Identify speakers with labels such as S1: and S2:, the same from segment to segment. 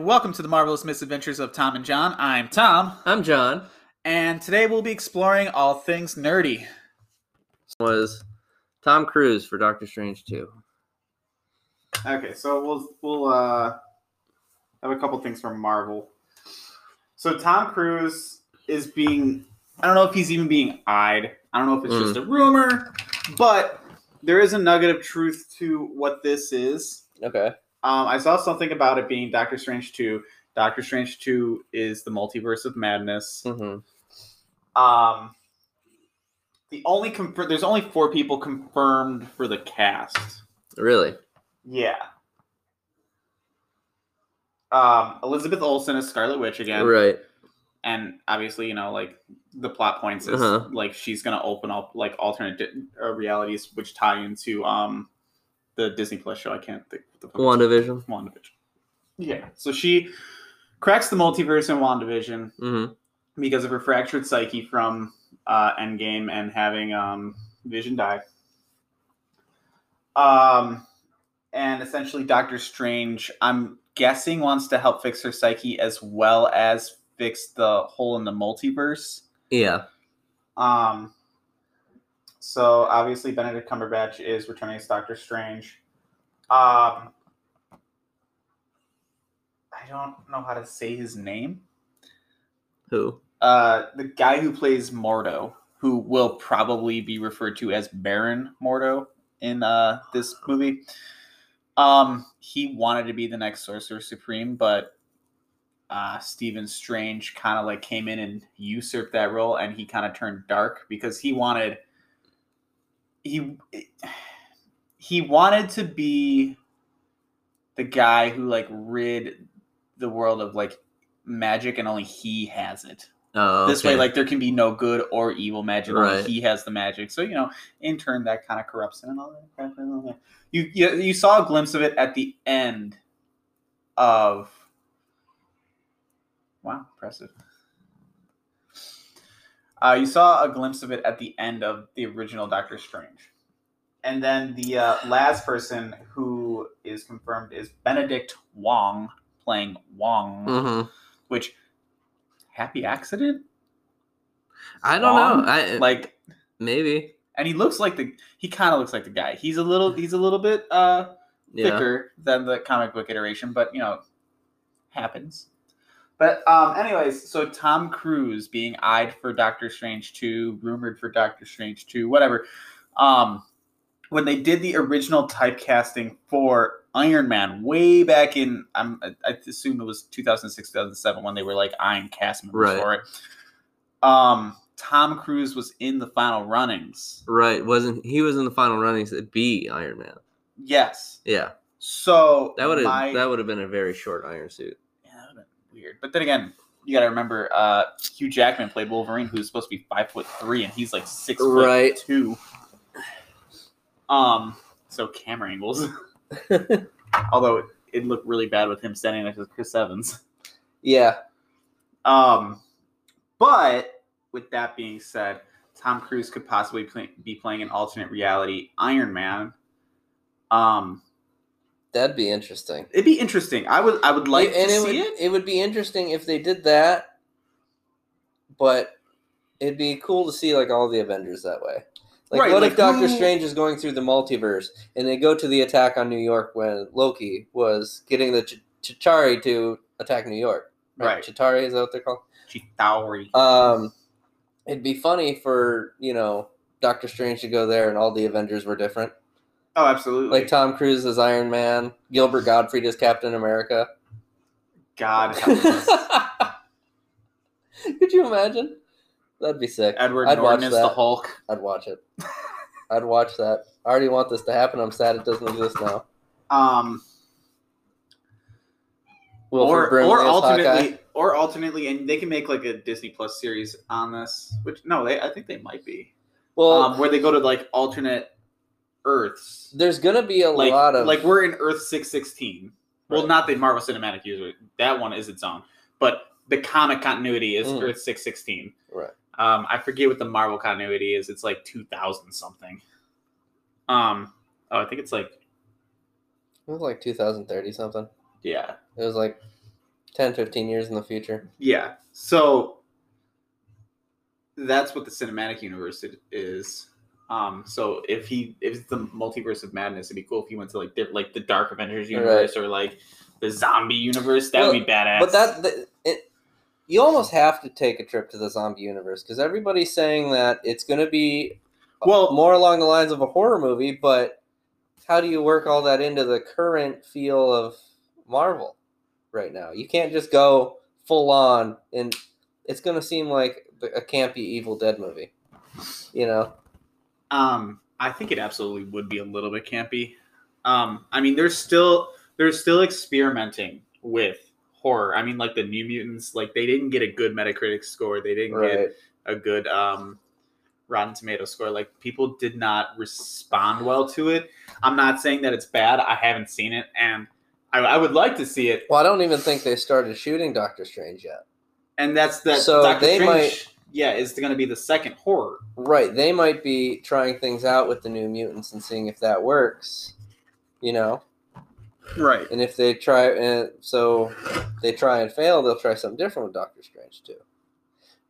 S1: welcome to the marvelous misadventures of Tom and John. I'm Tom,
S2: I'm John.
S1: and today we'll be exploring all things nerdy.
S2: Was Tom Cruise for Doctor Strange 2.
S3: Okay, so we'll we'll uh, have a couple things from Marvel. So Tom Cruise is being I don't know if he's even being eyed. I don't know if it's
S2: Mm.
S3: just a rumor, but there is a nugget of truth to what this is.
S2: Okay.
S3: Um, I saw something about it being Doctor Strange 2. Doctor Strange 2 is the multiverse of madness.
S2: hmm
S3: Um, the only confir- there's only four people confirmed for the cast.
S2: Really?
S3: Yeah. Um, Elizabeth Olsen is Scarlet Witch again,
S2: Right.
S3: and obviously, you know, like the plot points is
S2: Uh-huh.
S3: like she's gonna open up like alternate di- uh, realities, which tie into um the Disney Plus show. I can't think. What the fuck it's-
S2: WandaVision.
S3: WandaVision. Yeah, so she cracks the multiverse in WandaVision
S2: Mm-hmm.
S3: because of her fractured psyche from uh, Endgame and having um, Vision die. Um, and essentially, Doctor Strange, I'm guessing, wants to help fix her psyche as well as fix the hole in the multiverse.
S2: Yeah.
S3: Um, so obviously, Benedict Cumberbatch is returning as Doctor Strange. Um, I don't know how to say his name.
S2: Who?
S3: Uh, the guy who plays Mordo, who will probably be referred to as Baron Mordo in uh, this movie. Um, he wanted to be the next Sorcerer Supreme, but uh, Stephen Strange kind of like came in and usurped that role, and he kind of turned dark because he wanted he he wanted to be the guy who like rid the world of like magic, and only he has it
S2: Oh.
S3: this way
S2: okay.
S3: like there can be no good or evil magic
S2: Right.
S3: only he has the magic so you know in turn that kind of corrupts him and all that crap and all that. You, you you saw a glimpse of it at the end of wow impressive uh, you saw a glimpse of it at the end of the original doctor strange and then the uh, last person who is confirmed is benedict wong playing wong
S2: Mhm.
S3: which happy accident
S2: I don't
S3: Wong?
S2: know. I like
S3: like
S2: maybe.
S3: and he looks like the he kind of looks like the guy he's a little he's a little bit uh
S2: Yeah.
S3: thicker than the comic book iteration but you know happens but um anyways so tom cruise being eyed for doctor strange 2 rumored for doctor strange 2 whatever um when they did the original typecasting for Iron Man way back in, I'm, I- I assume it was 2006, 2007 when they were like eyeing cast members
S2: Right.
S3: for it. Um, Tom Cruise was in the final runnings.
S2: Right. Wasn't he was in the final runnings to be Iron Man?
S3: Yes.
S2: Yeah.
S3: So
S2: That would have
S3: my-
S2: that would have been a very short Iron suit.
S3: yeah, that would've been weird. But then again, you got to remember uh, Hugh Jackman played Wolverine, who's supposed to be five foot three, and he's like six
S2: Right.
S3: foot two. Um, so camera angles. Although it, it looked really bad with him standing next to Chris Evans.
S2: Yeah.
S3: Um, but with that being said, Tom Cruise could possibly play, be playing an alternate reality Iron Man. Um,
S2: That'd be interesting.
S3: it'd be interesting. I would I would like
S2: and
S3: to
S2: it
S3: see
S2: would,
S3: it.
S2: would be interesting if they did that, but it'd be cool to see like all the Avengers that way. Like,
S3: Right,
S2: what
S3: like,
S2: if Doctor
S3: who-
S2: Strange is going through the multiverse and they go to the attack on New York when Loki was getting the Ch- Chitari to attack New York?
S3: Right,
S2: Chitari is that what they're called?
S3: Chitauri.
S2: Um, it'd be funny for you know Doctor Strange to go there and all the Avengers were different.
S3: Oh, absolutely.
S2: Like Tom Cruise as Iron Man, Gilbert Gottfried as Captain America.
S3: God, help us.
S2: Could you imagine? That'd be sick.
S3: Edward
S2: I'd
S3: Norton
S2: watch
S3: is
S2: that.
S3: the Hulk.
S2: I'd watch it. I'd watch that. I already want this to happen. I'm sad it doesn't exist now.
S3: Um,
S2: Wilford
S3: or
S2: Brimley
S3: or
S2: as
S3: alternately,
S2: Hawkeye.
S3: or alternately, and they can make like a Disney Plus series on this. Which no, they I think they might be.
S2: Well,
S3: um, where they go to like alternate Earths.
S2: there's gonna be a
S3: Like
S2: lot of
S3: like we're in Earth six sixteen. Well,
S2: Right.
S3: not the Marvel Cinematic Universe. That one is its own, but the comic continuity is
S2: Mm.
S3: Earth six sixteen.
S2: Right.
S3: Um, I forget what the Marvel continuity is. It's like two thousand something. Um. Oh, I think it's like
S2: it was like 2030 something.
S3: yeah.
S2: It was like 10, 15 years in the future.
S3: Yeah. So that's what the cinematic universe i- is. Um, so if he if it's the multiverse of madness, it'd be cool if he went to like different, like the Dark Avengers universe or like the zombie universe. That would be badass.
S2: But that the, it, you almost have to take a trip to the zombie universe because everybody's saying that it's going to be
S3: Well-
S2: more along the lines of a horror movie. But how do you work all that into the current feel of Marvel right now? You can't just go full on, and it's going to seem like a campy Evil Dead movie. You know,
S3: Um, I think it absolutely would be a little bit campy. Um, I mean, they're still they're still experimenting with horror. I mean, like the New Mutants, like they didn't get a good Metacritic score. They didn't get
S2: right?
S3: a good um, Rotten Tomato score. Like people did not respond well to it. I'm not saying that it's bad. I haven't seen it, and I, I would like to see it.
S2: Well, I don't even think they started shooting Doctor Strange yet.
S3: And that's the
S2: So they might-
S3: Yeah, is going to be the second horror.
S2: Right, they might be trying things out with the new mutants and seeing if that works. You know,
S3: Right.
S2: and if they try, and so they try and fail, they'll try something different with Doctor Strange too.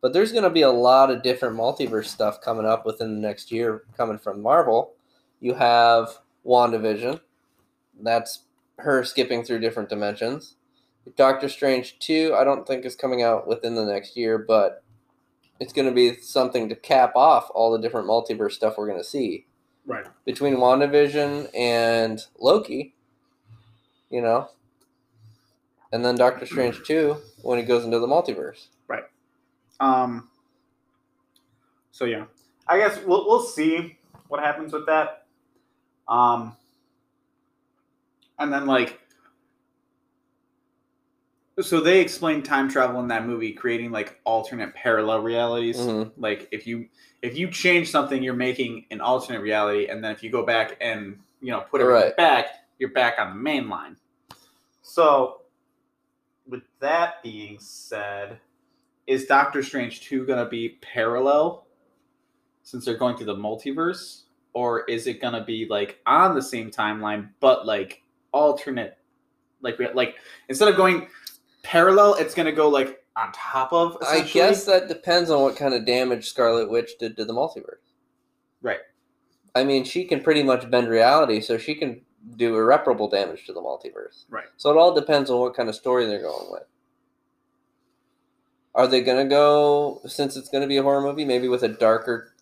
S2: But there's going to be a lot of different multiverse stuff coming up within the next year, coming from Marvel. You have WandaVision, that's her skipping through different dimensions. Doctor Strange two, I don't think is coming out within the next year, but it's going to be something to cap off all the different multiverse stuff we're going to see
S3: Right.
S2: between WandaVision and Loki, you know, and then Doctor Strange 2 when he goes into the multiverse.
S3: Um. So yeah, I guess we'll we'll see what happens with that. Um. And then like, so they explain time travel in that movie, creating like alternate parallel realities.
S2: Mhm.
S3: Like if you if you change something, you're making an alternate reality, and then if you go back and you know put everything
S2: Right.
S3: back, you're back on the main line. So, with that being said is Doctor Strange 2 going to be parallel since they're going through the multiverse? Or is it going to be like on the same timeline, but like alternate? Like, we like instead of going parallel, it's going to go like on top of.
S2: I
S3: essentially?
S2: guess that depends on what kind of damage Scarlet Witch did to the multiverse.
S3: Right.
S2: I mean, she can pretty much bend reality, so she can do irreparable damage to the multiverse.
S3: Right.
S2: So it all depends on what kind of story they're going with. Are they going to go, since it's going to be a horror movie, maybe with a darker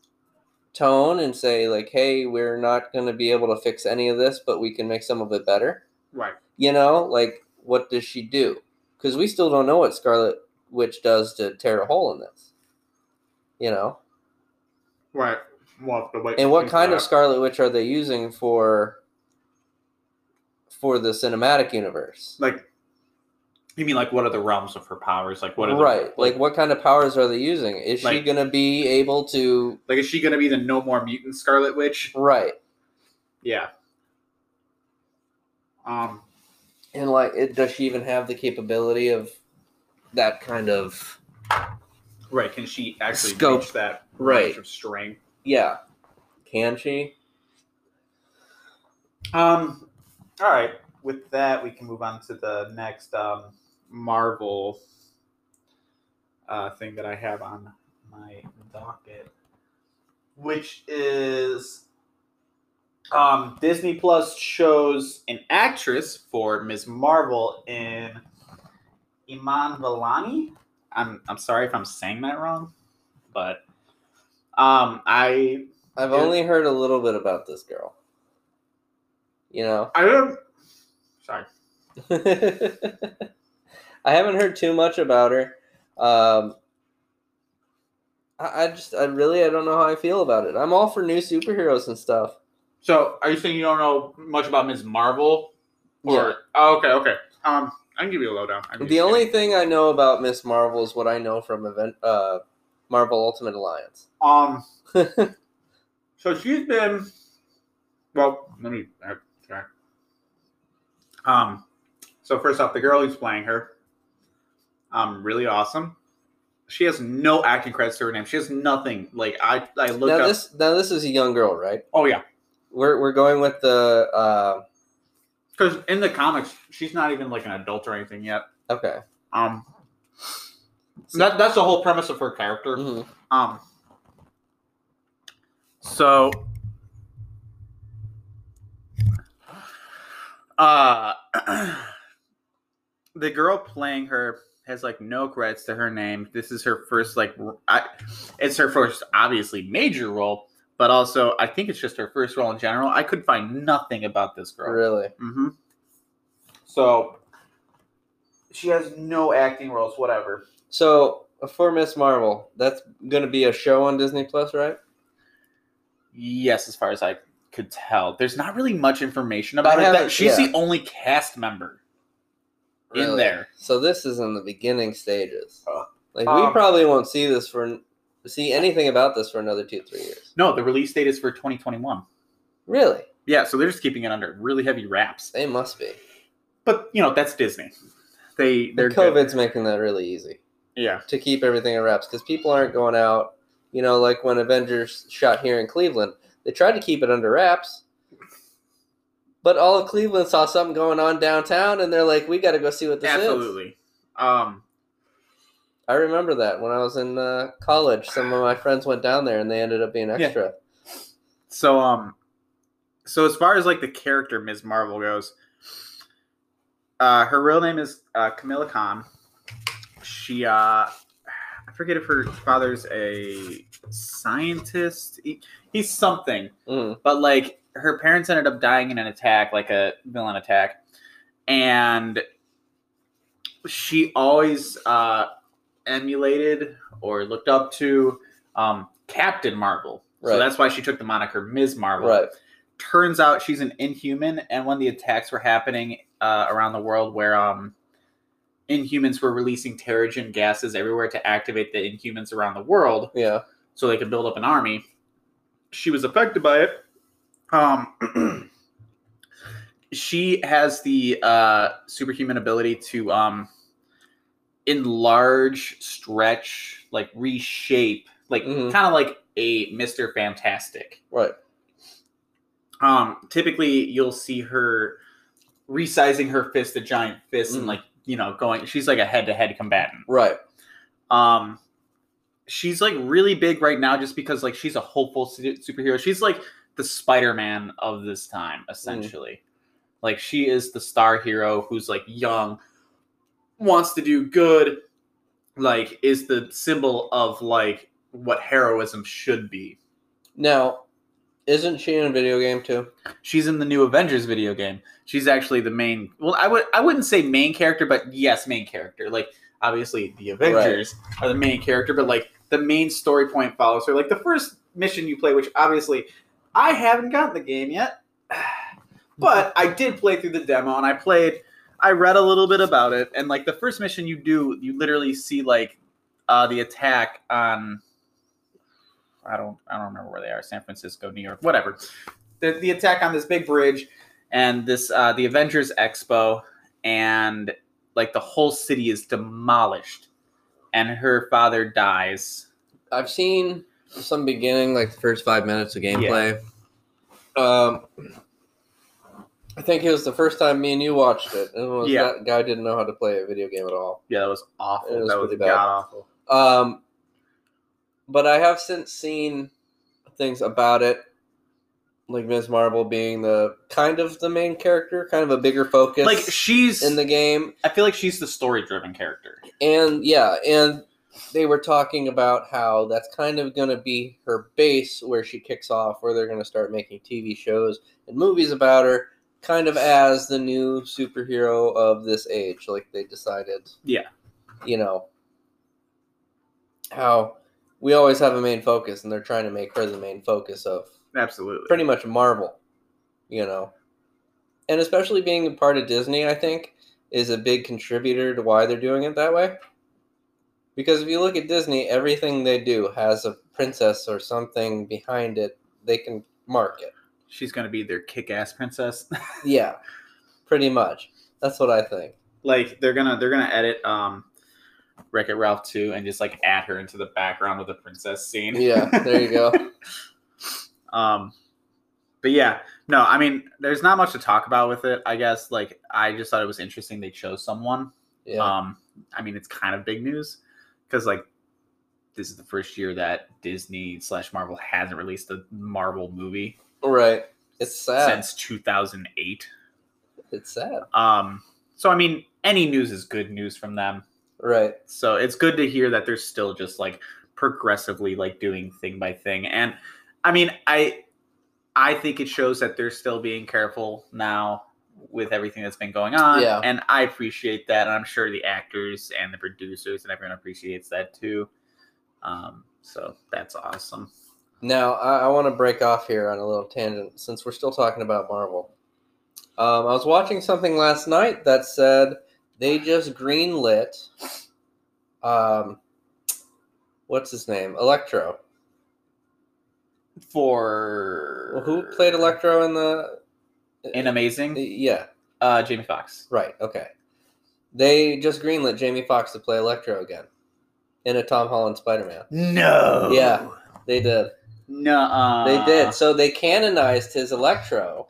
S2: tone and say, like, hey, we're not going to be able to fix any of this, but we can make some of it better?
S3: Right.
S2: You know, like what does she do? Because we still don't know what Scarlet Witch does to tear a hole in this. You know,
S3: Right. We'll have to wait
S2: and what
S3: for
S2: kind of
S3: that.
S2: Scarlet Witch are they using for for the cinematic universe?
S3: Like, you mean like what are the realms of her powers? Like, what are the.
S2: right, like what kind of powers are they using? Is she
S3: Like-
S2: gonna be able to?
S3: Like, is she going to be the no more mutant Scarlet Witch?
S2: Right,
S3: Yeah. Um,
S2: and like, it, does she even have the capability of that kind of?
S3: Right? Can she actually
S2: Scope.
S3: reach that
S2: Right.
S3: range of string?
S2: Yeah, can she?
S3: Um. All right. With that, we can move on to the next um, Marvel uh, thing that I have on my docket, which is um, Disney Plus shows an actress for Ms. Marvel in Iman Vellani. I'm I'm sorry if I'm saying that wrong, but um, I
S2: I've
S3: Yeah.
S2: only heard a little bit about this girl. You know.
S3: I don't. Sorry.
S2: I haven't heard too much about her. Um, I, I just, I really, I don't know how I feel about it. I'm all for new superheroes and stuff.
S3: So, are you saying you don't know much about Ms. Marvel? Or
S2: Yeah.
S3: oh, okay, okay. Um, I can give you a lowdown. I can give
S2: The
S3: you-
S2: only thing I know about Miss Marvel is what I know from event, uh, Marvel Ultimate Alliance.
S3: um. so she's been. Well, let me. uh, Sorry. Um. So first off, the girl who's playing her, um, really awesome. She has no acting credits to her name. She has nothing. Like I, I looked
S2: Now
S3: up.
S2: this, now this is a young girl, right?
S3: oh yeah,
S2: We're we're going with the uh,
S3: because in the comics, she's not even like an adult or anything yet.
S2: okay.
S3: Um, that, that's the whole premise of her character.
S2: Mhm.
S3: Um, so, uh, the girl playing her has like no regrets to her name. This is her first like, r- I, it's her first obviously major role, but also I think it's just her first role in general. I could find nothing about this girl.
S2: Really?
S3: Mm-hmm. So she has no acting roles, whatever.
S2: So for Miss Marvel, that's going to be a show on Disney Plus, right?
S3: Yes, as far as I could tell, there's not really much information about
S2: I
S3: it.
S2: haven't-
S3: That she's
S2: yeah.
S3: the only cast member in
S2: Really?
S3: there.
S2: So this is in the beginning stages.
S3: Oh.
S2: Like we
S3: Um,
S2: probably won't see this for see anything about this for another two three years.
S3: No, the release date is for 2021.
S2: Really?
S3: Yeah, so they're just keeping it under really heavy wraps.
S2: They must be.
S3: But you know that's Disney. They they're good.
S2: COVID's making that really easy
S3: Yeah,
S2: to keep everything in wraps because people aren't going out. You know, like when Avengers shot here in Cleveland, they tried to keep it under wraps. But all of Cleveland saw something going on downtown, and they're like, "We got to go see what this is."
S3: absolutely. Um,
S2: I remember that when I was in uh, college, some of my friends went down there, and they ended up being extra.
S3: So um so as far as like the character Ms. Marvel goes, uh her real name is uh Camilla Khan. She uh I forget if her father's a scientist. He, he's something,
S2: Mm.
S3: but like her parents ended up dying in an attack, like a villain attack. And she always uh emulated or looked up to um Captain Marvel.
S2: Right.
S3: So that's why she took the moniker Ms. Marvel.
S2: Right.
S3: Turns out she's an Inhuman, and when the attacks were happening uh, around the world, where um, Inhumans were releasing Terrigen gases everywhere to activate the Inhumans around the world,
S2: Yeah.
S3: so they could build up an army. She was affected by it. Um, she has the uh, superhuman ability to um, enlarge, stretch, like reshape, like
S2: Mhm.
S3: kind of like a Mister Fantastic.
S2: Right.
S3: Um, typically, you'll see her resizing her fist to giant fists
S2: Mhm.
S3: and like you know going. She's like a head-to-head combatant.
S2: Right.
S3: Um, she's like really big right now just because like she's a hopeful su- superhero. She's like the Spider-Man of this time, essentially. Like she is the star hero who's like young, wants to do good, like is the symbol of like what heroism should be.
S2: Now, isn't she in a video game too?
S3: She's in the new Avengers video game. She's actually the main. Well, I would I wouldn't say main character, but yes, main character. Like obviously the Avengers are the main character, but like the main story point follows her. Like the first mission you play, which obviously I haven't gotten the game yet, but I did play through the demo and I played. I read a little bit about it, and like the first mission you do, you literally see like uh, the attack on. I don't I don't remember where they are. San Francisco, New York, whatever the, the attack on this big bridge and this uh, the Avengers Expo and like the whole city is demolished and her father dies.
S2: I've seen some beginning, like the first five minutes of gameplay. Um, I think it was the first time me and you watched it, and it was
S3: Yeah.
S2: that guy didn't know how to play a video game at all.
S3: Yeah, that was awful.
S2: It was
S3: that was
S2: pretty bad.
S3: god awful.
S2: Um, but I have since seen things about it, like Ms. Marvel being the kind of the main character, kind of a bigger focus
S3: Like she's
S2: in the game.
S3: I feel like she's the story driven character.
S2: and yeah, and they were talking about how that's kind of going to be her base where she kicks off, where they're going to start making TV shows and movies about her, kind of as the new superhero of this age. Like they decided,
S3: Yeah.
S2: you know, how we always have a main focus, and they're trying to make her the main focus of
S3: Absolutely.
S2: pretty much Marvel, you know. And especially being a part of Disney, I think, is a big contributor to why they're doing it that way. Because if you look at Disney, everything they do has a princess or something behind it. They can market.
S3: She's gonna be their kick ass princess.
S2: Yeah, pretty much. That's what I think.
S3: like they're gonna they're gonna edit um Wreck It Ralph 2 and just like add her into the background with a princess scene.
S2: Yeah, there you go.
S3: Um, but yeah, no, I mean, there's not much to talk about with it. I guess like I just thought it was interesting they chose someone
S2: Yeah.
S3: Um, I mean, it's kind of big news because like this is the first year that Disney slash Marvel hasn't released a Marvel movie
S2: right. It's sad.
S3: since 2008.
S2: It's sad.
S3: Um, so I mean, any news is good news from them.
S2: Right.
S3: So it's good to hear that they're still just like progressively like doing thing by thing. And I mean, I I think it shows that they're still being careful now with everything that's been going on.
S2: Yeah.
S3: And I appreciate that. And I'm sure the actors and the producers and everyone appreciates that too. Um, so that's awesome.
S2: Now, I, I want to break off here on a little tangent since we're still talking about Marvel. Um, I was watching something last night that said they just greenlit. Um, what's his name? Electro.
S3: For
S2: Well, who played Electro in the?
S3: in Amazing?
S2: Yeah.
S3: Uh Jamie Foxx.
S2: Right. Okay. They just greenlit Jamie Foxx to play Electro again in a Tom Holland Spider Man.
S3: No.
S2: Yeah. They did.
S3: No.
S2: They did. So they canonized his Electro.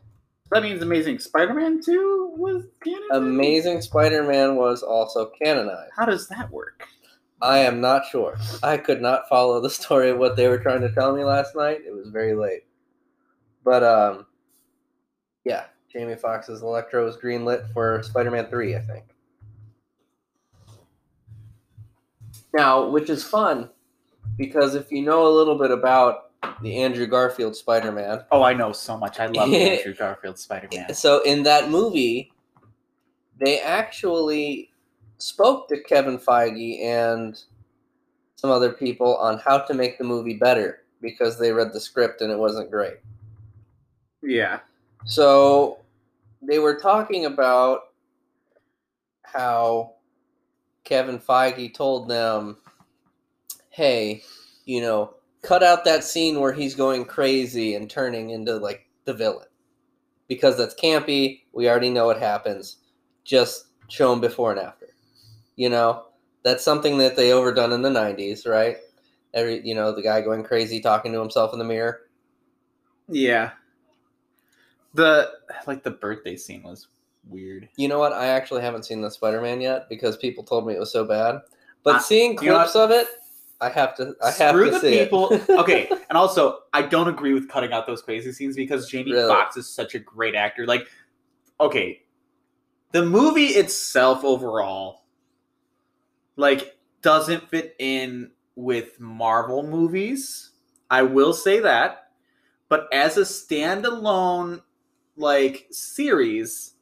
S3: That means Amazing Spider-Man 2 was canon?
S2: Amazing Spider Man was also canonized.
S3: How does that work?
S2: I am not sure. I could not follow the story of what they were trying to tell me last night. It was very late. But um yeah, Jamie Foxx's Electro was greenlit for Spider-Man 3, I think. Now, which is fun because if you know a little bit about the Andrew Garfield Spider-Man,
S3: Oh, I know so much. I love the Andrew Garfield Spider-Man.
S2: so in that movie, they actually spoke to Kevin Feige and some other people on how to make the movie better because they read the script and it wasn't great.
S3: Yeah.
S2: So they were talking about how Kevin Feige told them, "Hey, you know, cut out that scene where he's going crazy and turning into like the villain because that's campy. We already know what happens. Just show him before and after. You know, that's something that they overdone in the '90s, right? Every, you know, the guy going crazy, talking to himself in the mirror.
S3: Yeah. The like the birthday scene was weird.
S2: You know what? I actually haven't seen the Spider Man yet because people told me it was so bad. But
S3: I-
S2: seeing
S3: you know
S2: clips of it, I have to. I have
S3: Screw
S2: to
S3: the
S2: see it.
S3: people. okay, and also I don't agree with cutting out those crazy scenes because Jamie
S2: Really?
S3: Foxx is such a great actor. Like, okay, the movie itself overall, like, doesn't fit in with Marvel movies. I will say that, but as a standalone like series,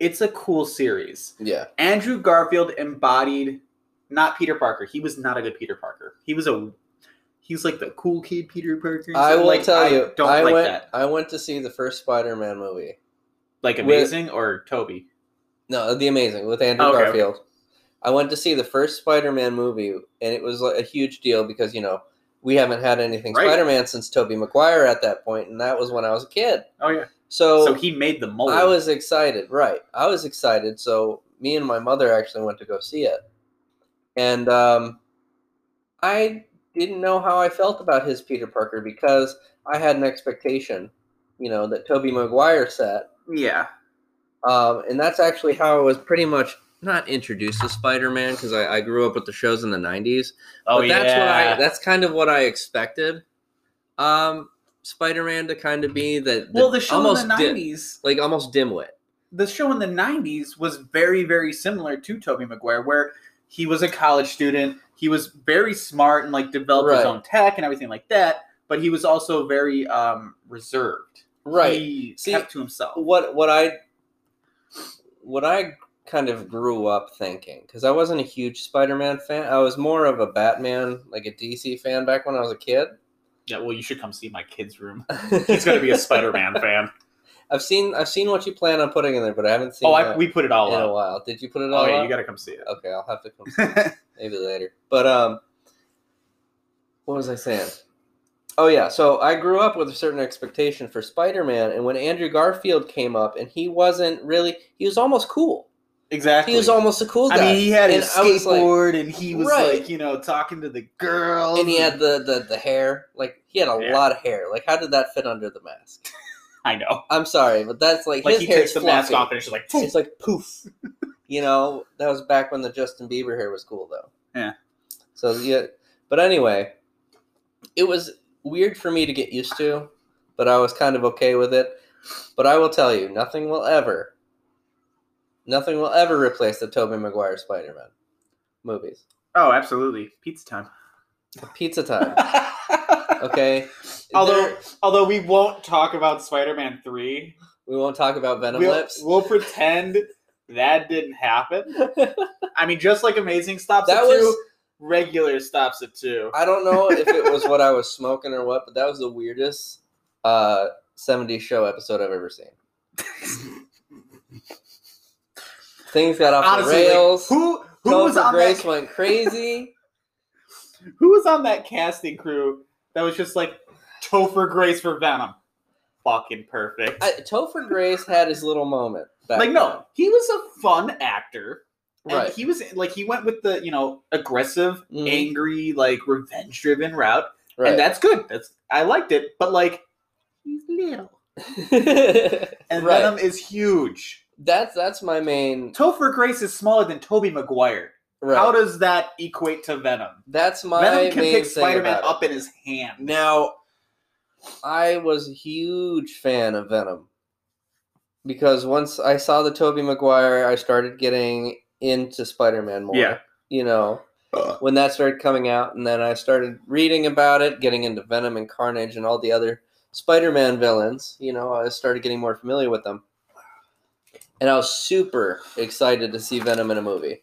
S3: it's a cool series.
S2: yeah.
S3: Andrew Garfield embodied not Peter Parker. He was not a good Peter Parker. He was a he's like the cool kid Peter Parker.
S2: I will
S3: like,
S2: tell
S3: I
S2: you.
S3: don't
S2: I
S3: like
S2: went.
S3: that.
S2: I went to see the first Spider Man movie.
S3: Like
S2: with-
S3: amazing or Toby.
S2: No, uh, The Amazing with Andrew
S3: Okay, okay.
S2: Garfield. I went to see the first Spider Man movie, and it was like, a huge deal because you know we haven't had anything
S3: Right.
S2: Spider Man since Tobey Maguire at that point, and that was when I was a kid.
S3: Oh yeah.
S2: So,
S3: So he made the mold.
S2: I was excited, right? I was excited. So me and my mother actually went to go see it, and um, I didn't know how I felt about his Peter Parker because I had an expectation, you know, that Toby Maguire set,
S3: yeah.
S2: um, and that's actually how I was pretty much not introduced to Spider-Man because I, I grew up with the shows in the '90s.
S3: Oh
S2: but
S3: yeah.
S2: that's what I, that's kind of what I expected. Um, Spider-Man to kind of be that.
S3: well, the show in the
S2: dim-
S3: nineties,
S2: like almost dimwit.
S3: the show in the nineties was very, very similar to Toby Maguire, where he was a college student. He was very smart and like developed his
S2: Right.
S3: own tech and everything like that. But he was also very um, reserved. He
S2: See-
S3: kept to himself.
S2: what what I what I kind of grew up thinking because I wasn't a huge Spider-Man fan. I was more of a Batman, like a DC fan back when I was a kid.
S3: Yeah, well, you should come see my kid's room. He's going to be a Spider-Man fan.
S2: I've seen I've seen what you plan on putting in there, but I haven't seen
S3: Oh,
S2: that
S3: I, we put it all
S2: in a
S3: up.
S2: while. Did you put it all?
S3: Oh yeah,
S2: up?
S3: you got to come see it.
S2: Okay, I'll have to come maybe later. But um, what was I saying? Oh yeah, so I grew up with a certain expectation for Spider-Man, and when Andrew Garfield came up, and he wasn't really—he was almost cool.
S3: exactly.
S2: He was almost a cool guy.
S3: I mean, he had
S2: and
S3: his
S2: I was like-
S3: skateboard, and he was
S2: Right.
S3: like, you know, talking to the girls.
S2: and he had the, the, the hair. Like he had a
S3: Yeah.
S2: lot of hair. Like how did that fit under the mask?
S3: I know.
S2: I'm sorry, but that's like,
S3: Like
S2: his
S3: he
S2: hair
S3: takes
S2: is
S3: the
S2: fluffy.
S3: mask off, and it's just like,
S2: It's like poof. you know, that was back when the Justin Bieber hair was cool though.
S3: Yeah.
S2: So yeah, but anyway, it was weird for me to get used to, but I was kind of okay with it. But I will tell you, nothing will ever, nothing will ever replace the Tobey Maguire Spider-Man movies.
S3: Oh, absolutely. Pizza time.
S2: Pizza time, okay?
S3: although,
S2: There-
S3: although we won't talk about Spider-Man Three,
S2: we won't talk about Venom
S3: we'll,
S2: lips.
S3: we'll pretend that didn't happen. I mean, just like Amazing stops
S2: that
S3: at
S2: was
S3: two, regular stops at two.
S2: I don't know if it was what I was smoking or what, but that was the weirdest uh 70s show episode I've ever seen. Things got off
S3: Honestly,
S2: the
S3: like,
S2: rails.
S3: who who
S2: Topher
S3: was on
S2: Grace
S3: that?
S2: went crazy.
S3: Who was on that casting crew that was just like Topher Grace for Venom? Fucking perfect.
S2: I, Topher Grace had his little moment. back
S3: like no, he was a fun actor.
S2: then.
S3: And
S2: right?
S3: he was like he went with the, you know, aggressive,
S2: Mhm.
S3: angry, like revenge driven route.
S2: right.
S3: And that's good. That's I liked it, but like he's little. And
S2: Right.
S3: Venom is huge.
S2: that's that's my main.
S3: Topher Grace is smaller than Toby Maguire.
S2: Right.
S3: How does that equate to Venom?
S2: that's my
S3: Venom can
S2: main
S3: pick
S2: thing
S3: Spider-Man
S2: about it.
S3: up in his hand.
S2: Now, I was a huge fan of Venom because once I saw the Tobey Maguire, I started getting into Spider-Man more.
S3: Yeah.
S2: You know, when that started coming out, and then I started reading about it, getting into Venom and Carnage and all the other Spider-Man villains. You know, I started getting more familiar with them, and I was super excited to see Venom in a movie.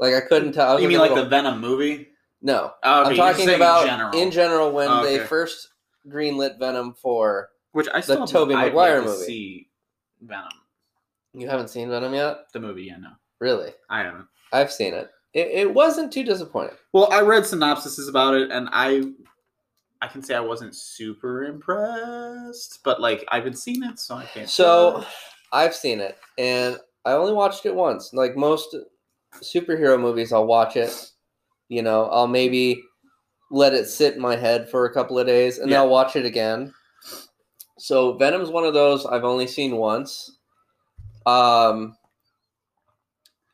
S2: Like I couldn't tell. I was
S3: You mean
S2: gonna
S3: like
S2: go-
S3: the Venom movie?
S2: no?
S3: Oh,
S2: I'm
S3: okay, you're
S2: talking
S3: saying
S2: about
S3: in general,
S2: when
S3: Oh,
S2: they
S3: okay.
S2: first greenlit Venom for.
S3: which I still
S2: Tobey
S3: I'd
S2: Maguire
S3: like to
S2: movie.
S3: see Venom
S2: You haven't seen Venom yet,
S3: the movie. Yeah, no,
S2: really?
S3: I haven't.
S2: I've seen it. It, it wasn't too disappointing.
S3: Well, I read synopsises about it, and I, I can say I wasn't super impressed, but like I've been seeing it, so I can't.
S2: So
S3: judge.
S2: I've seen it, and I only watched it once. Like most superhero movies, I'll watch it. You know, I'll maybe let it sit in my head for a couple of days, and then
S3: Yeah.
S2: I'll watch it again. So Venom's one of those I've only seen once. Um,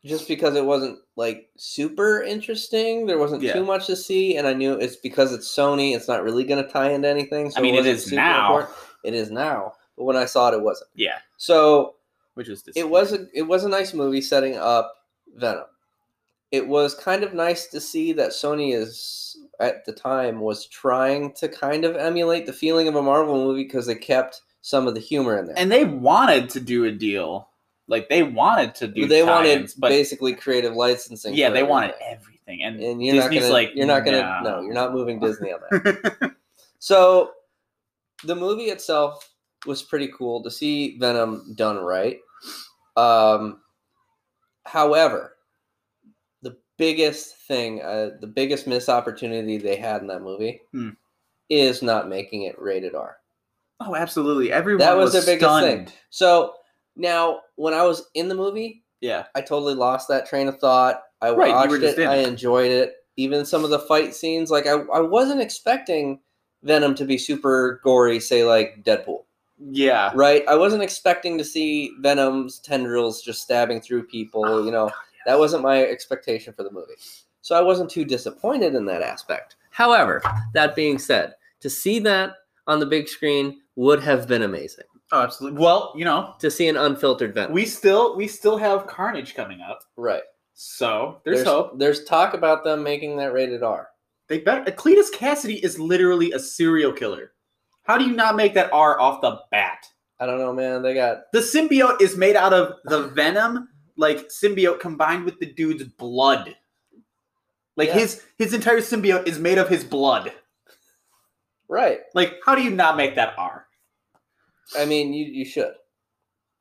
S2: just because it wasn't like super interesting, there wasn't
S3: Yeah.
S2: too much to see, and I knew it's because it's Sony, it's not really going to tie into anything. So
S3: I mean, it
S2: wasn't
S3: is
S2: super
S3: now.
S2: important. It is now, but when I saw it, it wasn't.
S3: yeah,
S2: So
S3: which is
S2: it was
S3: disappointing.
S2: a it was a nice movie setting up Venom. It was kind of nice to see that Sony is at the time was trying to kind of emulate the feeling of a Marvel movie because they kept some of the humor in there.
S3: and they wanted to do a deal, like they wanted to do.
S2: they wanted
S3: tie-ins, but
S2: basically creative licensing.
S3: yeah,
S2: for
S3: they wanted everything,
S2: everything.
S3: and,
S2: And you're
S3: Disney's
S2: not gonna
S3: like
S2: you're not gonna no, you're not moving Disney on that. so the movie itself was pretty cool to see Venom done right. Um, however, the biggest thing, uh, the biggest missed opportunity they had in that movie
S3: Hmm.
S2: is not making it rated R.
S3: Oh, absolutely. Everyone
S2: That was
S3: was
S2: their biggest
S3: stunned.
S2: thing. So now, when I was in the movie,
S3: Yeah,
S2: I totally lost that train of thought. I
S3: Right, you were
S2: watched
S3: just
S2: it.
S3: in
S2: I
S3: it.
S2: enjoyed it. Even some of the fight scenes, like I, I wasn't expecting Venom to be super gory, say like Deadpool,
S3: yeah.
S2: right? I wasn't expecting to see Venom's tendrils just stabbing through people.
S3: Oh,
S2: you know, that wasn't my expectation for the movie. So I wasn't too disappointed in that aspect. However, that being said, to see that on the big screen would have been amazing.
S3: Oh, absolutely. Well, you know,
S2: To see an unfiltered Venom,
S3: we still we still have Carnage coming up,
S2: right?
S3: so there's, hope.
S2: There's talk about them making that rated R.
S3: They better. Cletus Cassidy is literally a serial killer. How do you not make that R off the bat?
S2: I don't know, man. They got
S3: The symbiote is made out of the venom, like symbiote combined with the dude's blood. Like
S2: Yeah.
S3: his his entire symbiote is made of his blood.
S2: right.
S3: Like how do you not make that R?
S2: I mean, you you should.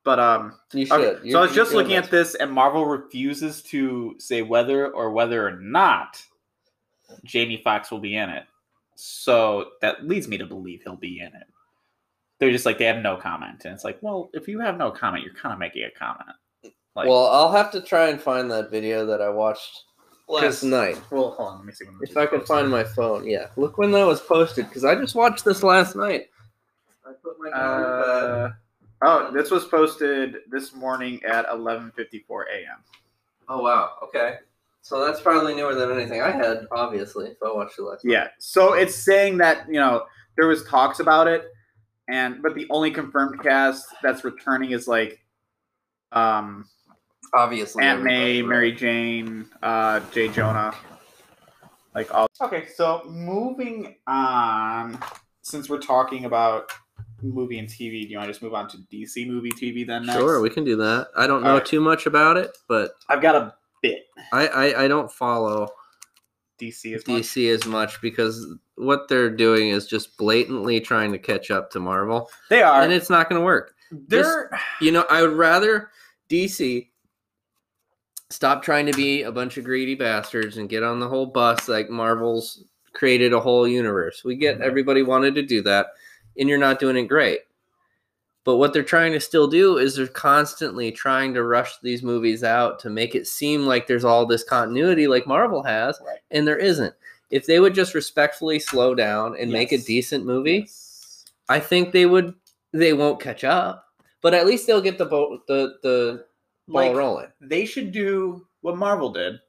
S3: But um
S2: You should.
S3: Okay,
S2: You're-
S3: so I was
S2: you're
S3: just
S2: doing
S3: looking at
S2: this.
S3: this, and Marvel refuses to say whether or whether or not Jamie Foxx will be in it. So that leads me to believe he'll be in it. They're just like they have no comment, and it's like, well, if you have no comment, you're kind of making a comment. Like,
S2: well, I'll have to try and find that video that I watched last night.
S3: Well, hold on, let me see. when
S2: If I can find my phone, yeah. Look when that was posted, because I just watched this last night. I put my
S3: Uh, Oh, this was posted this morning at 11:54 a.m.
S2: Oh wow. Okay. So that's probably newer than anything I had, obviously. If I watched the last.
S3: Yeah. So it's saying that, you know, there was talks about it and but the only confirmed cast that's returning is like um
S2: Obviously.
S3: Aunt May,
S2: everybody-
S3: Mary Jane, uh, Jay Jonah, like all. Okay, so moving on. Since we're talking about movie and TV, do you want to just move on to DC movie TV then? Next?
S2: Sure, we can do that. I don't know
S3: Alright.
S2: too much about it, but
S3: I've got a bit
S2: I I, I don't follow
S3: DC as much.
S2: DC as much because what they're doing is just blatantly trying to catch up to Marvel,
S3: They are.
S2: and it's not going to work.
S3: They're
S2: You know, I would rather DC stop trying to be a bunch of greedy bastards and get on the whole bus like Marvel's created a whole universe. We
S3: Mm-hmm.
S2: get everybody wanted to do that, and you're not doing it great. But what they're trying to still do is they're constantly trying to rush these movies out to make it seem like there's all this continuity like Marvel has,
S3: Right.
S2: and there isn't. If they would just respectfully slow down and make a
S3: Yes.
S2: decent movie, I think they would. They won't catch up, but at least they'll get the bo- the the ball
S3: like
S2: rolling.
S3: they should do what Marvel did,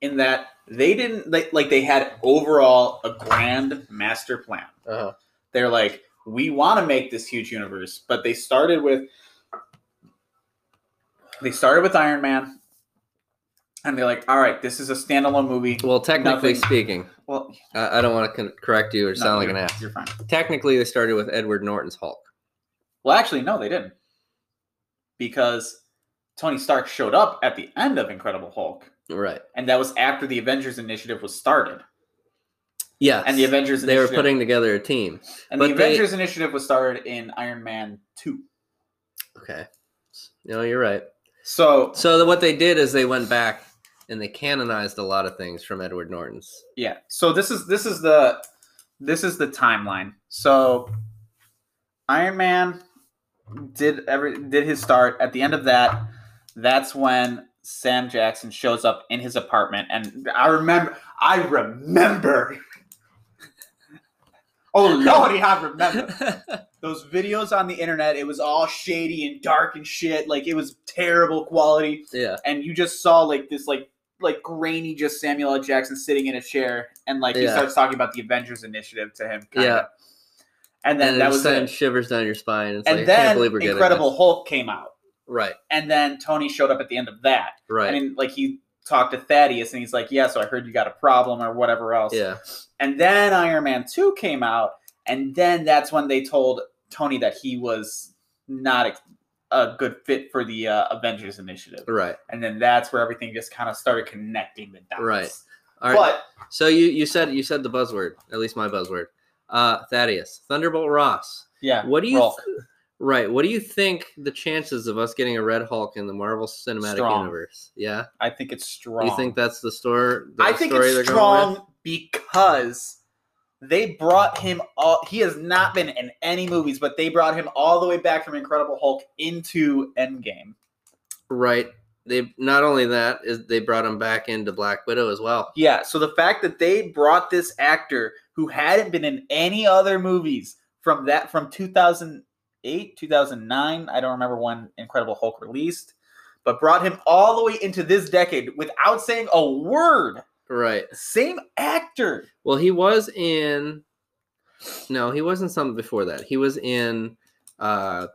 S3: in that they didn't like like they had overall a grand master plan.
S2: Uh-huh.
S3: they're like we want to make this huge universe but they started with they started with iron man and they're like all right this is a standalone movie
S2: Well, technically
S3: Nothing-
S2: speaking,
S3: well
S2: I, I don't want to con- correct you or
S3: no,
S2: sound like
S3: you're-
S2: an ass.
S3: you're fine
S2: Technically, they started with Edward Norton's Hulk.
S3: well actually no they didn't because tony stark showed up at the end of incredible hulk
S2: Right.
S3: and that was after the avengers initiative was started
S2: Yes.
S3: and the avengers
S2: they were
S3: initiative,
S2: putting together a team.
S3: and the
S2: but they-
S3: avengers initiative was started in iron man 2
S2: Okay. No, you're right.
S3: so
S2: So the, what they did is they went back and they canonized a lot of things from Edward Norton's.
S3: Yeah. So this is this is the this is the timeline. So Iron Man did every did his start at the end of that. That's when Sam Jackson shows up in his apartment, and I remember. I remember. oh lordy, I remember those videos on the internet. It was all shady and dark and shit. Like it was terrible quality
S2: yeah.
S3: and you just saw like this like like grainy just Samuel L. Jackson sitting in a chair and like he
S2: Yeah.
S3: starts talking about the Avengers initiative to him. Kinda.
S2: Yeah.
S3: And then
S2: And,
S3: that
S2: it
S3: was
S2: sends
S3: it.
S2: shivers down your spine. It's
S3: And
S2: like, I can't
S3: then
S2: believe we're getting
S3: Incredible
S2: this.
S3: Hulk came out.
S2: Right.
S3: And then Tony showed up at the end of that.
S2: Right.
S3: And then like he talked to Thaddeus and he's like, Yeah, so I heard you got a problem or whatever else.
S2: yeah.
S3: And then Iron Man 2 came out, and then that's when they told Tony that he was not a, a good fit for the uh, Avengers initiative
S2: Right.
S3: and then that's where everything just kind of started connecting the dots.
S2: Right. All right.
S3: But
S2: So you you said you said the buzzword, at least my buzzword. Uh, Thaddeus Thunderbolt Ross.
S3: yeah,
S2: What do you
S3: Hulk.
S2: th- right? What do you think the chances of us getting a Red Hulk in the Marvel Cinematic
S3: Strong.
S2: Universe? Yeah,
S3: I think it's strong.
S2: you think that's the store? The
S3: I think
S2: story they're
S3: it's
S2: going with?
S3: strong because they brought him all. He has not been in any movies, but they brought him all the way back from Incredible Hulk into Endgame.
S2: Right. They not only that is they brought him back into Black Widow as well.
S3: Yeah. So the fact that they brought this actor who hadn't been in any other movies from that from 2008, 2009, I don't remember when Incredible Hulk released, but brought him all the way into this decade without saying a word.
S2: Right.
S3: Same actor.
S2: Well, he was in. No, he wasn't something before that. He was in uh,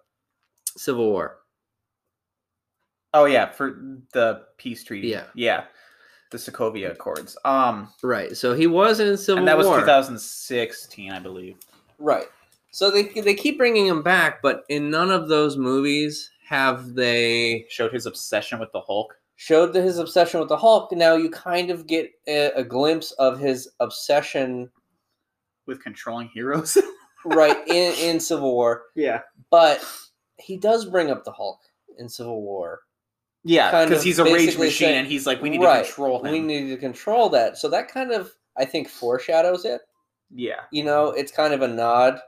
S2: Civil War.
S3: Oh yeah, for the peace treaty.
S2: Yeah.
S3: Yeah. The Sokovia Accords. Um
S2: Right. So he was in Civil
S3: and that was
S2: War.
S3: 2016, I believe.
S2: Right. So they they keep bringing him back, but in none of those movies have they
S3: Showed his obsession with the Hulk.
S2: showed the, his obsession with the Hulk. Now you kind of get a, a glimpse of his obsession
S3: With controlling heroes.
S2: right in, in Civil War,
S3: yeah.
S2: but he does bring up the Hulk in Civil War.
S3: Yeah,
S2: Kind
S3: because
S2: of
S3: he's a rage
S2: basically
S3: machine,
S2: saying-
S3: and he's like, we need
S2: Right.
S3: to control him.
S2: We need to control that. So that kind of I think foreshadows it.
S3: yeah,
S2: You know, it's kind of a nod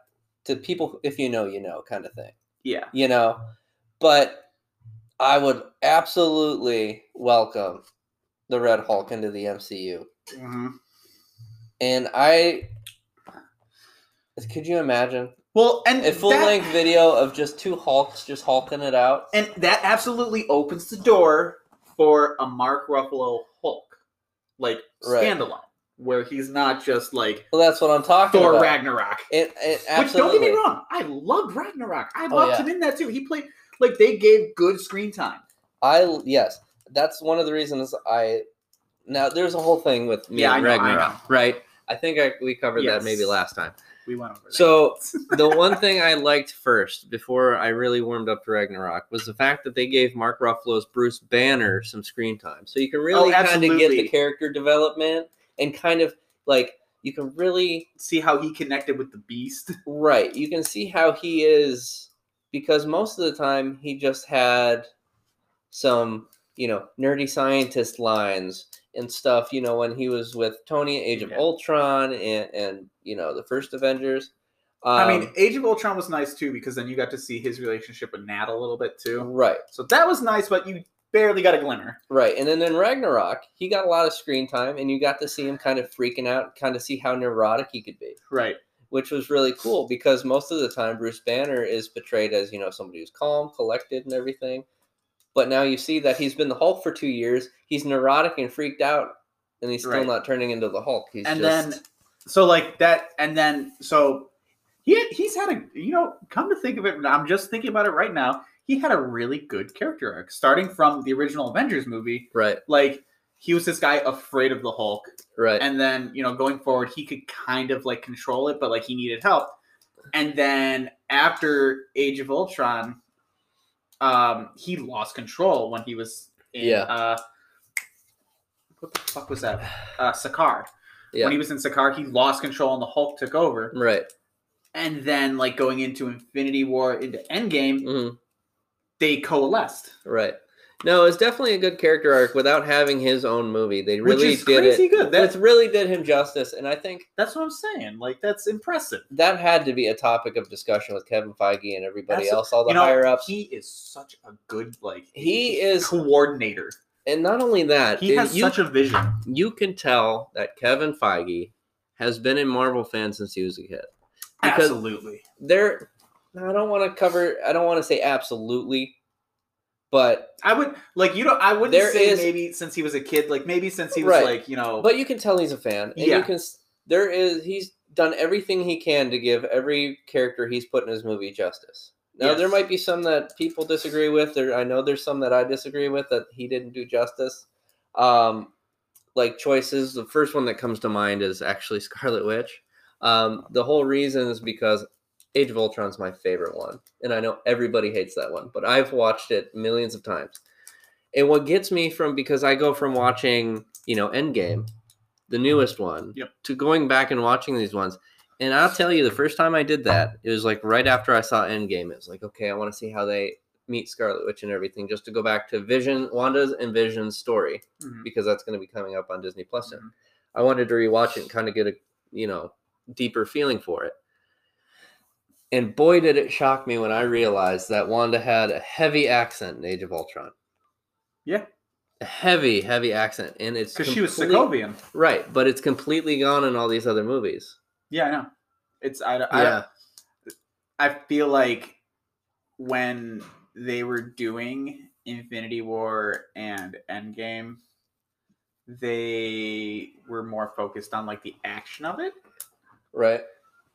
S2: to people who- if you know, you know kind of thing.
S3: yeah,
S2: you know. But I would absolutely welcome the Red Hulk into the MCU. Mm-hmm.
S3: hmm
S2: And I could you imagine?
S3: Well, and
S2: A full
S3: that-
S2: length video of just two Hulks just hulking it out.
S3: and that absolutely opens the door for a Mark Ruffalo Hulk, like
S2: Right.
S3: standalone, where he's not just like
S2: Well, that's what I'm talking
S3: Thor
S2: about.
S3: Ragnarok.
S2: It, it
S3: Which don't
S2: absolutely.
S3: get me wrong, I loved Ragnarok. I
S2: Oh,
S3: loved
S2: yeah.
S3: him in that too. He played like they gave good screen time.
S2: I yes, that's one of the reasons I. Now there's a whole thing with me
S3: Yeah,
S2: and
S3: I know, I
S2: Ragnarok,
S3: know.
S2: right? I think I, we covered
S3: Yes.
S2: that maybe last time.
S3: We went over that.
S2: So the one thing I liked first before I really warmed up to Ragnarok was the fact that they gave Mark Ruffalo's Bruce Banner some screen time. So you can really kind of get
S3: Oh, absolutely.
S2: the character development and kind of like you can really
S3: see how he connected with the Beast.
S2: right, you can see how he is because most of the time he just had some, you know, nerdy scientist lines and stuff, you know, when he was with Tony Age of
S3: Yeah.
S2: Ultron and and you know, the first Avengers.
S3: I
S2: Um,
S3: mean, Age of Ultron was nice too because then you got to see his relationship with Nat a little bit too.
S2: Um, right.
S3: So that was nice, but you barely got a glimmer.
S2: Right, and then in Ragnarok, he got a lot of screen time, and you got to see him kind of freaking out, kind of see how neurotic he could be,
S3: Right.
S2: which was really cool because most of the time Bruce Banner is portrayed as you know somebody who's calm, collected, and everything. But now you see that he's been the Hulk for two years. He's neurotic and freaked out, and he's still
S3: Right.
S2: not turning into the Hulk. He's
S3: and
S2: just,
S3: then so like that and then so he he's had a you know come to think of it i'm just thinking about it right now he had a really good character arc starting from the original avengers movie
S2: right,
S3: like he was this guy afraid of the hulk
S2: right,
S3: and then you know going forward he could kind of like control it but like he needed help and then after age of ultron um he lost control when he was in
S2: Yeah.
S3: uh what the fuck was that uh sakar
S2: yeah,
S3: when he was in Sakaar, he lost control and the Hulk took over.
S2: right,
S3: And then, like going into Infinity War, into Endgame,
S2: hmm
S3: they coalesced.
S2: right. No, it's definitely a good character arc without having his own movie. They really
S3: which is
S2: did
S3: crazy
S2: it.
S3: good.
S2: That's
S3: That's
S2: really did him justice, and I think
S3: that's what I'm saying. Like that's impressive.
S2: that had to be a topic of discussion with Kevin Feige and everybody
S3: Absolutely.
S2: else, all the
S3: you know,
S2: higher ups.
S3: he is such a good like
S2: He is-
S3: coordinator.
S2: and not only that,
S3: He
S2: it-
S3: has
S2: you,
S3: such a vision.
S2: you can tell that Kevin Feige has been a Marvel fan since he was a kid. Because-
S3: Absolutely.
S2: There, I don't want to cover, I don't want to say absolutely, but
S3: I would like you know I wouldn't
S2: There
S3: say
S2: is-
S3: maybe since he was a kid, like maybe since he was
S2: Right.
S3: like, you know
S2: but you can tell he's a fan, and
S3: Yeah.
S2: you can. s- There is he's done everything he can to give every character he's put in his movie justice. Now there
S3: Yes.
S2: might be some that people disagree with. There, I know there's some that I disagree with that he didn't do justice. Um, like choices, the first one that comes to mind is actually Scarlet Witch. Um, the whole reason is because Age of Ultron's my favorite one, and I know everybody hates that one, but I've watched it millions of times. And what gets me from because I go from watching, you know, Endgame, the newest one,
S3: Yep.
S2: to going back and watching these ones. And I'll tell you, the first time I did that, it was like right after I saw Endgame. It was like, okay, I want to see how they meet Scarlet Witch and everything, just to go back to Vision, Wanda's and Vision's story,
S3: Mhm.
S2: because that's going to be coming up on Disney Plus soon.
S3: Mhm.
S2: I wanted to rewatch it and kind of get a you know deeper feeling for it. And boy, did it shock me when I realized that Wanda had a heavy accent in Age of Ultron.
S3: Yeah.
S2: a heavy, heavy accent, and it's
S3: because she was
S2: complete-
S3: Sokovian.
S2: right? But it's completely gone in all these other movies.
S3: Yeah, I know. It's I, I, I feel like when they were doing Infinity War and Endgame, they were more focused on like the action of it,
S2: right.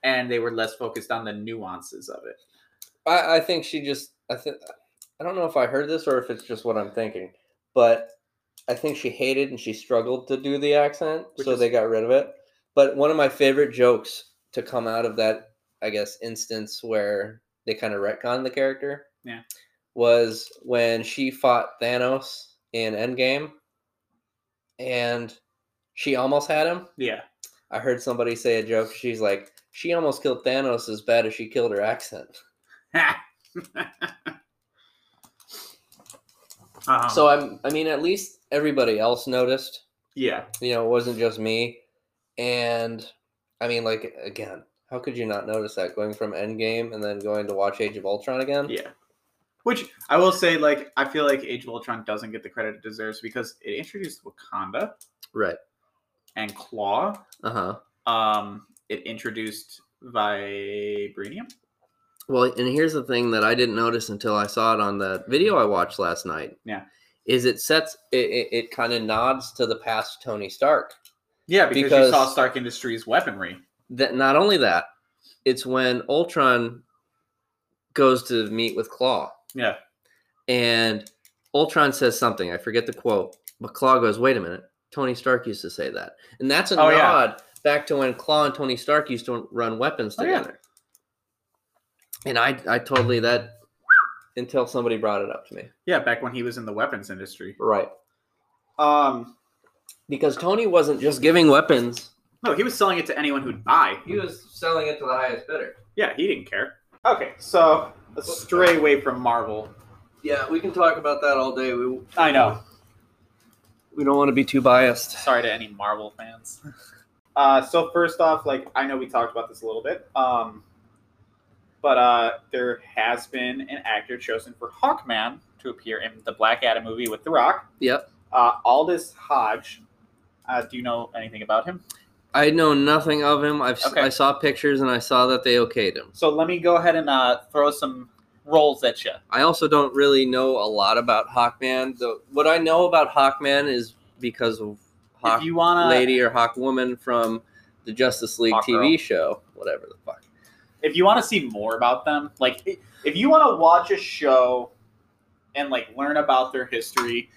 S3: and they were less focused on the nuances of it.
S2: I, I think she just I think I don't know if I heard this or if it's just what I'm thinking, but I think she hated and she struggled to do the accent,
S3: Which
S2: so
S3: is-
S2: they got rid of it. But one of my favorite jokes to come out of that, I guess, instance where they kind of retconned the character,
S3: Yeah.
S2: was when she fought Thanos in Endgame, and she almost had him.
S3: Yeah,
S2: I heard somebody say a joke. She's like, she almost killed Thanos as bad as she killed her accent.
S3: um,
S2: So I'm I mean at least everybody else noticed.
S3: yeah,
S2: You know, it wasn't just me. And I mean like again, how could you not notice that going from Endgame and then going to watch Age of Ultron again?
S3: yeah. Which I will say, like, I feel like Age of Ultron doesn't get the credit it deserves because it introduced Wakanda
S2: Right.
S3: and Claw.
S2: Uh-huh.
S3: Um, it introduced Vibranium.
S2: Well, and here's the thing that I didn't notice until I saw it on that video I watched last night.
S3: Yeah.
S2: Is it sets it, it, it kind of nods to the past Tony Stark.
S3: Yeah, because,
S2: Because-
S3: you saw Stark Industries weaponry.
S2: That not only that, it's when Ultron goes to meet with Claw.
S3: Yeah.
S2: And Ultron says something, I forget the quote, but Claw goes, wait a minute, Tony Stark used to say that. And that's a
S3: Oh, yeah.
S2: nod back to when Claw and Tony Stark used to run weapons
S3: Oh, yeah.
S2: together. And I I totally that until somebody brought it up to me.
S3: Yeah, back when he was in the weapons industry.
S2: Right.
S3: Um,
S2: Because Tony wasn't just giving weapons.
S3: no, he was selling it to anyone who'd buy.
S2: He was selling it to the highest bidder.
S3: Yeah, he didn't care. Okay, so let's stray away from Marvel.
S2: Yeah, we can talk about that all day. We
S3: I know.
S2: we don't want to be too biased.
S3: Sorry to any Marvel fans. Uh, so first off, like I know we talked about this a little bit, um, but uh, there has been an actor chosen for Hawkman to appear in the Black Adam movie with The Rock.
S2: Yep.
S3: Uh, Aldous Hodge. Uh, do you know anything about him?
S2: I know nothing of him. I've
S3: Okay.
S2: I saw pictures and I saw that they okayed him.
S3: So let me go ahead and uh, throw some roles at you.
S2: I also don't really know a lot about Hawkman. The what I know about Hawkman is because of Hawk
S3: if you wanna,
S2: Lady or Hawk Woman from the Justice League
S3: Hawk Girl.
S2: TV show, whatever the fuck.
S3: if you want to see more about them, like i- if you want to watch a show and like learn about their history,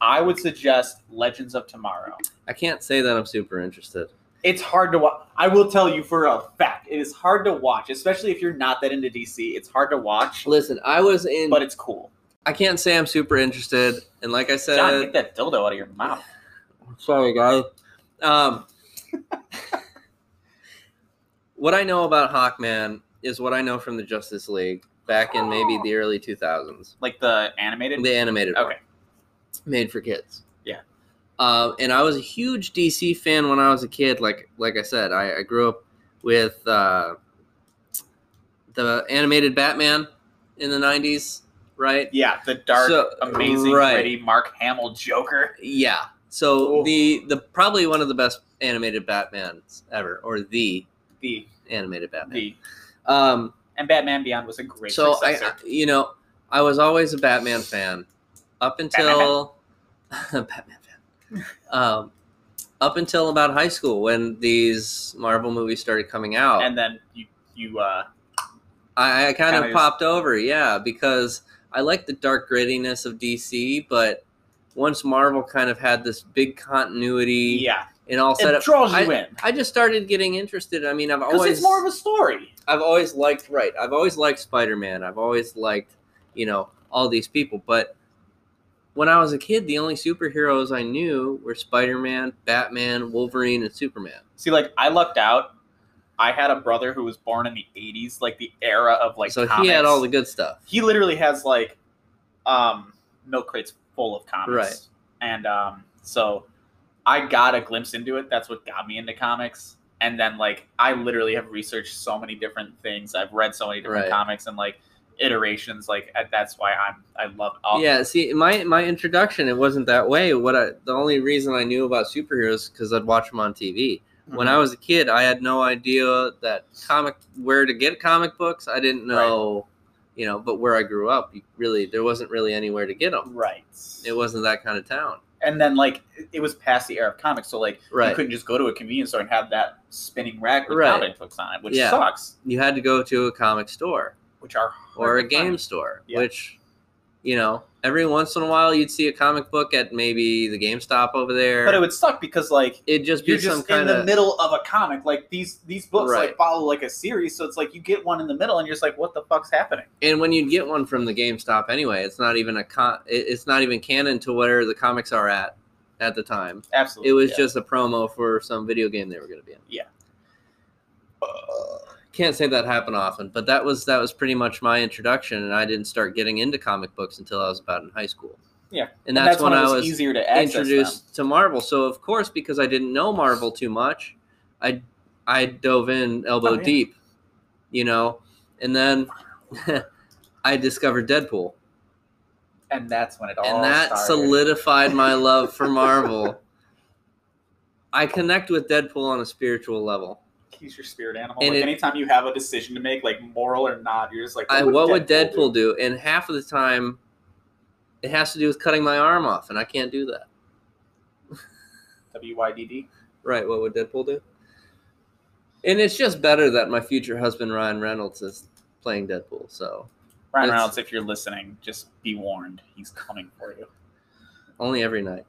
S3: I would suggest Legends of Tomorrow.
S2: I can't say that I'm super interested.
S3: It's hard to watch. I will tell you for a fact, it is hard to watch, especially if you're not that into DC. It's hard to watch,
S2: Listen, I was in.
S3: but it's cool.
S2: I can't say I'm super interested. And like I said,
S3: John, get that dildo out of your mouth.
S2: Sorry, guys. Um, what I know about Hawkman is what I know from the Justice League back in maybe the early 2000s.
S3: Like the animated.
S2: The animated one.
S3: Okay.
S2: Made for kids.
S3: Yeah.
S2: Um, and I was a huge DC fan when I was a kid. Like like I said, I, I grew up with uh, the animated Batman in the 90s, right?
S3: yeah, the dark,
S2: So-
S3: amazing,
S2: right.
S3: gritty Mark Hamill Joker.
S2: Yeah. So
S3: Oh.
S2: the the probably one of the best animated Batmans ever, or the
S3: The
S2: animated Batman.
S3: the
S2: Um,
S3: and Batman Beyond was a great
S2: so I,
S3: successor.
S2: I- you know, I was always a Batman fan up until Batman fan. Um, up until about high school when these Marvel movies started coming out.
S3: and then you you uh
S2: I, I kind
S3: Kinda
S2: of
S3: is-
S2: popped over, yeah, because I like the dark grittiness of DC, but once Marvel kind of had this big continuity
S3: yeah
S2: and all set
S3: it
S2: up,
S3: draws you in
S2: I just started getting interested. I mean, I've
S3: because
S2: always
S3: it's more of a story.
S2: I've always liked right. I've always liked Spider Man. I've always liked, you know, all these people. But when I was a kid, the only superheroes I knew were Spider Man, Batman, Wolverine, and Superman.
S3: See, like I lucked out. I had a brother who was born in the '80s, like the era of like.
S2: so
S3: comics.
S2: he had all the good stuff.
S3: He literally has like, um, milk crates full of comics.
S2: Right.
S3: And um, so I got a glimpse into it. That's what got me into comics. And then like I literally have researched so many different things. I've read so many different
S2: Right.
S3: comics and like iterations. Like I- that's why I'm I love all.
S2: Yeah, see, my my introduction it wasn't that way. What I the only reason I knew about superheroes because I'd watch them on TV. When
S3: Mm-hmm.
S2: I was a kid, I had no idea that comic where to get comic books. I didn't know, you know, but where I grew up, you really there wasn't really anywhere to get them.
S3: right.
S2: It wasn't that kind of town,
S3: and then like it- it was past the era of comics, so like you
S2: right? You,
S3: couldn't just go to a convenience store and have that spinning rack with
S2: Right.
S3: comic books on it, which
S2: Yeah.
S3: sucks.
S2: had to go to a comic store
S3: Which are
S2: or a
S3: hard to find.
S2: game store,
S3: Yeah.
S2: which, you know, every once in a while you'd see a comic book at maybe the GameStop over there.
S3: but it would suck because like
S2: It'd just be
S3: you're
S2: some
S3: just in
S2: kind
S3: the
S2: of
S3: middle of a comic. Like these these books like
S2: Right.
S3: follow like a series, so it's like you get one in the middle and you're just like, what the fuck's happening?
S2: and when you'd get one from the GameStop anyway, it's not even a con- it- it's not even canon to where the comics are at at the time.
S3: Absolutely,
S2: It was
S3: yeah.
S2: just a promo for some video game they were going to be in. Uh,
S3: Yeah.
S2: Can't say that happened often, but that was that was pretty much my introduction, and I didn't start getting into comic books until I was about in high school.
S3: Yeah.
S2: and that's, when,
S3: it
S2: I was
S3: easier to access them.
S2: introduced to Marvel. So of course, because I didn't know Marvel too much, I I dove in elbow
S3: Oh, yeah.
S2: deep, you know, and then I discovered Deadpool,
S3: and that's when it all
S2: and that
S3: started.
S2: solidified my love for Marvel. I connect with Deadpool on a spiritual level.
S3: He's your spirit animal.
S2: And
S3: like
S2: it-
S3: anytime you have a decision to make, like moral or not, you're just like,
S2: I, what would Deadpool
S3: do?
S2: do? And half of the time, it has to do with cutting my arm off, and I can't do that.
S3: W-Y-D-D.
S2: Right? What would Deadpool do? And it's just better that my future husband Ryan Reynolds is playing Deadpool. So
S3: Ryan
S2: That's-
S3: Reynolds, if you're listening, just be warned. He's coming for you.
S2: only every night.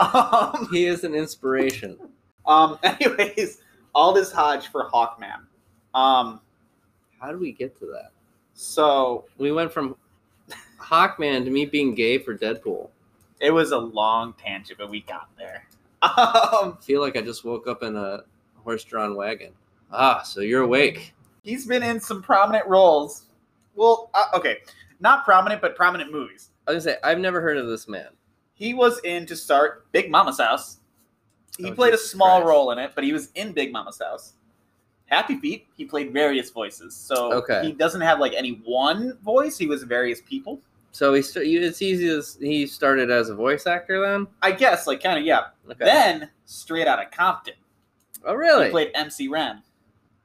S3: um,
S2: He is an inspiration.
S3: um, anyways, Aldous Hodge for Hawkman. Um,
S2: How do we get to that?
S3: so
S2: We went from Hawkman to me being gay for Deadpool.
S3: it was a long tangent, but we got there. Um,
S2: I feel like I just woke up in a horse-drawn wagon. Ah, so you're awake.
S3: he's been in some prominent roles. Well, uh, okay, not prominent, but prominent movies.
S2: I was gonna say I've never heard of this man.
S3: He was in to start Big Mama's House. He
S2: Oh,
S3: played
S2: Jesus
S3: a small
S2: Christ.
S3: role in it, but he was in Big Mama's House. Happy Feet, he played various voices. So
S2: Okay.
S3: he doesn't have like any one voice. He was various people.
S2: So he st- you- it's easy as he started as a voice actor then.
S3: I guess, like kind of, yeah.
S2: Okay.
S3: Then straight out of Compton,
S2: oh really?
S3: he played MC Ren.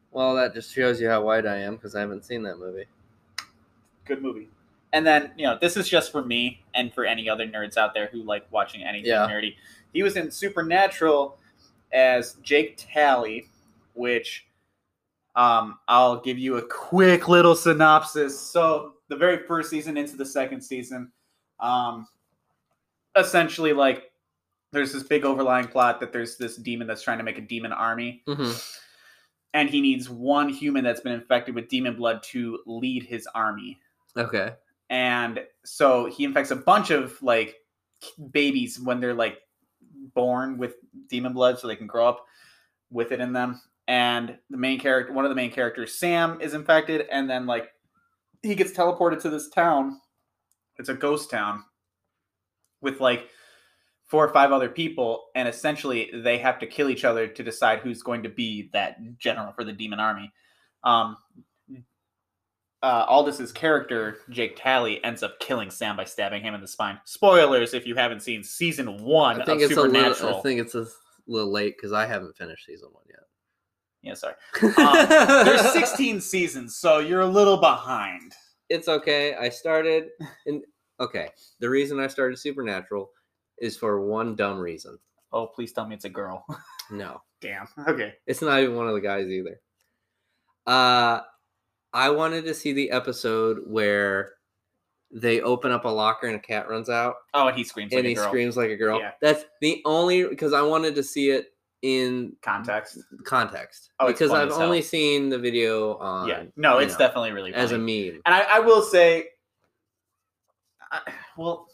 S2: well, that just shows you how wide I am because I haven't seen that movie.
S3: Good movie. And then, you know, this is just for me and for any other nerds out there who like watching anything
S2: Yeah.
S3: nerdy. He was in Supernatural as Jake Talley, which Um, I'll give you a quick little synopsis. So, the very first season into the second season, um, essentially, like, there's this big overlying plot that there's this demon that's trying to make a demon army,
S2: Mhm.
S3: and he needs one human that's been infected with demon blood to lead his army.
S2: Okay.
S3: And so he infects a bunch of like babies when they're like born with demon blood, so they can grow up with it in them. And the main character, one of the main characters, Sam, is infected, and then like he gets teleported to this town. It's a ghost town with like four or five other people, and essentially they have to kill each other to decide who's going to be that general for the demon army. Um, uh, Aldis's character, Jake Talley, ends up killing Sam by stabbing him in the spine. Spoilers if you haven't seen season one
S2: I think
S3: of
S2: it's a
S3: Supernatural.
S2: little. uh, I think it's a little late because I haven't finished season one yet.
S3: yeah, sorry. Um, There's 16 seasons, so you're a little behind.
S2: It's okay. I started and okay. The reason I started Supernatural is for one dumb reason.
S3: Oh, please tell me it's a girl.
S2: No,
S3: Damn. Okay.
S2: it's not even one of the guys either. Uh, I wanted to see the episode where they open up a locker and a cat runs out.
S3: Oh, and he screams
S2: and
S3: like
S2: he
S3: a girl.
S2: screams like a girl.
S3: Yeah.
S2: That's the only because I wanted to see it in
S3: Context.
S2: context
S3: Oh, it's
S2: because
S3: funny
S2: I've
S3: as hell.
S2: only seen the video on
S3: yeah. No,
S2: you
S3: it's
S2: know,
S3: definitely really funny.
S2: as a meme.
S3: and I, I will say, I, well,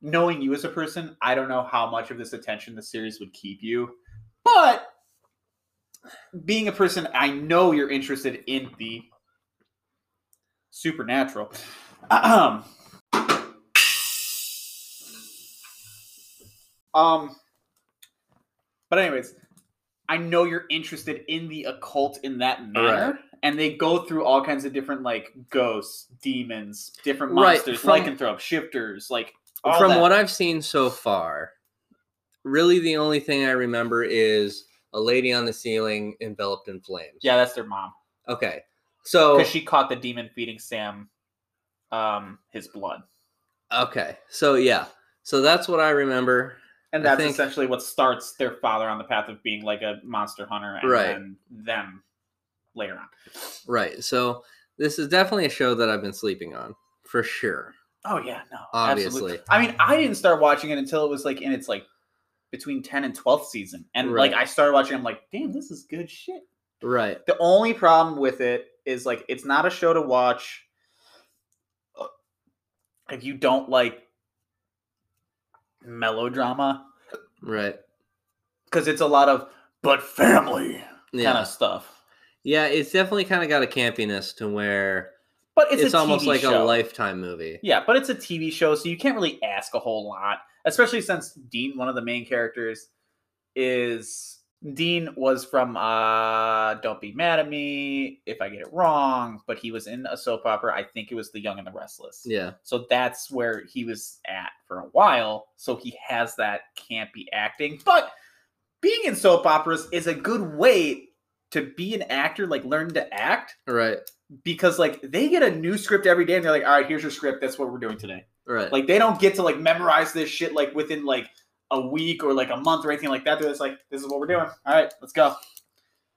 S3: knowing you as a person, I don't know how much of this attention the series would keep you, but being a person, I know you're interested in the supernatural. Ahem. um, but anyways, I know you're interested in the occult in that manner, and they go through all kinds of different like ghosts, demons, different
S2: Right,
S3: monsters,
S2: from-
S3: lycanthropes, shifters, like all
S2: From
S3: that.
S2: what I've seen so far, really the only thing I remember is a lady on the ceiling enveloped in flames.
S3: yeah, that's their mom
S2: Okay. So
S3: because she caught the demon feeding Sam, um, his blood,
S2: okay. So yeah. So that's what I remember.
S3: and
S2: I
S3: that's
S2: think-
S3: essentially what starts their father on the path of being like a monster hunter, and
S2: Right.
S3: then them later on.
S2: Right. So this is definitely a show that I've been sleeping on for sure.
S3: Oh yeah, no,
S2: Obviously.
S3: absolutely. I mean, I didn't start watching it until it was like in its like between ten and twelfth season, and like
S2: Right.
S3: I started watching, I'm like, damn, this is good shit.
S2: Right.
S3: The only problem with it is like it's not a show to watch uh, if you don't like melodrama
S2: Right.
S3: because it's a lot of but family
S2: Yeah.
S3: kind of stuff.
S2: Yeah, it's definitely kind of got a campiness to where
S3: But it's,
S2: it's,
S3: a
S2: almost
S3: TV
S2: like a
S3: show.
S2: lifetime movie.
S3: Yeah, but it's a TV show, so you can't really ask a whole lot, especially since Dean, one of the main characters, is Dean was from uh, Don't Be Mad at Me if I get it wrong, but he was in a soap opera. I think it was The Young and the Restless.
S2: Yeah.
S3: So that's where he was at for a while. So he has that can't be acting. But being in soap operas is a good way to be an actor, like learn to act,
S2: Right.
S3: because like they get a new script every day and they're like, all right, here's your script. That's what we're doing today.
S2: Right.
S3: Like they don't get to like memorize this shit like within like a week or like a month or anything like that. They're just like, this is what we're doing. All right, let's go.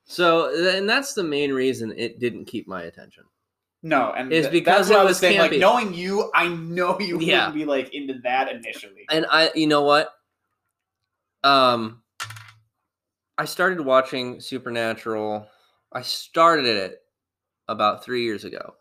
S2: so, and that's the main reason it didn't keep my attention.
S3: No, and
S2: It's
S3: th-
S2: because
S3: that's what
S2: it
S3: I was,
S2: was
S3: saying. Like
S2: campy.
S3: knowing you, I know you
S2: Yeah.
S3: wouldn't be like into that initially.
S2: And I, you know what? Um, I started watching Supernatural. I started it about three years ago,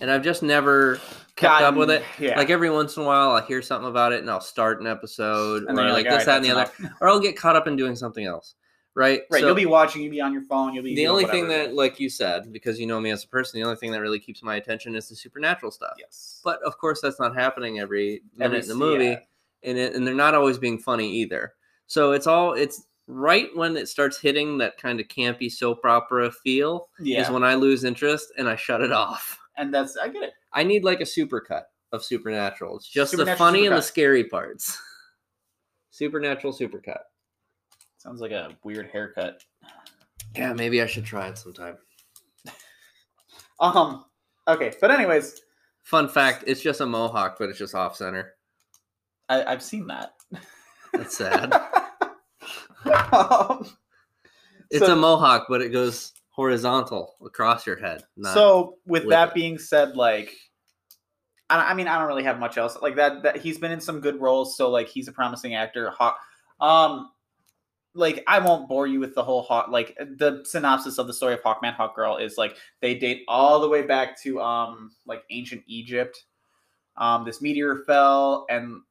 S2: and I've just never kept up with it.
S3: Yeah.
S2: Like every once in a while, I hear something about it, and I'll start an episode,
S3: And then
S2: or
S3: you're
S2: like
S3: "All right,
S2: this, that, and the
S3: that's
S2: other,
S3: enough."
S2: or I'll get caught up in doing something else. Right.
S3: Right,
S2: So-
S3: you'll be watching, you'll be on your phone, you'll be
S2: the
S3: doing
S2: only thing
S3: whatever.
S2: that like you said because you know me as a person the only thing that really keeps my attention is the supernatural stuff
S3: yes,
S2: but of course that's not happening every minute
S3: Every
S2: in the
S3: se-
S2: movie
S3: yeah.
S2: and it, and they're not always being funny either so it's all it's right when it starts hitting that kind of campy soap opera feel
S3: yeah,
S2: is when i lose interest and i shut it off
S3: and that's I get it.
S2: i need like a supercut of supernatural it's just the
S3: Supernatural
S2: funny and the
S3: supercut.
S2: scary parts supernatural supercut
S3: Sounds like a weird haircut.
S2: yeah maybe i should try it sometime
S3: Um, okay, but anyways,
S2: fun fact it's just a mohawk but it's just off center
S3: I, I've seen that.
S2: that's sad
S3: um,
S2: It's
S3: So-
S2: a mohawk, but it goes horizontal across your head. Not,
S3: so with,
S2: with
S3: that
S2: it.
S3: being said, like, I, I mean, I don't really have much else like that. That he's been in some good roles, so like he's a promising actor. Hawk, um, like I won't bore you with the whole hawk. Like the synopsis of the story of Hawkman, Hawk Girl is like they date all the way back to um like ancient Egypt. Um, this meteor fell and.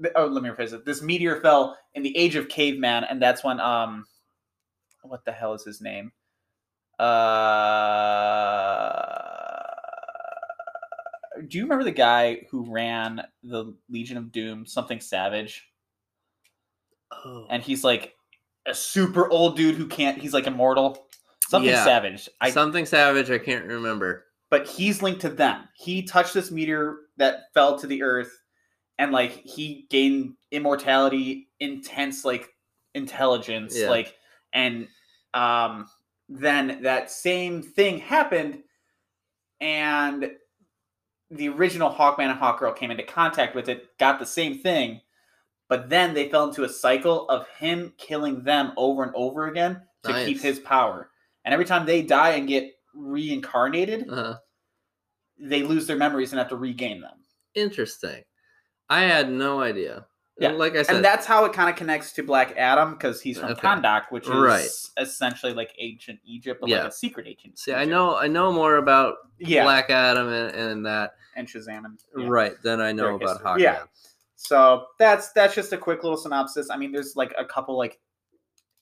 S3: th- Oh, let me rephrase it. This meteor fell in the age of caveman, and that's when um, what the hell is his name? Uh, do you remember the guy who ran the Legion of Doom, something savage?
S2: Oh.
S3: And he's like a super old dude who can't, he's like immortal. Something
S2: Yeah.
S3: savage. I,
S2: something savage. I can't remember.
S3: but he's linked to them. He touched this meteor that fell to the earth and like he gained immortality, intense like intelligence,
S2: Yeah.
S3: like and um then that same thing happened and the original Hawkman and Hawkgirl came into contact with it, got the same thing, but then they fell into a cycle of him killing them over and over again to keep
S2: Nice.
S3: his power. And every time they die and get reincarnated,
S2: Uh,
S3: they lose their memories and have to regain them.
S2: interesting. I had no idea.
S3: Yeah,
S2: like I
S3: And
S2: said,
S3: that's how it kind of connects to Black Adam because he's from
S2: Okay.
S3: Kandak, which is
S2: Right.
S3: essentially like ancient Egypt, but
S2: Yeah.
S3: like a secret agent.
S2: see, I know, I know more about
S3: Yeah,
S2: Black Adam and, and that
S3: and Shazam. And, yeah.
S2: right than I know
S3: Their
S2: about
S3: history.
S2: Hawkman.
S3: Yeah. So that's that's just a quick little synopsis. I mean, there's like a couple like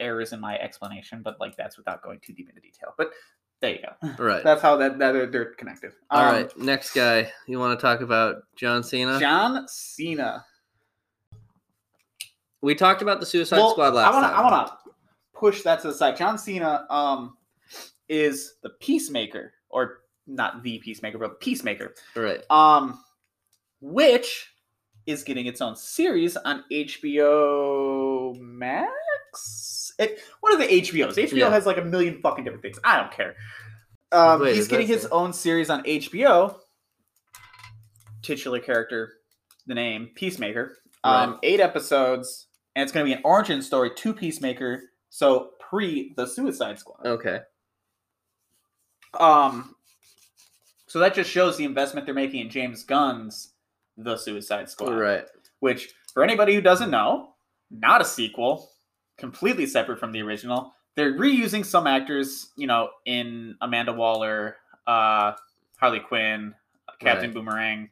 S3: errors in my explanation, but like that's without going too deep into detail. But there you go.
S2: Right.
S3: That's how that, that they're, they're connected.
S2: All
S3: Um,
S2: right. Next guy, you want to talk about John Cena?
S3: John Cena.
S2: we talked about the Suicide Squad last
S3: I wanna,
S2: time.
S3: I want to push that to the side. John Cena um, is the peacemaker, or not the peacemaker, but peacemaker,
S2: Right.
S3: um, which is getting its own series on HBO Max. It, one of the HBOs. HBO
S2: Yeah.
S3: has like a million fucking different things. I don't care. Um,
S2: Wait,
S3: he's
S2: is
S3: getting
S2: that
S3: his
S2: the-
S3: own series on HBO. Titular character, the name Peacemaker. Um, Eight episodes, and it's going to be an origin story to Peacemaker. So pre the Suicide Squad.
S2: Okay.
S3: Um, so that just shows the investment they're making in James Gunn's The Suicide Squad,
S2: Right.
S3: which, for anybody who doesn't know, not a sequel, completely separate from the original. They're reusing some actors, you know, in Amanda Waller, uh, Harley Quinn, Captain
S2: Right.
S3: Boomerang.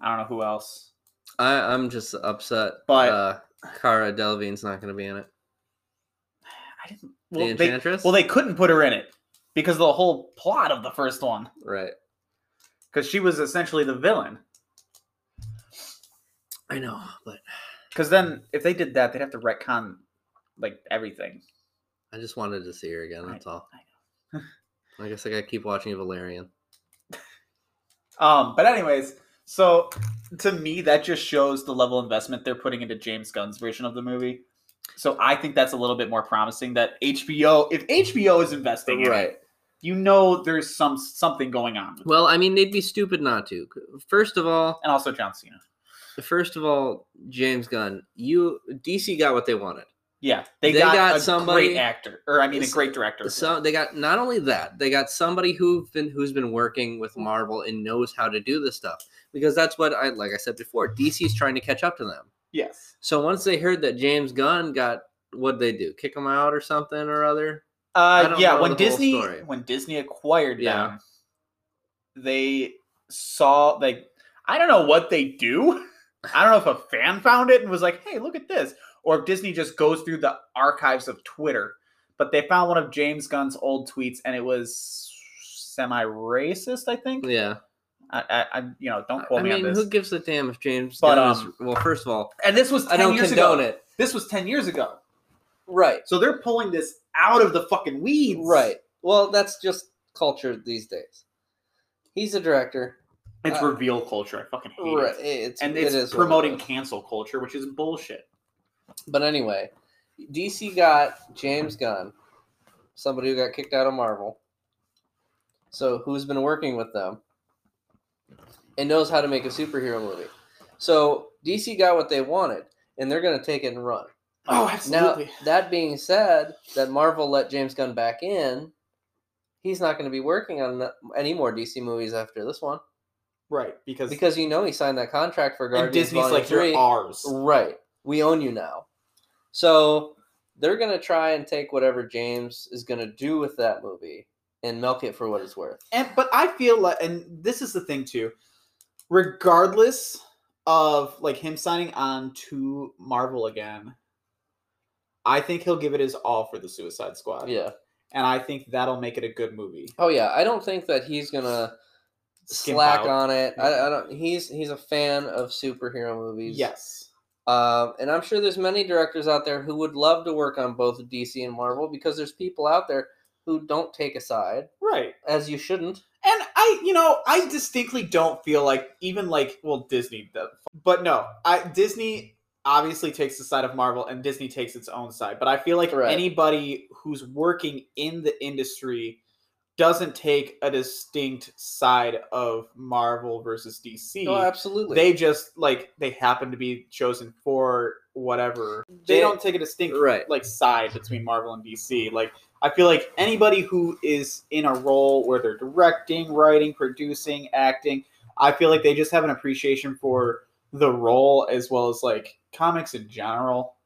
S3: I don't know who else.
S2: I, I'm just upset.
S3: But-
S2: uh, Cara Delevingne's not going to be in it.
S3: I didn't.
S2: The
S3: Well, they,
S2: Enchantress.
S3: well, they couldn't put her in it because of the whole plot of the first one,
S2: right.
S3: because she was essentially the villain.
S2: I know, but
S3: Because then, if they did that, they'd have to retcon like everything.
S2: I just wanted to see her again. That's all.
S3: I
S2: I guess I gotta keep watching Valerian.
S3: Um, but anyways, so to me, that just shows the level of investment they're putting into James Gunn's version of the movie. So I think that's a little bit more promising that HBO, if HBO is investing in it,
S2: Right.
S3: you know there's some something going on. with it.
S2: Well, I mean, they'd be stupid not to. First of all,
S3: And also John Cena.
S2: first of all, James Gunn, you DC got what they wanted.
S3: Yeah, they,
S2: They
S3: got,
S2: got
S3: a
S2: somebody-
S3: great actor, or I mean, a
S2: S-
S3: great director. as
S2: So
S3: well.
S2: they got not only that, they got somebody who've been who's been working with Marvel and knows how to do this stuff because that's what I like I said before. DC's trying to catch up to them.
S3: yes,
S2: So once they heard that James Gunn got what they do, kick him out or something or other.
S3: uh,
S2: don't
S3: yeah.
S2: know
S3: When
S2: the whole
S3: Disney
S2: story.
S3: when Disney acquired
S2: Yeah.
S3: them, they saw like I don't know what they do. I don't know if a fan found it and was like, "Hey, look at this," or if Disney just goes through the archives of Twitter. But they found one of James Gunn's old tweets, and it was semi-racist. I think.
S2: Yeah,
S3: I, I, I you know, don't quote
S2: I
S3: me
S2: mean,
S3: on
S2: who
S3: this.
S2: gives a damn if James
S3: But,
S2: Gunn? is-
S3: um,
S2: well, first of all,
S3: And this was 10
S2: I don't
S3: years
S2: condone
S3: ago.
S2: it.
S3: This was ten years ago.
S2: Right,
S3: So they're pulling this out of the fucking weeds.
S2: right. Well, that's just culture these days. He's a director.
S3: It's
S2: Uh,
S3: reveal culture. I fucking hate
S2: Right,
S3: it.
S2: it's
S3: And
S2: it
S3: it's
S2: is what it
S3: promoting
S2: is.
S3: cancel culture, which is bullshit.
S2: But anyway, DC got James Gunn, somebody who got kicked out of Marvel. So who's been working with them and knows how to make a superhero movie. So DC got what they wanted and they're going to take it and run.
S3: Oh,
S2: Now, that being said, that Marvel let James Gunn back in, he's not going to be working on that- any more DC movies after this one
S3: right, because,
S2: because you know he signed that contract for Guardians
S3: and Disney's
S2: Volume
S3: like,
S2: 3.
S3: you're ours.
S2: Right. We own you now. So they're going to try and take whatever James is going to do with that movie and milk it for what it's worth.
S3: And but I feel like, and this is the thing too. Regardless of like him signing on to Marvel again, I think he'll give it his all for the Suicide Squad.
S2: Yeah.
S3: and I think that'll make it a good movie.
S2: Oh yeah, I don't think that he's going to
S3: Skimp
S2: slack
S3: out.
S2: on it. I, I don't he's he's a fan of superhero movies.
S3: Yes.
S2: Um, and I'm sure there's many directors out there who would love to work on both DC and Marvel because there's people out there who don't take a side
S3: Right.
S2: as you shouldn't.
S3: And I, you know, I distinctly don't feel like even like well Disney, the- but no, I Disney obviously takes the side of Marvel and Disney takes its own side. But I feel like
S2: Right.
S3: anybody who's working in the industry doesn't take a distinct side of Marvel versus DC.
S2: No, Oh, absolutely.
S3: they just like they happen to be chosen for whatever. They,
S2: They-
S3: don't take a distinct
S2: Right.
S3: like side between Marvel and DC. Like I feel like anybody who is in a role where they're directing, writing, producing, acting, I feel like they just have an appreciation for the role as well as like comics in general.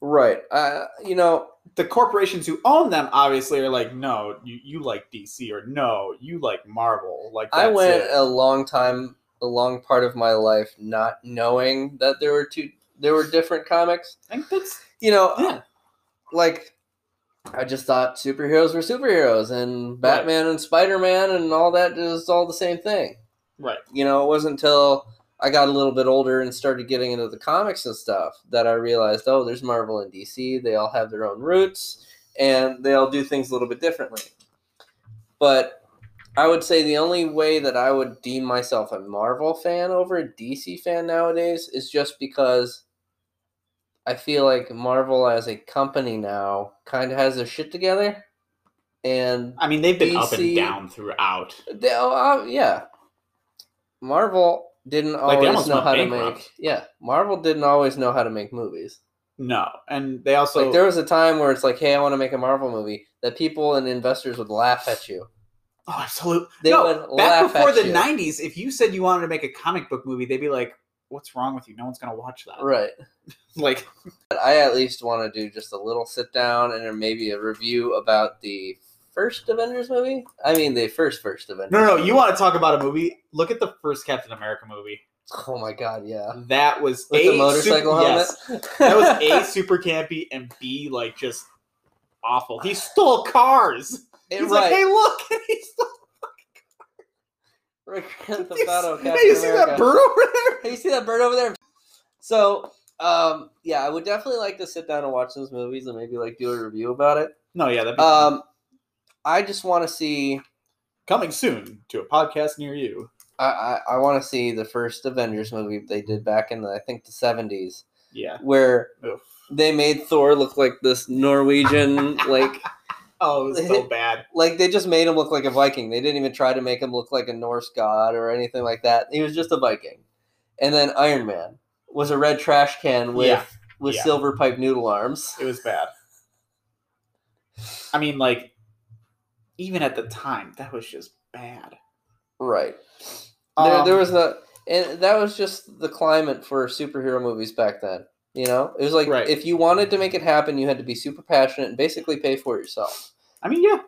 S2: Right. Uh, you know,
S3: The corporations who own them obviously are like, no, you, you like DC or no, you like Marvel. Like
S2: I
S3: that's
S2: went
S3: it.
S2: a long time, a long part of my life not knowing that there were two, there were different comics.
S3: I think that's
S2: You know,
S3: yeah.
S2: like I just thought superheroes were superheroes, and Batman and Spider Man and all that is all the same thing.
S3: Right.
S2: You know, it wasn't until I got a little bit older and started getting into the comics and stuff that I realized, oh, there's Marvel and DC. They all have their own roots, and they all do things a little bit differently. But I would say the only way that I would deem myself a Marvel fan over a DC fan nowadays is just because I feel like Marvel as a company now kind of has their shit together. And
S3: I mean they've been up and
S2: DC
S3: down throughout.
S2: they, oh, uh, yeah. Marvel didn't
S3: Like, they almost
S2: always know
S3: went
S2: how to
S3: bankrupt.
S2: make yeah. Marvel didn't always know how to make movies.
S3: No, and they also
S2: like there was a time where it's like, hey, I want to make a Marvel movie that people and investors would laugh at you.
S3: Oh, absolutely.
S2: They
S3: no,
S2: would
S3: back
S2: laugh
S3: before
S2: at
S3: the
S2: you.
S3: '90s, if you said you wanted to make a comic book movie, they'd be like, "What's wrong with you? No one's gonna watch that."
S2: Right.
S3: Like,
S2: But I at least want to do just a little sit down and then maybe a review about the first Avengers movie. I mean, the first first Avengers.
S3: no, no,
S2: movie.
S3: you want to talk about a movie? Look at the first Captain America movie.
S2: Oh my god, yeah.
S3: That was
S2: With
S3: a
S2: the motorcycle
S3: super,
S2: helmet.
S3: yes. that was a super campy and B like just awful. He stole cars.
S2: It-
S3: He's like,
S2: right.
S3: "Hey, look!" and he stole.
S2: Grand
S3: Do
S2: Theft
S3: you
S2: Auto,
S3: see-
S2: Captain
S3: hey, you see that
S2: America.
S3: bird over there?
S2: Hey, you see that bird over there? So Um, yeah, I would definitely like to sit down and watch those movies and maybe like do a review about it.
S3: No, yeah, that'd be
S2: Um, I just want to see.
S3: coming soon to a podcast near you.
S2: I I, I want to see the first Avengers movie they did back in the I think the seventies
S3: Yeah.
S2: where
S3: Oof.
S2: they made Thor look like this Norwegian like
S3: Oh, it's so bad.
S2: like they just made him look like a Viking. They didn't even try to make him look like a Norse god or anything like that. He was just a Viking. And then Iron Man was a red trash can with
S3: Yeah.
S2: with
S3: Yeah.
S2: silver pipe noodle arms.
S3: It was bad. I mean, like, even at the time, that was just bad.
S2: Right. there, there
S3: Um,
S2: was not, and that was just the climate for superhero movies back then. You know, it was like
S3: Right.
S2: if you wanted to make it happen, you had to be super passionate and basically pay for it yourself.
S3: I mean, yeah,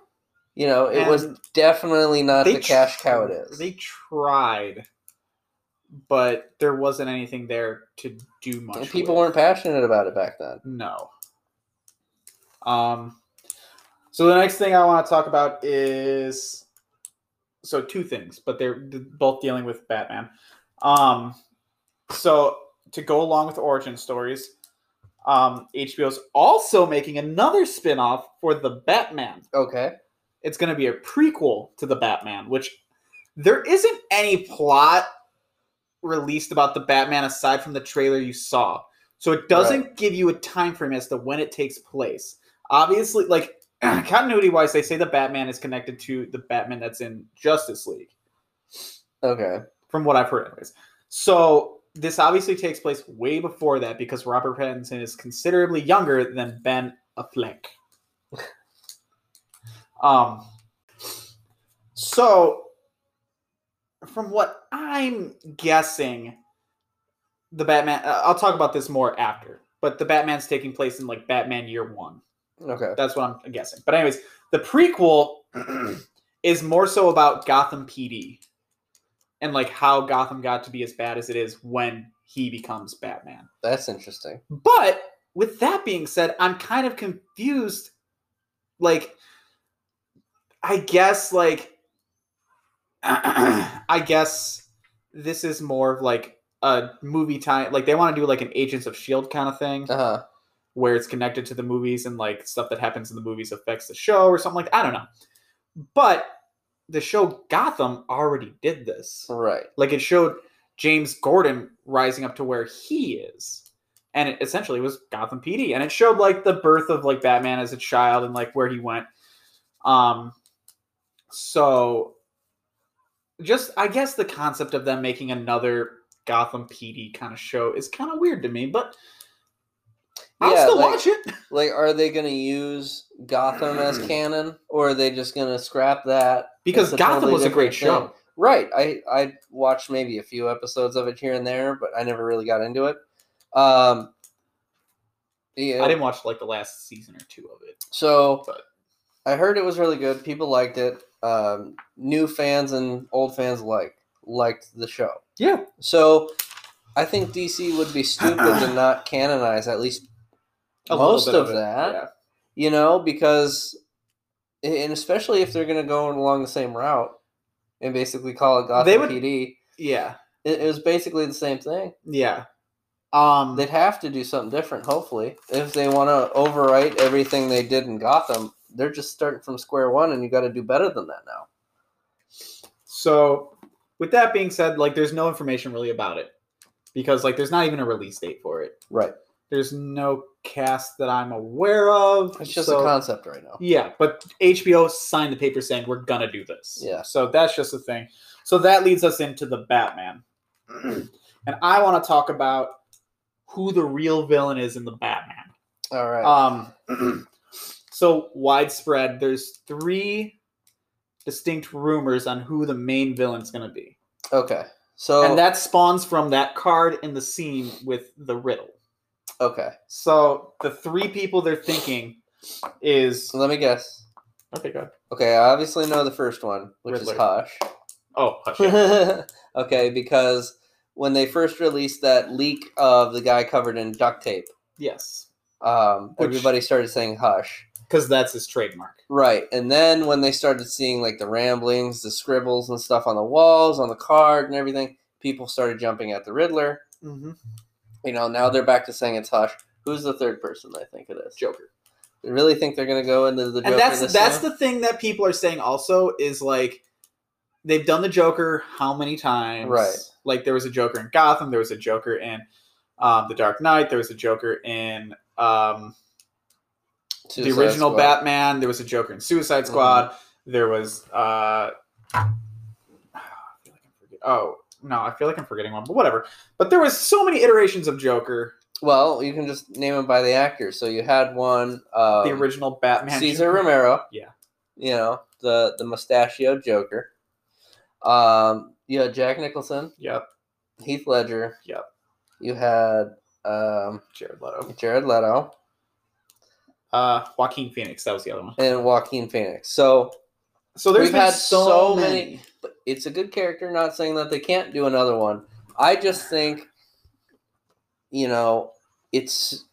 S2: You know, it was
S3: And
S2: definitely not
S3: they
S2: the cash
S3: tr-
S2: cow it is.
S3: They tried, but there wasn't anything there to do much.
S2: and people
S3: with.
S2: weren't passionate about it back then.
S3: No. Um, so the next thing I want to talk about is so two things, but they're d- both dealing with Batman. Um, so to go along with origin stories, um, HBO's also making another spin-off for the Batman.
S2: Okay.
S3: It's going to be a prequel to the Batman, which there isn't any plot released about the Batman aside from the trailer you saw. So it doesn't give you a time frame as to when it takes place. Obviously, like continuity wise, they say the Batman is connected to the Batman that's in Justice League,
S2: Okay.
S3: from what I've heard, anyways. So this obviously takes place way before that because Robert Pattinson is considerably younger than Ben Affleck. um, so from what I'm guessing, the Batman. uh, I'll talk about this more after, but the Batman's taking place in like Batman Year One.
S2: Okay.
S3: That's what I'm guessing. But anyways, the prequel is more so about Gotham PD and like how Gotham got to be as bad as it is when he becomes Batman.
S2: That's interesting.
S3: But with that being said, I'm kind of confused. Like, I guess, like, I guess this is more of like a movie time. Like, they want to do like an Agents of S.H.I.E.L.D. E kind of thing
S2: Uh huh.
S3: where it's connected to the movies and like stuff that happens in the movies affects the show or something like that. I don't know. But the show Gotham already did this.
S2: Right.
S3: Like it showed James Gordon rising up to where he is. And it essentially was Gotham PD. And it showed like the birth of like Batman as a child and like where he went. Um so just I guess the concept of them making another Gotham PD kind of show is kind of weird to me, but I'll
S2: Yeah,
S3: still
S2: like-
S3: watch it.
S2: Like, are they going to use Gotham as canon, or are they just going to scrap that?
S3: because
S2: It's a
S3: Gotham
S2: totally
S3: was a great
S2: different
S3: show.
S2: Right. I I watched maybe a few episodes of it here and there, but I never really got into it. Um, yeah.
S3: I didn't watch like the last season or two of it.
S2: so
S3: but-
S2: I heard it was really good. People liked it. Um, new fans and old fans alike liked the show.
S3: Yeah.
S2: So I think DC would be stupid to not canonize at least
S3: A little
S2: most
S3: bit
S2: of
S3: it,
S2: that you know, because and especially if they're going to go along the same route and basically call it Gotham
S3: They would-
S2: PD,
S3: Yeah.
S2: it, it was basically the same thing.
S3: Yeah. Um
S2: They'd have to do something different, hopefully, if they want to overwrite everything they did in Gotham. They're just starting from square one, and you got to do better than that now.
S3: so with that being said, like there's no information really about it. Because like there's not even a release date for it.
S2: Right.
S3: There's no cast that I'm aware of.
S2: It's just
S3: so-
S2: a concept right now.
S3: Yeah, but HBO signed the paper saying we're gonna do this.
S2: Yeah.
S3: So that's just the thing. So that leads us into the Batman. and I want to talk about who the real villain is in the Batman.
S2: All right.
S3: Um, so widespread. There's three distinct rumors on who the main villain's going to be,
S2: okay. So
S3: and that spawns from that card in the scene with the riddle.
S2: okay.
S3: So the three people they're thinking is
S2: So let me guess.
S3: okay. Good.
S2: Okay, I obviously know the first one, which
S3: Riddler.
S2: is Hush.
S3: Oh, hush, yeah.
S2: okay, because when they first released that leak of the guy covered in duct tape,
S3: yes,
S2: um,
S3: Which-
S2: everybody started saying hush.
S3: because that's his trademark.
S2: Right. And then when they started seeing like the ramblings, the scribbles and stuff on the walls, on the card and everything, people started jumping at the Riddler.
S3: Mm-hmm.
S2: You know, now they're back to saying it's Hush. Who's the third person? I think it is.
S3: Joker.
S2: You really think they're gonna go into the Joker
S3: And that's
S2: this
S3: that's
S2: time?
S3: the thing that people are saying also is like they've done the Joker how many times?
S2: Right.
S3: Like there was a Joker in Gotham, there was a Joker in um, The Dark Knight, there was a Joker in um, the
S2: Suicide
S3: original
S2: Squad. Mm-hmm.
S3: Batman, there was a Joker in Suicide Squad, there was uh, I feel like I'm forget- oh no, I feel like I'm forgetting one, but whatever. But there was so many iterations of Joker.
S2: Well, you can just name them by the actors. So you had one um,
S3: the original Batman,
S2: Caesar Romero.
S3: Yeah.
S2: You know, the the mustachioed Joker. Um, you had Jack Nicholson,
S3: Yep,
S2: Heath Ledger.
S3: Yep.
S2: You had um,
S3: Jared Leto,
S2: Jared Leto
S3: uh, Joaquin Phoenix. That was the other one.
S2: and Joaquin Phoenix. So
S3: So there's
S2: We've
S3: been
S2: had
S3: so,
S2: so
S3: many.
S2: many- but it's a good character. Not saying that they can't do another one. I just think, you know, it's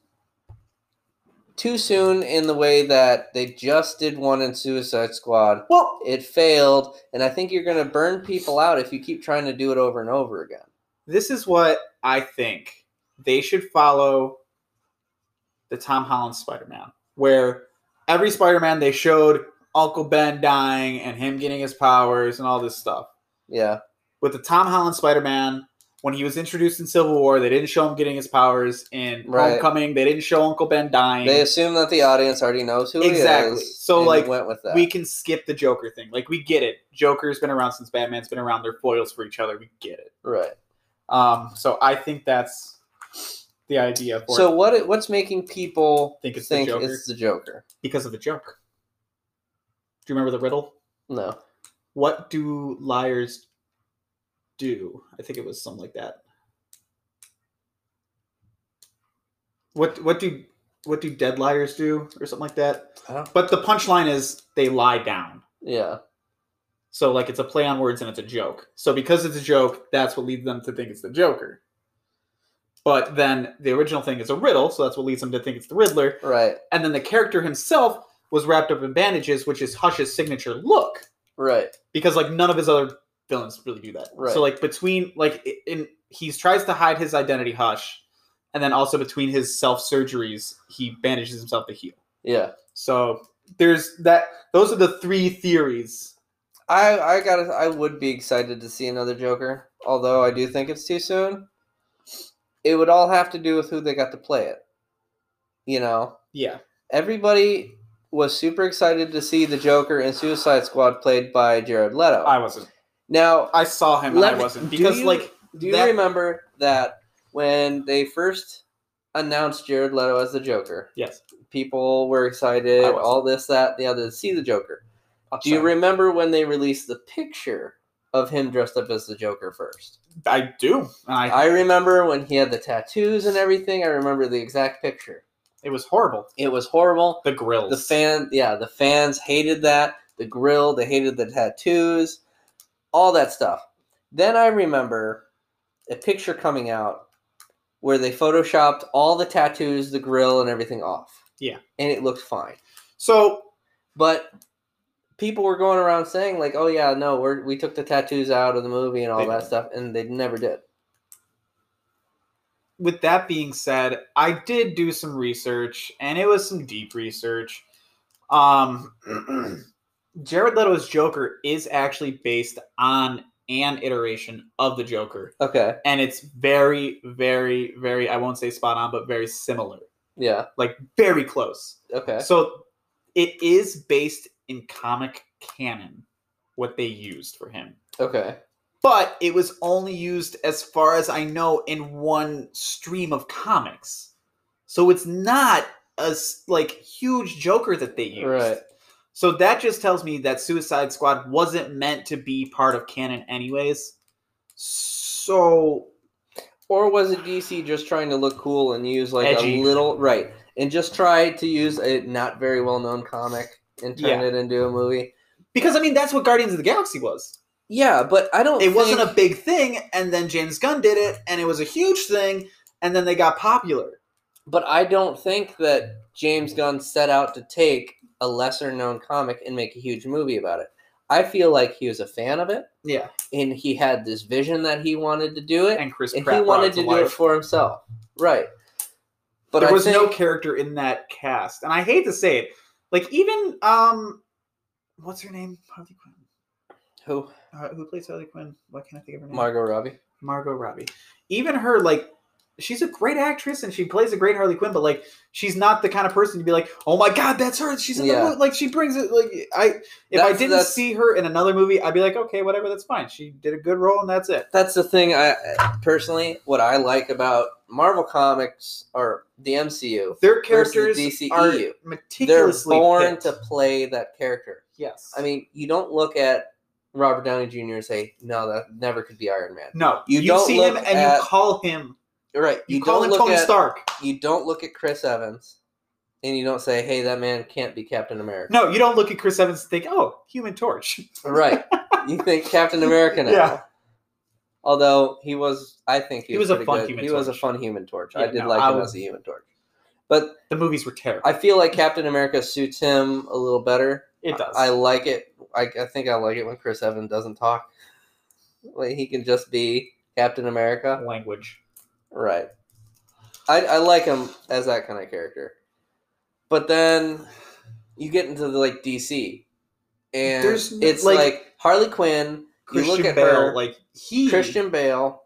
S2: too soon in the way that they just did one in Suicide Squad.
S3: Well,
S2: It failed, and I think you're going to burn people out if you keep trying to do it over and over again.
S3: this is what I think they should follow the Tom Holland Spider-Man, where every Spider-Man they showed Uncle Ben dying and him getting his powers and all this stuff.
S2: Yeah,
S3: With the Tom Holland Spider-Man, when he was introduced in Civil War, they didn't show him getting his powers in
S2: Right.
S3: Homecoming. They didn't show Uncle Ben dying.
S2: they assume that the audience already knows who
S3: Exactly.
S2: he is.
S3: So,
S2: and
S3: like,
S2: they went with that.
S3: we can skip the Joker thing. Like we get it. Joker's been around since Batman's been around. They're foils for each other. We get it.
S2: right.
S3: Um, so I think that's the idea for
S2: So
S3: it
S2: what? it- What's making people
S3: Think it's the
S2: think
S3: Joker?
S2: it's the Joker?
S3: because of the joke. Do you remember the riddle?
S2: No.
S3: What do liars do? I think it was something like that. What what do what do dead liars do or something like that?
S2: I don't-
S3: But the punchline is they lie down.
S2: Yeah.
S3: So like it's a play on words and it's a joke. So because it's a joke, that's what leads them to think it's the Joker. But then the original thing is a riddle, so that's what leads them to think it's the Riddler.
S2: Right.
S3: And then the character himself was wrapped up in bandages, which is Hush's signature look,
S2: Right.
S3: because like none of his other villains really do that.
S2: Right.
S3: So like between like i- in he tries to hide his identity, Hush, and then also between his self surgeries, he bandages himself to heal.
S2: Yeah.
S3: So there's that. Those are the three theories.
S2: I I got. to I would be excited to see another Joker, although I do think it's too soon. It would all have to do with who they got to play it. You know,
S3: Yeah.
S2: everybody was super excited to see the Joker in Suicide Squad played by Jared Leto.
S3: I wasn't.
S2: now,
S3: I saw him
S2: Let
S3: and
S2: me-
S3: I wasn't
S2: do
S3: because
S2: you-
S3: like
S2: do you
S3: that-
S2: remember that when they first announced Jared Leto as the Joker,
S3: yes.
S2: people were excited,
S3: I wasn't.
S2: all this, that, the other, to see the Joker. Do you
S3: Sorry.
S2: remember when they released the picture of him dressed up as the Joker first?
S3: I do. And I,
S2: I remember when he had the tattoos and everything. I remember the exact picture.
S3: it was horrible.
S2: It was horrible.
S3: The grills.
S2: The fan, yeah, the fans hated that. The grill, they hated the tattoos, all that stuff. Then I remember a picture coming out where they photoshopped all the tattoos, the grill, and everything off.
S3: Yeah.
S2: and it looked fine.
S3: So
S2: But people were going around saying like, "Oh yeah, no, we're, we took the tattoos out of the movie and all
S3: They
S2: that
S3: didn't.
S2: stuff," and they never did.
S3: with that being said, I did do some research and it was some deep research. Um Jared Leto's Joker is actually based on an iteration of the Joker.
S2: Okay,
S3: And it's very, very, very, I won't say spot on, but very similar.
S2: yeah,
S3: Like very close.
S2: okay,
S3: So it is based in comic canon, what they used for him.
S2: okay,
S3: But it was only used, as far as I know, in one stream of comics. So it's not a s- like huge Joker that they used.
S2: Right.
S3: So that just tells me that Suicide Squad wasn't meant to be part of canon, anyways. So
S2: Or was it DC just trying to look cool and use like
S3: Edgy.
S2: a little right and just try to use a not very well known comic and
S3: Yeah.
S2: turn it into a movie?
S3: because I mean that's what Guardians of the Galaxy was.
S2: Yeah, but I don't.
S3: it wasn't a
S2: think-
S3: big thing and then james gunn did it and it was a huge thing and then they got popular
S2: But I don't think that James Gunn set out to take a lesser known comic and make a huge movie about it. I feel like he was a fan of it
S3: yeah
S2: and he had this vision that he wanted to do it
S3: and chris
S2: and
S3: pratt
S2: he
S3: brought
S2: wanted
S3: to
S2: to do
S3: life.
S2: it for himself. Right. But
S3: there
S2: I
S3: was
S2: think,
S3: no character in that cast, and I hate to say it, like even um, what's her name? Harley Quinn.
S2: who
S3: Uh, who plays Harley Quinn? Why can't I think of her name?
S2: Margot Robbie.
S3: Margot Robbie. Even her, like, she's a great actress and she plays a great Harley Quinn, but like, she's not the kind of person to be like, "Oh my God, that's her! She's in
S2: Yeah.
S3: the movie." Like, she brings it. Like, I if I
S2: That's-
S3: didn't
S2: that's-
S3: see her in another movie, I'd be like, "Okay, whatever, that's fine. She did a good role, and that's it."
S2: That's the thing. I personally, what I like about Marvel comics or the MCU,
S3: Their
S2: Versus the
S3: characters are
S2: DCEU. they're
S3: meticulously
S2: born
S3: picked.
S2: to play that character.
S3: Yes,
S2: I mean, you don't look at Robert Downey Jr. and say, "No, that never could be Iron Man."
S3: no,
S2: you
S3: you
S2: don't
S3: see him
S2: look
S3: and
S2: at-
S3: you call him.
S2: You're right.
S3: You,
S2: You,
S3: call
S2: don't
S3: him
S2: look
S3: Tony
S2: at
S3: Stark.
S2: you don't look at Chris Evans, and you don't say, "Hey, that man can't be Captain America."
S3: No, you don't look at Chris Evans and think, "Oh, Human Torch."
S2: Right? you think Captain America now.
S3: Yeah.
S2: Although he was, I think he,
S3: He
S2: was,
S3: was a
S2: pretty
S3: fun
S2: good.
S3: Human
S2: he was a
S3: Torch.
S2: fun Human Torch. I
S3: Yeah,
S2: did
S3: no,
S2: like
S3: I
S2: him
S3: would-
S2: as a Human Torch, but
S3: The movies were terrible.
S2: I feel like Captain America suits him a little better.
S3: it does.
S2: I like it. I, I think I like it when Chris Evans doesn't talk. Like he can just be Captain America.
S3: language.
S2: Right. I, I like him as that kind of character. But then you get into the, like DC, and
S3: There's n-
S2: it's like,
S3: like-
S2: Harley Quinn.
S3: Christian
S2: you look at
S3: Bale,
S2: her,
S3: like he
S2: Christian Bale,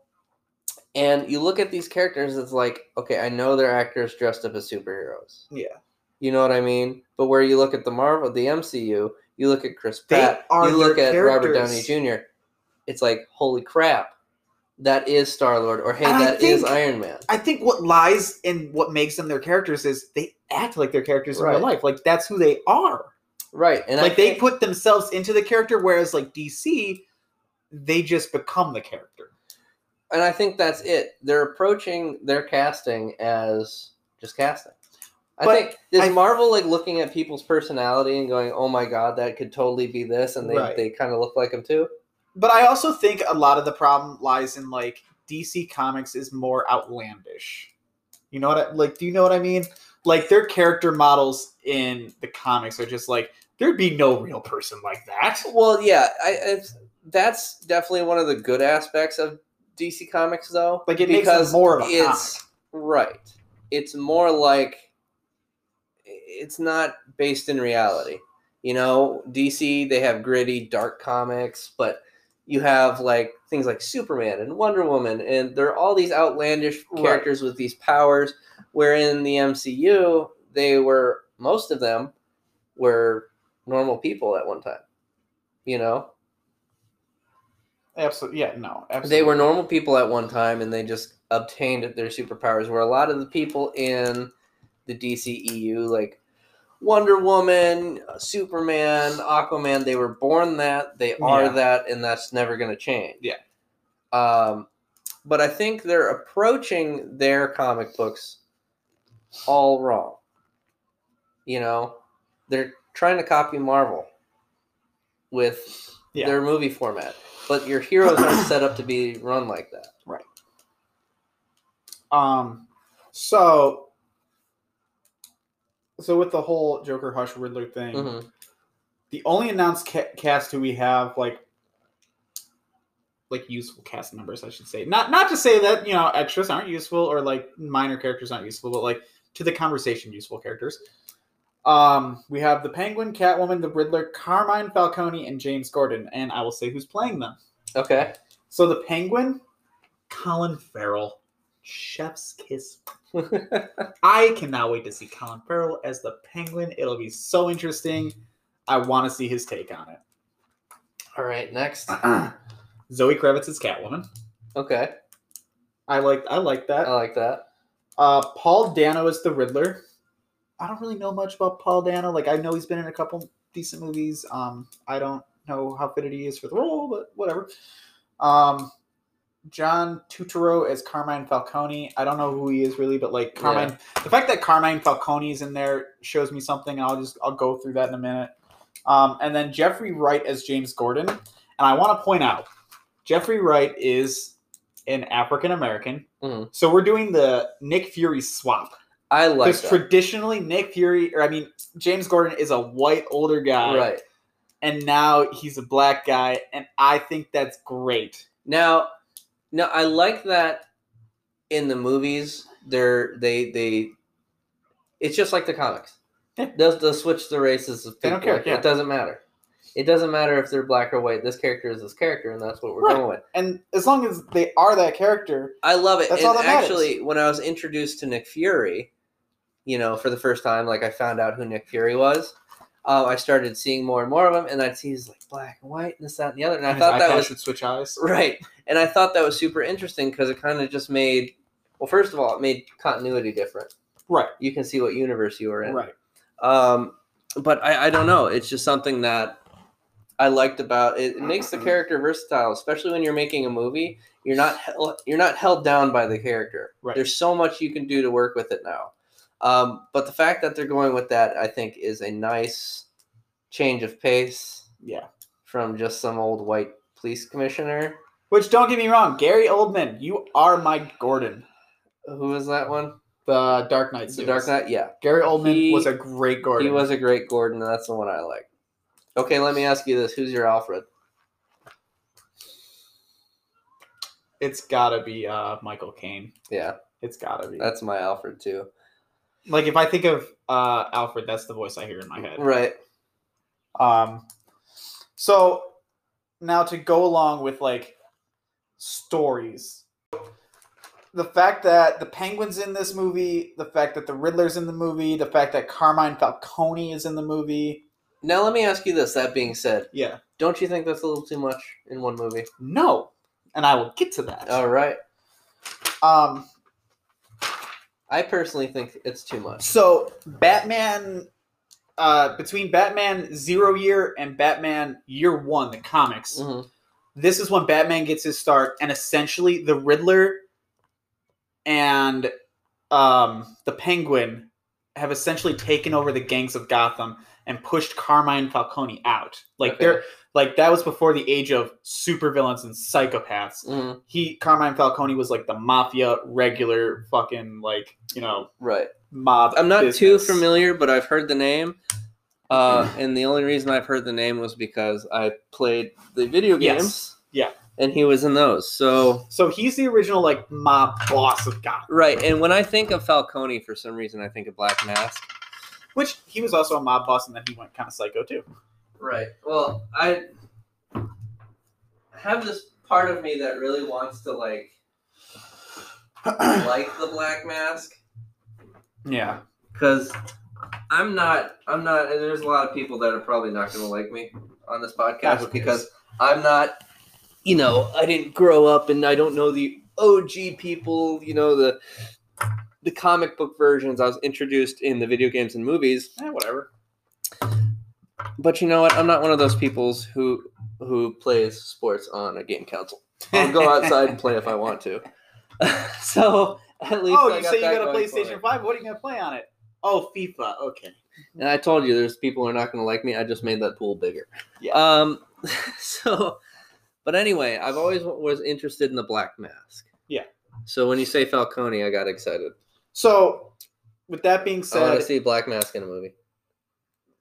S2: and you look at these characters. It's like, okay, I know they're actors dressed up as superheroes.
S3: Yeah.
S2: You know what I mean? But where you look at the Marvel, the MCU, you look at Chris
S3: They
S2: Pratt,
S3: are
S2: you look at
S3: their
S2: Robert Downey
S3: characters.
S2: Jr. It's like, holy crap, that is Star Lord, or hey,
S3: And I
S2: that is
S3: think-
S2: Iron Man.
S3: I think what lies in what makes them their characters is they act like their characters in
S2: Right.
S3: real life. Like that's who they are.
S2: Right, and
S3: like
S2: I
S3: they
S2: think-
S3: put themselves into the character, whereas like DC, they just become the character.
S2: and I think that's it. They're approaching their casting as just casting. I
S3: But
S2: think is
S3: I-
S2: Marvel like looking at people's personality and going, "Oh my god, that could totally be this," and they,
S3: Right.
S2: they kind of look like him too.
S3: But I also think a lot of the problem lies in like DC Comics is more outlandish. You know what I like? Do you know what I mean? Like their character models in the comics are just like there'd be no real person like that.
S2: Well, yeah, I, it's, that's definitely one of the good aspects of DC Comics, though.
S3: Like it makes them more of a comic.
S2: it's right. It's more like it's not based in reality. You know, DC they have gritty, dark comics, but you have like things like Superman and Wonder Woman, and there are all these outlandish
S3: Right.
S2: characters with these powers. Where in the MCU, they were most of them were normal people at one time. You know,
S3: Absolutely, yeah, no, absolutely.
S2: they were normal people at one time and they just obtained their superpowers where a lot of the people in the DCEU like Wonder Woman, uh, Superman, Aquaman, they were born that, they are
S3: Yeah.
S2: that and that's never going to change.
S3: Yeah.
S2: Um but I think they're approaching their comic books all wrong. You know, they're trying to copy Marvel with
S3: Yeah.
S2: their movie format. But your heroes aren't set up to be run like that.
S3: Um, so, so with the whole Joker Hush Riddler thing,
S2: Mhm.
S3: the only announced ca- cast who we have, like, like useful cast members, I should say, not not to say that you know extras aren't useful or like minor characters aren't useful, but like to the conversation useful characters. Um, we have the Penguin, Catwoman, the Riddler, Carmine Falcone, and James Gordon, and I will say who's playing them.
S2: Okay.
S3: So the Penguin, Colin Farrell, chef's kiss. I cannot wait to see Colin Farrell as the Penguin. It'll be so interesting. I want to see his take on
S2: All right. Next.
S3: it. Zoe Kravitz is Catwoman.
S2: Okay.
S3: I like I like that.
S2: I like that.
S3: Uh, Paul Dano is the Riddler. I don't really know much about Paul Dano. Like I know he's been in a couple decent movies. Um, I don't know how fitted he is for the role, but whatever. Um, John Tutoro as Carmine Falcone. I don't know who he is really, but like Carmine, the fact that Carmine Falcone is in there shows me something, and I'll just I'll go through that in a minute. Um, and then Jeffrey Wright as James Gordon, and I want to point out Jeffrey Wright is an African American.
S2: Mhm.
S3: So we're doing the Nick Fury swap
S2: I like
S3: because
S2: that.
S3: traditionally Nick Fury, or I mean James Gordon, is a white older guy,
S2: right
S3: and now he's a black guy, and I think that's great.
S2: now. No, I like that in the movies they're they they. It's just like the comics. They'll, they'll switch the races of people.
S3: They don't care,
S2: Like,
S3: yeah.
S2: It doesn't matter. It doesn't matter if they're black or white. This character is this character, and that's what we're
S3: Right.
S2: going with.
S3: And as long as they are that character,
S2: I love it.
S3: That's
S2: and
S3: all that matters.
S2: actually, when I was introduced to Nick Fury, you know, for the first time, like I found out who Nick Fury was. Um, I started seeing more and more of him, and I'd see he's like black and white and this, that, and the other. And I thought that was
S3: should switch eyes.
S2: right, and I thought that was super interesting because it kind of just made. Well, first of all, it made continuity different.
S3: Right.
S2: You can see what universe you were in.
S3: Right.
S2: Um, but I, I don't know. It's just something that I liked about it. It makes the character versatile, especially when you're making a movie. You're not hel- you're not held down by the character.
S3: Right.
S2: There's so much you can do to work with it now. Um, but the fact that they're going with that, I think, is a nice change of pace
S3: Yeah.
S2: from just some old white police commissioner.
S3: Which don't get me wrong, Gary Oldman, you are my Gordon.
S2: Who was that one?
S3: The Dark Knight.
S2: The
S3: Series.
S2: Dark Knight. Yeah,
S3: Gary Oldman
S2: He-
S3: was a great Gordon.
S2: he was a great Gordon. and That's the one I like. Okay, let me ask you this: Who's your Alfred?
S3: It's gotta be uh, Michael Caine.
S2: Yeah,
S3: It's gotta be.
S2: that's my Alfred too.
S3: like if I think of uh, Alfred, that's the voice I hear in my head.
S2: Right.
S3: Um, so now to go along with like stories, the fact that the Penguin's in this movie, the fact that the Riddler's in the movie, the fact that Carmine Falcone is in the movie.
S2: Now let me ask you this. That being said,
S3: Yeah.
S2: don't you think that's a little too much in one movie?
S3: No, and I will get to that.
S2: All right.
S3: Um,
S2: I personally think it's too much.
S3: so Batman. Uh, between Batman Zero Year and Batman Year One, the comics,
S2: Mhm.
S3: this is when Batman gets his start, and essentially the Riddler and um, the Penguin have essentially taken over the gangs of Gotham and pushed Carmine Falcone out. Like
S2: Okay.
S3: they're like that was before the age of supervillains and psychopaths.
S2: Mhm.
S3: He Carmine Falcone was like the mafia regular fucking like you know
S2: Right.
S3: mob.
S2: I'm not too
S3: business.
S2: familiar, but I've heard the name. Uh, and the only reason I've heard the name was because I played the video
S3: Yes.
S2: games.
S3: Yeah.
S2: And he was in those. So,
S3: So he's the original like mob boss of Gotham,
S2: right. And when I think of Falcone, for some reason, I think of Black Mask.
S3: which he was also a mob boss, and then he went kind of psycho too.
S2: Right. Well, I have this part of me that really wants to like like the black mask
S3: Yeah.
S2: because I'm not. I'm not. And there's a lot of people that are probably not going to like me on this
S3: Ah, who cares?
S2: podcast because I'm not. You know, I didn't grow up, and I don't know the OG people. You know the the comic book versions. I was introduced in the video games and movies.
S3: Eh, whatever.
S2: But you know what? I'm not one of those peoples who who plays sports on a game console. I'll go outside and play if I want to. so at least
S3: oh,
S2: I
S3: you say you
S2: that
S3: got a
S2: going for me.
S3: PlayStation Five? What are you gonna play on it? Oh, FIFA. Okay.
S2: And I told you, there's people who are not going to like me. I just made that pool bigger.
S3: Yeah.
S2: Um. So, but anyway, I've always was interested in the black mask.
S3: Yeah.
S2: So when you say Falcone, I got excited.
S3: So, with that being
S2: I want
S3: said,
S2: to see black mask in a movie.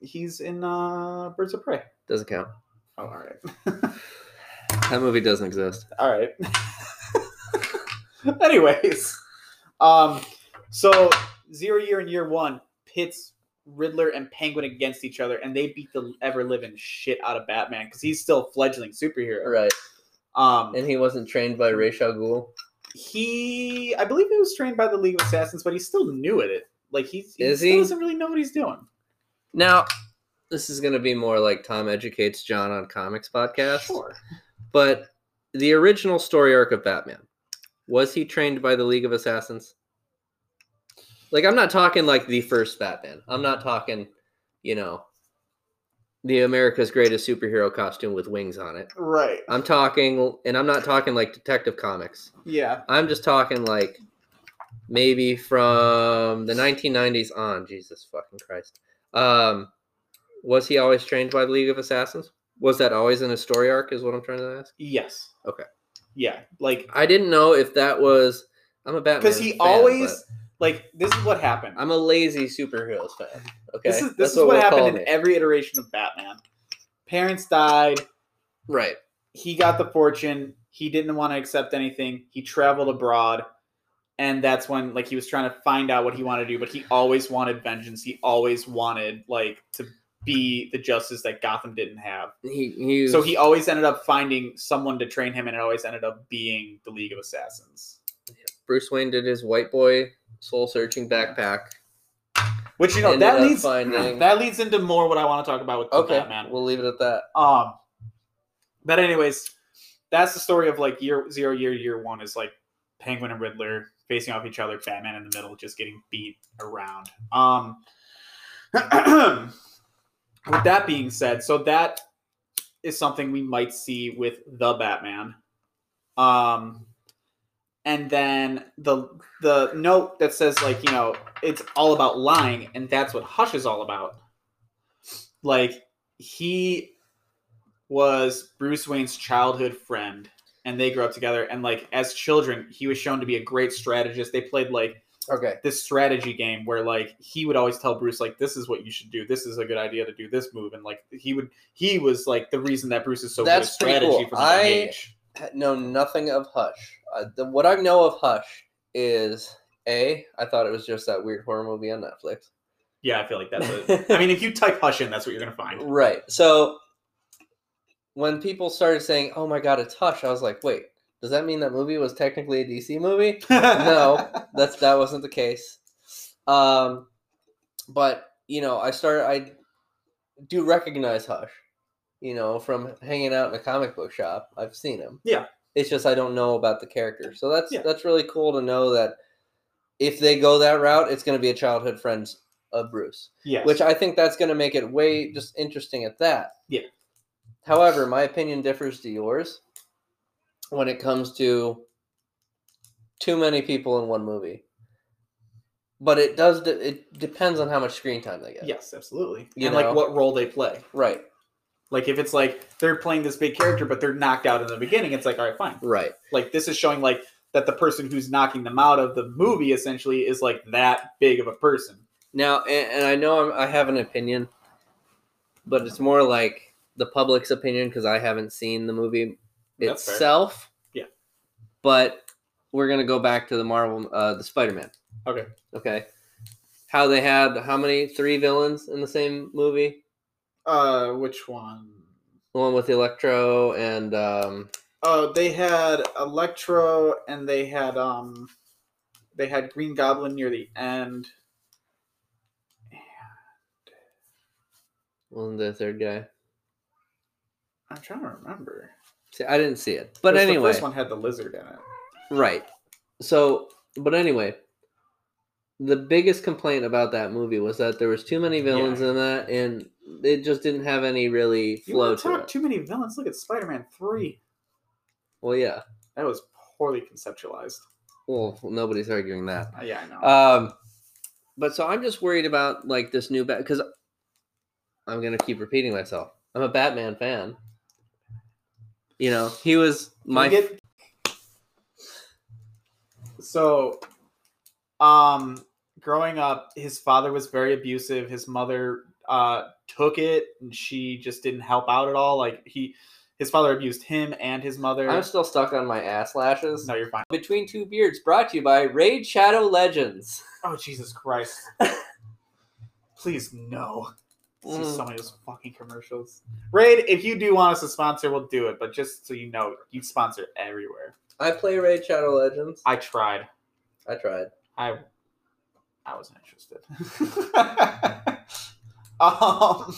S3: he's in uh, Birds of Prey.
S2: Doesn't count.
S3: Oh, all right.
S2: That movie doesn't exist.
S3: All right. Anyways, um, so zero year and year one pits Riddler and Penguin against each other, and they beat the ever living shit out of Batman because he's still a fledgling superhero.
S2: Right.
S3: Um,
S2: And he wasn't trained by Ra's al Ghul.
S3: he i believe he was trained by the league of assassins but he's still new at it like he's, he
S2: Is
S3: still
S2: he?
S3: doesn't really know what he's doing
S2: Now, this is going to be more like Tom educates John on comics podcast,
S3: sure
S2: but the original story arc of Batman was he trained by the League of Assassins? Like, I'm not talking like the first Batman. I'm not talking, you know, the America's Greatest Superhero costume with wings on it.
S3: right
S2: I'm talking, and I'm not talking like Detective Comics.
S3: yeah
S2: I'm just talking like maybe from the 1990s on. Jesus fucking Christ. Um, was he always trained by the League of Assassins? Was that always in his story arc? Is what I'm trying to ask.
S3: yes
S2: Okay.
S3: yeah like
S2: I didn't know if that was. I'm a Batman
S3: because he
S2: fan,
S3: always
S2: but
S3: like this is what happened
S2: I'm a lazy superheroes fan. Okay,
S3: this is
S2: That's
S3: this is what
S2: we'll call
S3: happened in
S2: me.
S3: every iteration of batman parents died
S2: right.
S3: he got the fortune he didn't want to accept anything he traveled abroad and that's when like he was trying to find out what he wanted to do but he always wanted vengeance he always wanted like to be the justice that gotham didn't have
S2: He, he
S3: so he always ended up finding someone to train him and it always ended up being the league of assassins
S2: Bruce Wayne did his white boy soul searching backpack.
S3: which you know
S2: Ended
S3: that
S2: up
S3: leads
S2: finding-
S3: that leads into more what i want to talk about with the
S2: Okay,
S3: batman
S2: we'll leave it at that.
S3: Um, but anyways, that's the story of like year zero, year year one is like Penguin and Riddler facing off each other, Batman in the middle, just getting beat around. Um, with that being said, so that is something we might see with the Batman. Um, and then the the note that says like you know it's all about lying, and that's what Hush is all about. Like he was Bruce Wayne's childhood friend, and they grew up together. And like as children, he was shown to be a great strategist. They played like
S2: Okay.
S3: this strategy game where like he would always tell Bruce like this is what you should do. This is a good idea to do this move. And like he would he was like the reason that Bruce is so good at
S2: That's pretty
S3: strategy
S2: cool.
S3: from a young
S2: I-
S3: age.
S2: Know nothing of Hush. Uh, the, what I know of Hush is a. I thought it was just that weird horror movie on Netflix.
S3: Yeah, I feel like that's it. I mean, if you type hush in, that's what you're gonna find.
S2: Right. So when people started saying, "Oh my God, it's Hush," I was like, "Wait, does that mean that movie was technically a DC movie?" no, that's that wasn't the case. Um, but you know, I started. I do recognize Hush. You know, from hanging out in a comic book shop, I've seen him.
S3: Yeah.
S2: It's just I don't know about the character, so that's
S3: Yeah.
S2: that's really cool to know that if they go that route, it's going to be a childhood friend of Bruce
S3: Yes.
S2: which I think that's going to make it way just interesting at that.
S3: Yeah.
S2: However, my opinion differs to yours when it comes to too many people in one movie. But it does. De- it depends on how much screen time they get.
S3: yes, absolutely.
S2: You
S3: and
S2: know.
S3: like what role they play.
S2: Right.
S3: Like if it's like they're playing this big character, but they're knocked out in the beginning, it's like all right, fine.
S2: Right.
S3: like this is showing like that the person who's knocking them out of the movie essentially is like that big of a person.
S2: Now, and, and I know I'm, I have an opinion, but it's more like the public's opinion because I haven't seen the movie
S3: That's fair.
S2: itself.
S3: Yeah.
S2: But we're gonna go back to the Marvel, uh, the Spider-Man.
S3: Okay.
S2: Okay. How they had how many three villains in the same movie?
S3: Uh, which one?
S2: The one with Electro and um,
S3: Oh, they had Electro, and they had um, they had Green Goblin near the end.
S2: wasn't the third guy?
S3: I'm trying to remember.
S2: See, I didn't see it, but
S3: Because the
S2: anyway,
S3: first one had the lizard in it.
S2: right. So, but anyway, the biggest complaint about that movie was that there was too many villains in that, and it just didn't have any really
S3: You
S2: flow
S3: want
S2: to
S3: to talk
S2: it.
S3: too many villains? Look at Spider-Man Three.
S2: well, yeah.
S3: That was poorly conceptualized.
S2: Well, nobody's arguing that.
S3: Uh, yeah, I know.
S2: Um, but so I'm just worried about like this new bat because I'm gonna keep repeating myself. I'm a Batman fan. You know, he was my
S3: Can we get- so um growing up his father was very abusive his mother uh took it and she just didn't help out at all like he his father abused him and his mother
S2: I'm still stuck on my ass lashes.
S3: no you're fine
S2: Between Two Beards, brought to you by Raid Shadow Legends.
S3: oh jesus christ please no see
S2: Mm.
S3: so many of those fucking commercials raid if you do want us to sponsor we'll do it but just so you know you sponsor everywhere
S2: I play Raid Shadow Legends.
S3: i tried
S2: I tried.
S3: I I wasn't interested. um,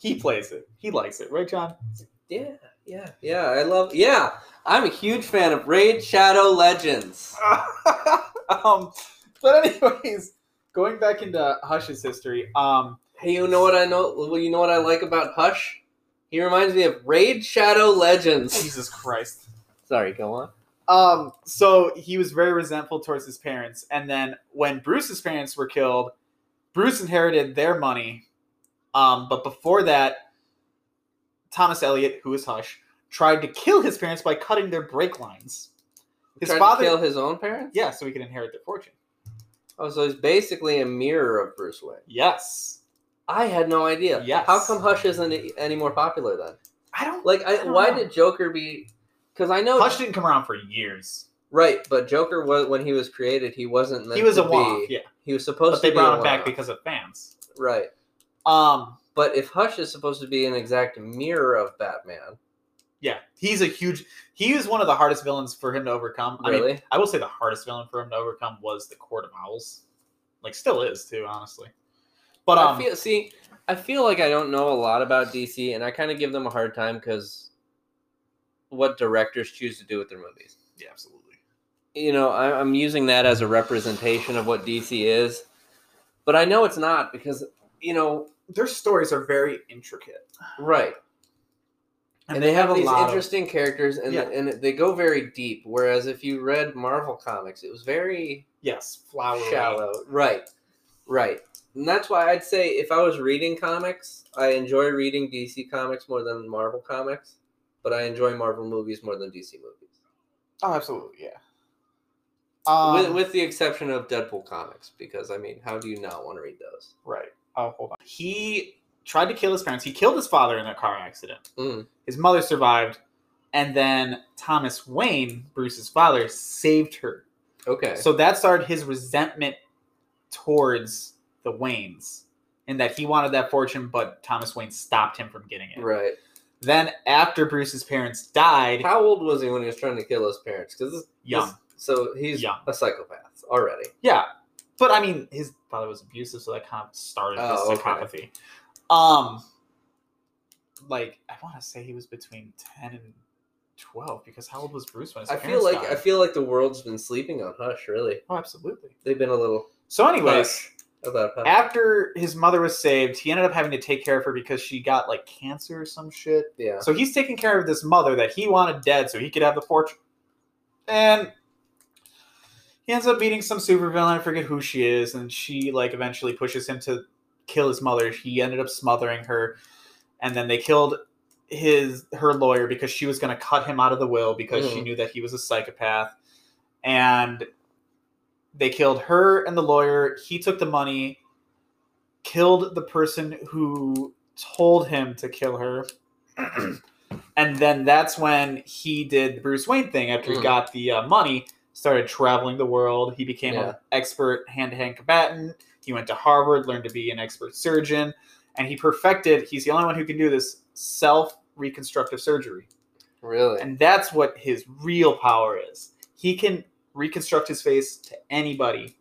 S3: he plays it. He likes it, right, John?
S2: Yeah, yeah, yeah. I love. Yeah, I'm a huge fan of Raid Shadow Legends.
S3: um, but anyways, going back into Hush's history, um,
S2: Hey, you know what I know? Well, you know what I like about Hush? He reminds me of Raid Shadow Legends.
S3: Jesus Christ.
S2: Sorry, go on.
S3: Um, so he was very resentful towards his parents, and then when Bruce's parents were killed, Bruce inherited their money. Um, but before that, Thomas Elliot, who is Hush, tried to kill his parents by cutting their brake lines. His
S2: Tried
S3: father,
S2: to kill his own parents.
S3: yeah, so he could inherit their fortune.
S2: Oh, so he's basically a mirror of Bruce Wayne.
S3: Yes,
S2: I had no idea.
S3: Yes.
S2: How come Hush isn't any- any more popular then?
S3: I don't
S2: Like, I,
S3: I don't
S2: why
S3: know.
S2: did Joker be? Because I know
S3: Hush didn't come around for years.
S2: Right, but Joker was when he was created, he wasn't meant
S3: He was
S2: to
S3: a one
S2: be.
S3: yeah.
S2: He was supposed
S3: But they
S2: to be a
S3: brought him back
S2: one-off.
S3: because of fans.
S2: right.
S3: Um,
S2: But if Hush is supposed to be an exact mirror of Batman,
S3: yeah, he's a huge. He was one of the hardest villains for him to overcome. I mean,
S2: really?
S3: I will say the hardest villain for him to overcome was the Court of Owls. Like, still is too, honestly. But um,
S2: I feel see, I feel like I don't know a lot about DC, and I kind of give them a hard time because what directors choose to do with their movies.
S3: yeah, absolutely.
S2: You know, I, I'm using that as a representation of what DC is, but I know it's not because you know,
S3: Their stories are very intricate,
S2: right? And, they, have, these
S3: lot of-
S2: interesting characters, and
S3: Yeah.
S2: and they go very deep. Whereas if you read Marvel comics, it was very
S3: yes, flowery.
S2: shallow. Right. Right. And that's why I'd say if I was reading comics, I enjoy reading DC comics more than Marvel comics, but I enjoy Marvel movies more than DC movies.
S3: Oh, absolutely, yeah. Um,
S2: with, with the exception of Deadpool comics, because I mean, how do you not want to read those?
S3: Right. Oh, hold on. He tried to kill his parents. He killed his father in a car accident.
S2: Mm.
S3: His mother survived, and then Thomas Wayne, Bruce's father, saved her.
S2: Okay.
S3: So that started his resentment towards the Waynes, and that he wanted that fortune, but Thomas Wayne stopped him from getting it.
S2: right.
S3: Then, after Bruce's parents died,
S2: How old was he when he was trying to kill his parents? Because
S3: young.
S2: so he's
S3: Young.
S2: a psychopath already.
S3: Yeah, but I mean, his father was abusive, so that kind of started his
S2: Oh, okay.
S3: psychopathy. Um, like I want to say he was between ten and twelve because how old was Bruce when his
S2: I feel
S3: parents
S2: like
S3: died?
S2: I feel like the world's been sleeping on Hush. Really,
S3: oh, absolutely.
S2: they've been a little
S3: So, anyways,
S2: hush about Hush.
S3: after his mother was saved, he ended up having to take care of her because she got like cancer or some shit.
S2: yeah.
S3: So he's taking care of this mother that he wanted dead so he could have the fortune. And he ends up meeting some supervillain, I forget who she is, and she like eventually pushes him to kill his mother. He ended up smothering her, and then they killed his her lawyer because she was gonna cut him out of the will because she
S2: Mhm.
S3: knew that he was a psychopath. And they killed her and the lawyer. He took the money, killed the person who told him to kill her. and then that's when he did the Bruce Wayne thing after he
S2: Mhm.
S3: got the uh, money, started traveling the world. He became
S2: Yeah.
S3: an expert hand to hand combatant. He went to Harvard, learned to be an expert surgeon, and he perfected, he's the only one who can do this self reconstructive surgery.
S2: Really.
S3: And that's what his real power is. He can reconstruct his face to anybody.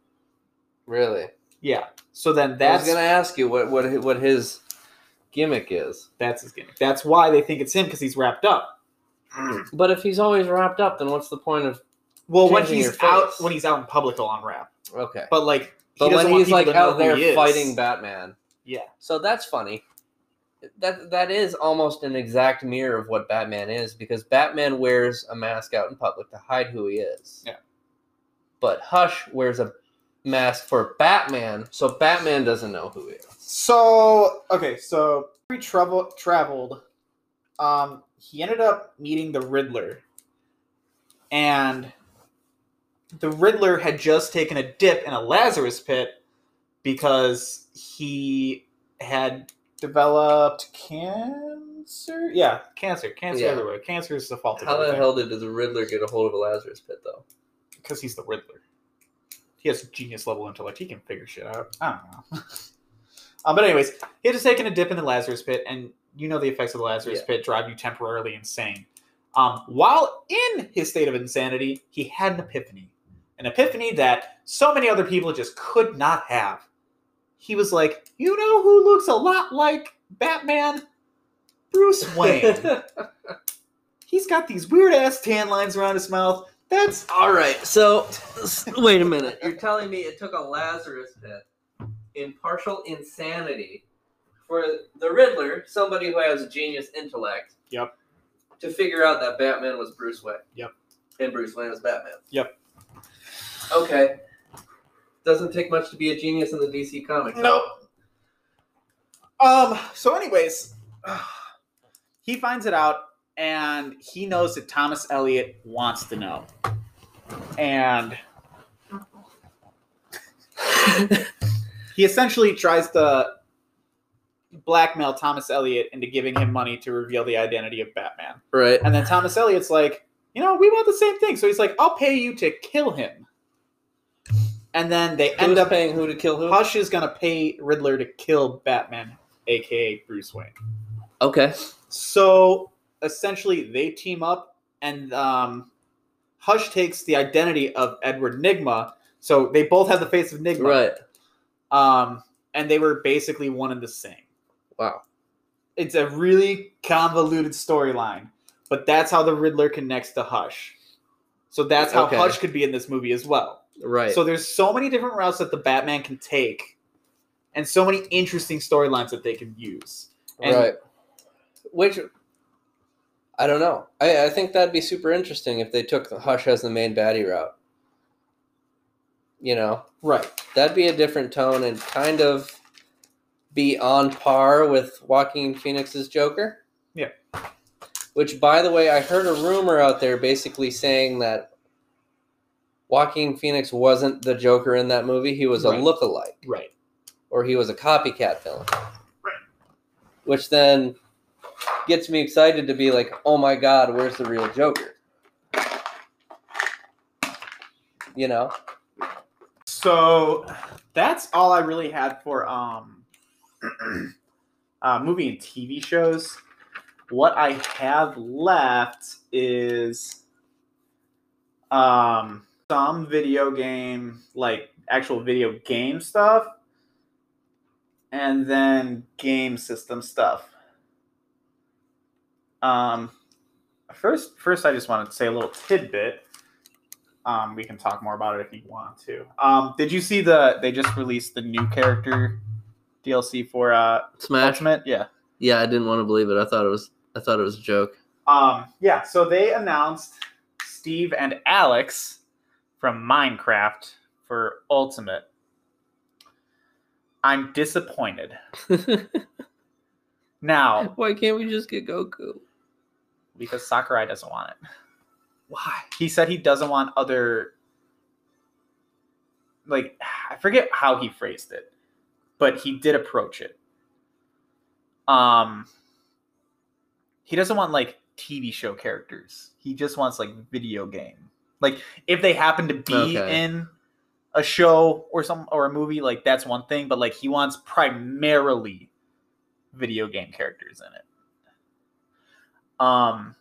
S2: Really.
S3: Yeah. So then
S2: I
S3: that's
S2: was gonna ask you what what hi- what his gimmick is.
S3: that's his gimmick. That's why they think it's him because he's wrapped up.
S2: But if he's always wrapped up, then what's the point of?
S3: Well, when
S2: Changing
S3: he's
S2: your
S3: out
S2: face.
S3: when he's out in public, he'll unwrap.
S2: Okay.
S3: But like,
S2: But
S3: doesn't
S2: when
S3: want
S2: he's
S3: people
S2: like
S3: to know
S2: out
S3: who
S2: there
S3: he is.
S2: fighting Batman,
S3: yeah,
S2: so that's funny. That that is almost an exact mirror of what Batman is because Batman wears a mask out in public to hide who he is.
S3: Yeah.
S2: But Hush wears a mask for Batman, so Batman doesn't know who he is.
S3: So okay, so he travel traveled. Um, he ended up meeting the Riddler, and the Riddler had just taken a dip in a Lazarus pit because he had developed cancer. Yeah, cancer, cancer
S2: Yeah.
S3: everywhere. Cancer is the fault of
S2: How the
S3: everything.
S2: hell did the Riddler get a hold of a Lazarus pit though?
S3: because he's the Riddler. He has genius level intellect. He can figure shit out. I don't know. uh, but anyways, he had just taken a dip in the Lazarus pit, and you know the effects of the Lazarus
S2: Yeah.
S3: pit drive you temporarily insane. Um, while in his state of insanity, he had an epiphany, an epiphany that so many other people just could not have. He was like, you know who looks a lot like Batman, Bruce Wayne. He's got these weird ass tan lines around his mouth. That's
S2: All right, so s- wait a minute. You're telling me it took a Lazarus pit in partial insanity for the Riddler, somebody who has a genius intellect,
S3: Yep.
S2: to figure out that Batman was Bruce Wayne.
S3: Yep.
S2: And Bruce Wayne was Batman.
S3: Yep.
S2: Okay. Doesn't take much to be a genius in the DC comics.
S3: Nope. Um. So, anyways, he finds it out, and he knows that Thomas Elliot wants to know, and he essentially tries to blackmail Thomas Elliot into giving him money to reveal the identity of Batman.
S2: Right.
S3: And then Thomas Elliot's like, you know, we want the same thing. So he's like, I'll pay you to kill him. And then they end
S2: Who's
S3: up
S2: paying who to kill who?
S3: Hush is gonna pay Riddler to kill Batman, aka Bruce Wayne.
S2: Okay.
S3: So essentially, they team up, and um, Hush takes the identity of Edward Nigma. So they both have the face of Nigma,
S2: Right.
S3: Um, and they were basically one and the same.
S2: Wow.
S3: It's a really convoluted storyline, but that's how the Riddler connects to Hush. So that's how
S2: Okay.
S3: Hush could be in this movie as well.
S2: Right.
S3: So there's so many different routes that the Batman can take, and so many interesting storylines that they can use. and-
S2: right. Which I don't know. I, I think that'd be super interesting if they took the Hush as the main baddie route. You know,
S3: Right.
S2: that'd be a different tone and kind of be on par with Joaquin Phoenix's Joker.
S3: Yeah.
S2: Which, by the way, I heard a rumor out there basically saying that Joaquin Phoenix wasn't the Joker in that movie. He was a
S3: Right.
S2: lookalike
S3: Right.
S2: or he was a copycat villain. Which then gets me excited to be like, oh my god, where's the real Joker? You know?
S3: So that's all I really had for um uh, movie and TV shows. What I have left is um some video game like actual video game stuff and then game system stuff. Um first first I just wanted to say a little tidbit. Um, we can talk more about it if you want to. Um, did you see the? They just released the new character DLC for uh,
S2: Smash.
S3: Ultimate. Yeah.
S2: Yeah, I didn't want to believe it. I thought it was I thought it was a joke.
S3: Um, yeah. So they announced Steve and Alex from Minecraft for Ultimate. I'm disappointed. Now,
S2: Why can't we just get Goku?
S3: because Sakurai doesn't want it.
S2: Why?
S3: He said he doesn't want other like I forget how he phrased it, but he did approach it. Um he doesn't want like TV show characters. He just wants like video game. Like if they happen to be
S2: Okay.
S3: in a show or some or a movie, like that's one thing, but like he wants primarily video game characters in it. Um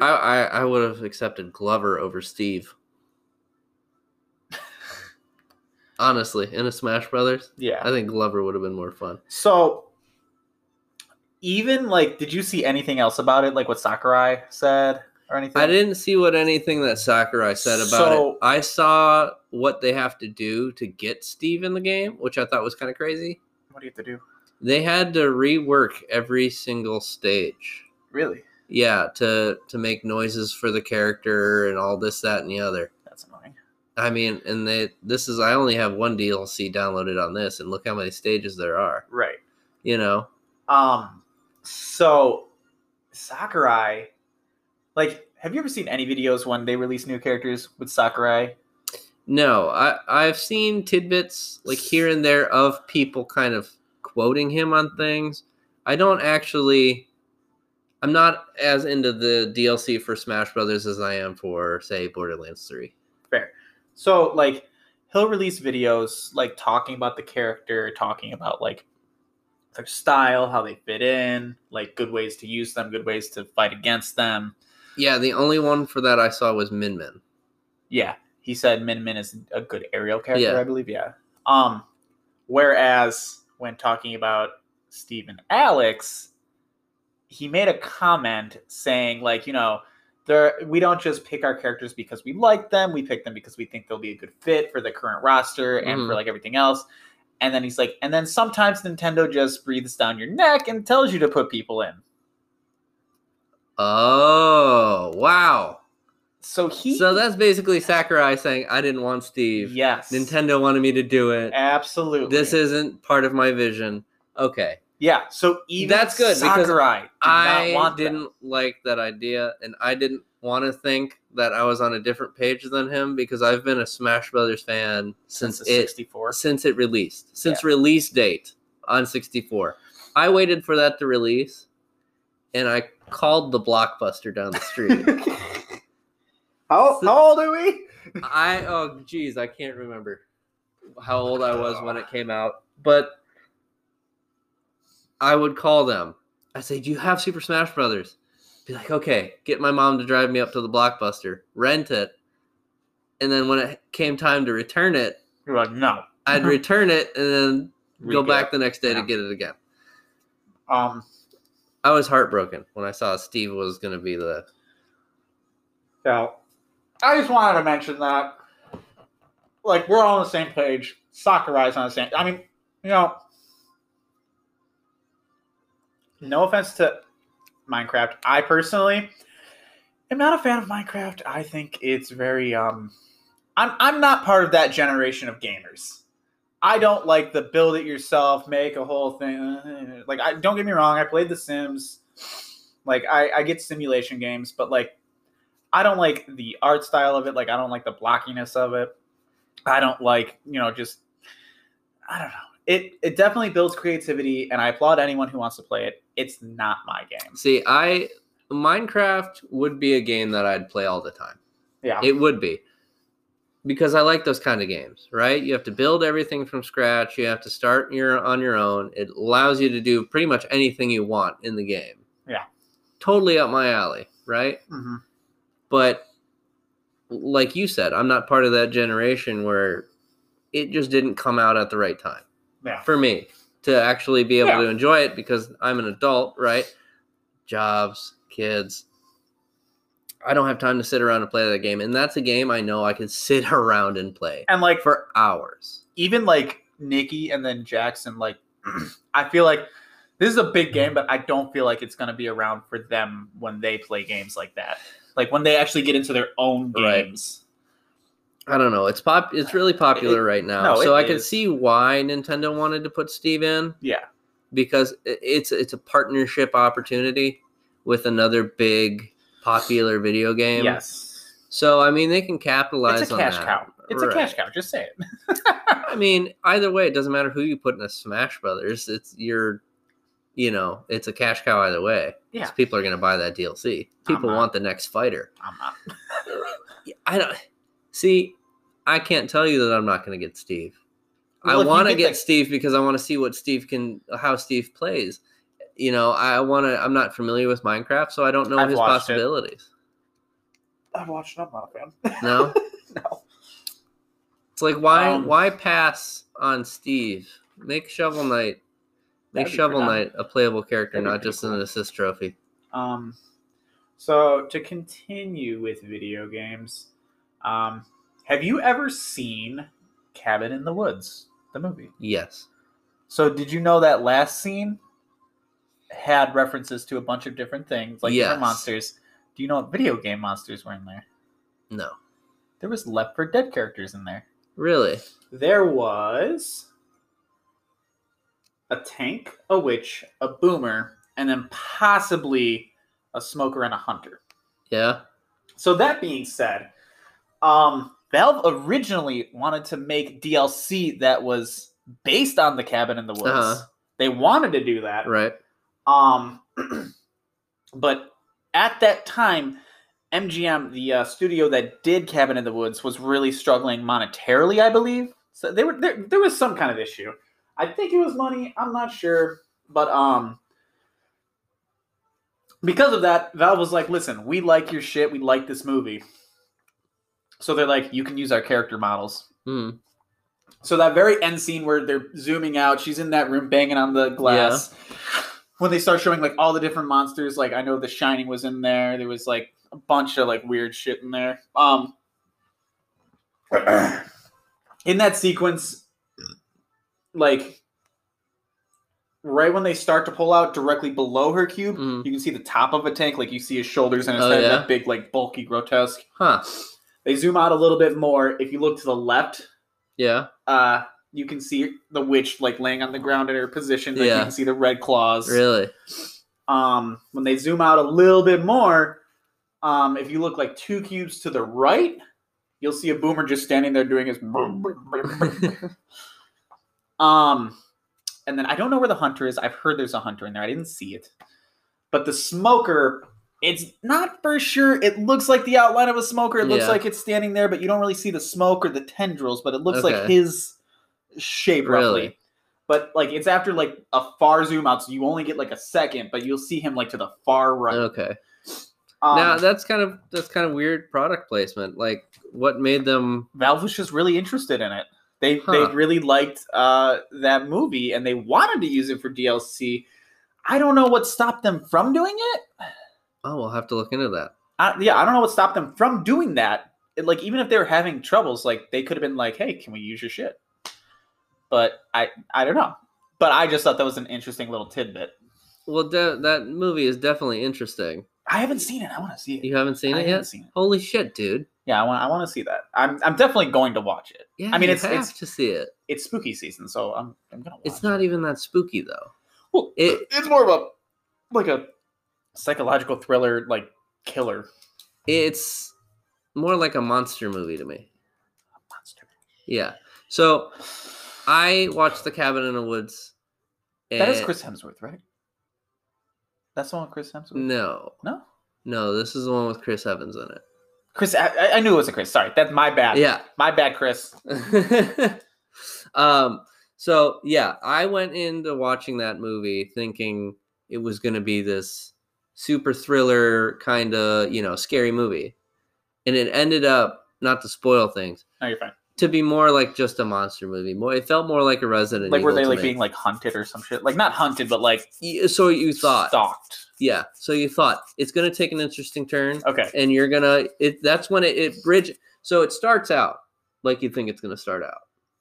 S2: I, I, I would have accepted Glover over Steve. Honestly, in a Smash Brothers,
S3: yeah.
S2: I think Glover would have been more fun.
S3: So, even like, did you see anything else about it? Like what Sakurai said or anything?
S2: I didn't see what anything that Sakurai said about it.
S3: So-
S2: I saw what they have to do to get Steve in the game, which I thought was kind of crazy.
S3: What do you have to do?
S2: They had to rework every single stage.
S3: Really?
S2: Yeah, to to make noises for the character and all this, that, and the other.
S3: That's annoying.
S2: I mean, and they this is I only have one DLC downloaded on this, and look how many stages there are.
S3: Right.
S2: You know,
S3: Um. So, Sakurai, like, have you ever seen any videos when they release new characters with Sakurai?
S2: no, I I've seen tidbits like here and there of people kind of quoting him on things. I don't actually. I'm not as into the DLC for Smash Brothers as I am for, say, Borderlands Three.
S3: So, like, he'll release videos like talking about the character, talking about like their style, how they fit in, like good ways to use them, good ways to fight against them.
S2: Yeah, the only one for that I saw was Min Min.
S3: Yeah, he said Min Min is a good aerial character,
S2: Yeah.
S3: I believe. Yeah. Um, whereas when talking about Steve and Alex, he made a comment saying like, you know, there we don't just pick our characters because we like them. We pick them because we think they'll be a good fit for the current roster and
S2: Mhm.
S3: for like everything else. And then he's like, and then sometimes Nintendo just breathes down your neck and tells you to put people in.
S2: Oh wow!
S3: So he
S2: So that's basically Sakurai saying I didn't want Steve.
S3: yes,
S2: Nintendo wanted me to do it.
S3: absolutely.
S2: This isn't part of my vision. Okay.
S3: Yeah, so even
S2: That's good, because
S3: Sakurai did
S2: I
S3: not want that.
S2: didn't like that idea, and I didn't want to think that I was on a different page than him because I've been a Smash Brothers fan since,
S3: the
S2: it
S3: 64.
S2: since it released, since release date on 64. I waited for that to release, and I called the blockbuster down the street
S3: How, how old are we?
S2: I oh geez, I can't remember how old I was when it came out, but I would call them. I say, "Do you have Super Smash Brothers?" Be like, "Okay, get my mom to drive me up to the Blockbuster, rent it." And then when it came time to return it,
S3: You're like, no.
S2: I'd return it and then go
S3: Recap.
S2: back the next day
S3: Yeah.
S2: to get it again.
S3: Um,
S2: I was heartbroken when I saw Steve was going to be the
S3: So I just wanted to mention that, like, we're all on the same page. Sakurai's on the same. I mean, you know, no offense to Minecraft. I personally am not a fan of Minecraft. I think it's very um, I'm I'm not part of that generation of gamers. I don't like the build it yourself, make a whole thing. Like, I don't get me wrong. I played The Sims. Like, I, I get simulation games, but like. I don't like the art style of it. Like I don't like the blockiness of it. I don't like you know just I don't know. It it definitely builds creativity, and I applaud anyone who wants to play it. It's not my game.
S2: See, I Minecraft would be a game that I'd play all the time.
S3: Yeah.
S2: It would be. Because I like those kind of games, right? You have to build everything from scratch. You have to start your on your own. It allows you to do pretty much anything you want in the game.
S3: Yeah.
S2: Totally up my alley, right?
S3: Mhm.
S2: But like you said, I'm not part of that generation where it just didn't come out at the right time
S3: Yeah.
S2: for me to actually be able
S3: Yeah.
S2: to enjoy it because I'm an adult, right? Jobs, kids. I don't have time to sit around and play that game. And that's a game I know I can sit around and play
S3: And like for
S2: for hours.
S3: even like Nikki and then Jackson, like I feel like this is a big game, but I don't feel like it's gonna be around for them when they play games like that. Like when they actually get into their own
S2: Right.
S3: games.
S2: I don't know. It's pop it's really popular
S3: It-
S2: right now.
S3: no,
S2: so
S3: it
S2: I can
S3: is.
S2: see why Nintendo wanted to put Steve in.
S3: Yeah.
S2: because i- it's it's a partnership opportunity with another big popular video game.
S3: Yes.
S2: So I mean they can capitalize
S3: It's a
S2: on
S3: cash
S2: that.
S3: cow. It's
S2: Right.
S3: a cash cow. Just say it.
S2: I mean, either way, it doesn't matter who you put in a Smash Brothers. It's your, you know, it's a cash cow either way. 'cause
S3: Yeah.
S2: people are going to buy that DLC. People
S3: Uh-huh.
S2: want the next fighter.
S3: I'm not.
S2: I don't see. I can't tell you that I'm not going to get Steve.
S3: Well, if
S2: I
S3: you
S2: want to
S3: get
S2: get
S3: the-
S2: Steve because I want to see what Steve can, how Steve plays. You know, I want to. I'm not familiar with Minecraft, so I don't know
S3: I've
S2: his
S3: watched it.
S2: possibilities.
S3: I've watched it. I'm not a fan.
S2: No, It's like why
S3: Um,
S2: why pass on Steve? Make Shovel Knight, make
S3: That'd be
S2: Shovel
S3: pretty-
S2: Knight a playable character,
S3: that'd be
S2: not
S3: pretty
S2: just
S3: cool.
S2: an assist trophy.
S3: Um, so to continue with video games, um, have you ever seen Cabin in the Woods, the movie?
S2: Yes.
S3: So did you know that last scene had references to a bunch of different things, like
S2: Yes.
S3: different monsters? Do you know what video game monsters were in there?
S2: No.
S3: There was Left 4 Dead characters in there.
S2: Really?
S3: There was a tank, a witch, a boomer, and then possibly a smoker and a hunter.
S2: Yeah.
S3: So that being said, um, Valve originally wanted to make DLC that was based on the Cabin in the Woods.
S2: Uh-huh.
S3: They wanted to do that,
S2: Right.
S3: um, but at that time, MGM, the uh, studio that did Cabin in the Woods, was really struggling monetarily, I believe. So they were there. There was some kind of issue. I think it was money. I'm not sure, but um, because of that, Valve was like, "Listen, we like your shit. We like this movie." So they're like, "You can use our character models."
S2: Hmm.
S3: So that very end scene where they're zooming out, she's in that room banging on the glass. When they start showing like all the different monsters, like I know The Shining was in there. There was like a bunch of like weird shit in there. Um, in that sequence, like right when they start to pull out directly below her cube,
S2: Mhm.
S3: you can see the top of a tank. Like you see his shoulders and his
S2: Oh,
S3: head,
S2: yeah?
S3: that big like bulky grotesque.
S2: Huh.
S3: They zoom out a little bit more. If you look to the left,
S2: Yeah.
S3: uh you can see the witch like laying on the ground in her position like
S2: Yeah.
S3: you can see the red claws
S2: Really.
S3: um when they zoom out a little bit more um if you look like two cubes to the right you'll see a boomer just standing there doing his boom, boom, boom, boom. um and then i don't know where the hunter is i've heard there's a hunter in there i didn't see it but the smoker It's not for sure. It looks like the outline of a smoker. It looks
S2: Yeah.
S3: like it's standing there, but you don't really see the smoke or the tendrils, but it looks like
S2: Okay.
S3: his shape roughly.
S2: Really?
S3: But like it's after like a far zoom out, so you only get like a second, but you'll see him like to the far right.
S2: Okay.
S3: Um,
S2: now that's kind of that's kind of weird product placement. Like, what made them?
S3: Valve was just really interested in it. They
S2: Huh.
S3: they really liked uh, that movie and they wanted to use it for DLC. I don't know what stopped them from doing it.
S2: Oh, we'll have to look into that.
S3: I, yeah, I don't know what stopped them from doing that. It- like even if they were having troubles, like they could have been like, "Hey, can we use your shit?" But I I don't know. But I just thought that was an interesting little tidbit.
S2: Well, de- that movie is definitely interesting.
S3: I haven't seen it. I want to see it.
S2: You haven't seen
S3: I
S2: it
S3: haven't
S2: yet?
S3: seen it.
S2: Holy shit, dude!
S3: Yeah, I want I want to see that. I'm I'm definitely going to watch it.
S2: Yeah,
S3: I mean,
S2: you
S3: it's-
S2: have
S3: it's-
S2: to see it.
S3: It's spooky season, so I'm I'm gonna. Watch
S2: It's
S3: it.
S2: not even that spooky though.
S3: Well,
S2: it-
S3: it's more of a like a psychological thriller, like killer
S2: It's more like a monster movie to me.
S3: monster.
S2: Yeah. So I watched The Cabin in the Woods.
S3: That is
S2: and-
S3: Chris Hemsworth, right? That's the one, with Chris Hemsworth.
S2: No,
S3: no?
S2: no, this is the one with Chris Evans in it.
S3: Chris, I, I- I knew it was a Chris. Sorry, that's my bad.
S2: Yeah.
S3: my bad, Chris.
S2: um. So yeah, I went into watching that movie thinking it was going to be this super thriller kind of you know scary movie, and it ended up not to spoil things
S3: No, you're fine.
S2: to be more like just a monster movie. More, it felt more like a Resident
S3: Like,
S2: Evil.
S3: were they
S2: to
S3: like
S2: me.
S3: being like hunted or some shit? Like, not hunted, but like
S2: Y- So you thought,
S3: stalked.
S2: yeah. So you thought it's going to take an interesting turn.
S3: Okay,
S2: and you're gonna it that's when it, it bridge so it starts out like you think it's gonna start out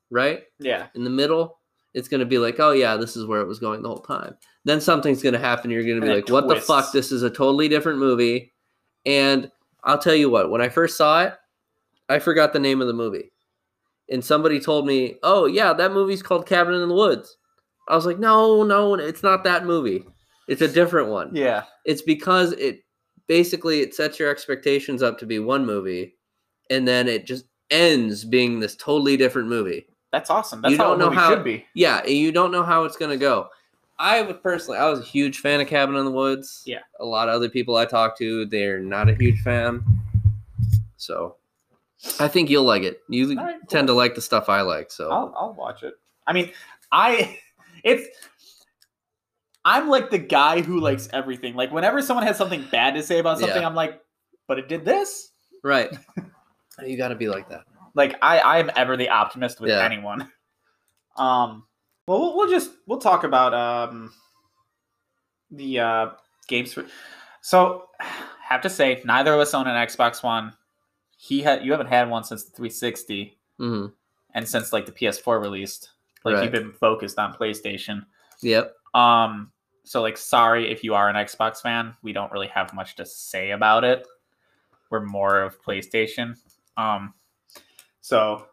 S2: right
S3: yeah.
S2: in the middle it's gonna be like oh yeah this is where it was going the whole time then something's gonna happen you're gonna
S3: And
S2: be
S3: it
S2: like what the
S3: twists.
S2: fuck this is a totally different movie and i'll tell you what when i first saw it i forgot the name of the movie and somebody told me oh yeah that movie's called cabin in the woods i was like no no it's not that movie it's a different one
S3: Yeah.
S2: it's because it basically it sets your expectations up to be one movie and then it just ends being this totally different movie
S3: That's awesome. That's
S2: You
S3: how
S2: don't
S3: a
S2: know
S3: movie
S2: how-
S3: should be.
S2: yeah and you don't know how it's going to go i would personally i was a huge fan of cabin in the woods
S3: Yeah.
S2: a lot of other people i talk to they're not a huge fan so i think you'll like it you
S3: All right, cool.
S2: tend to like the stuff i like so
S3: I'll, I'll watch it. I mean, I it's I'm like the guy who likes everything. Like whenever someone has something bad to say about something,
S2: Yeah.
S3: I'm like, but it did this.
S2: right you got to be like that
S3: Like I I am ever the optimist with
S2: Yeah.
S3: anyone. Um. Well, we'll we'll just we'll talk about um the uh games for. So, have to say, neither of us own an Xbox One. He had you haven't had one since the 360
S2: hmm
S3: and since like the PS4 released. Like you've
S2: Right.
S3: been focused on PlayStation.
S2: yep
S3: Um, so like, sorry if you are an Xbox fan, we don't really have much to say about it. We're more of PlayStation. Um, so,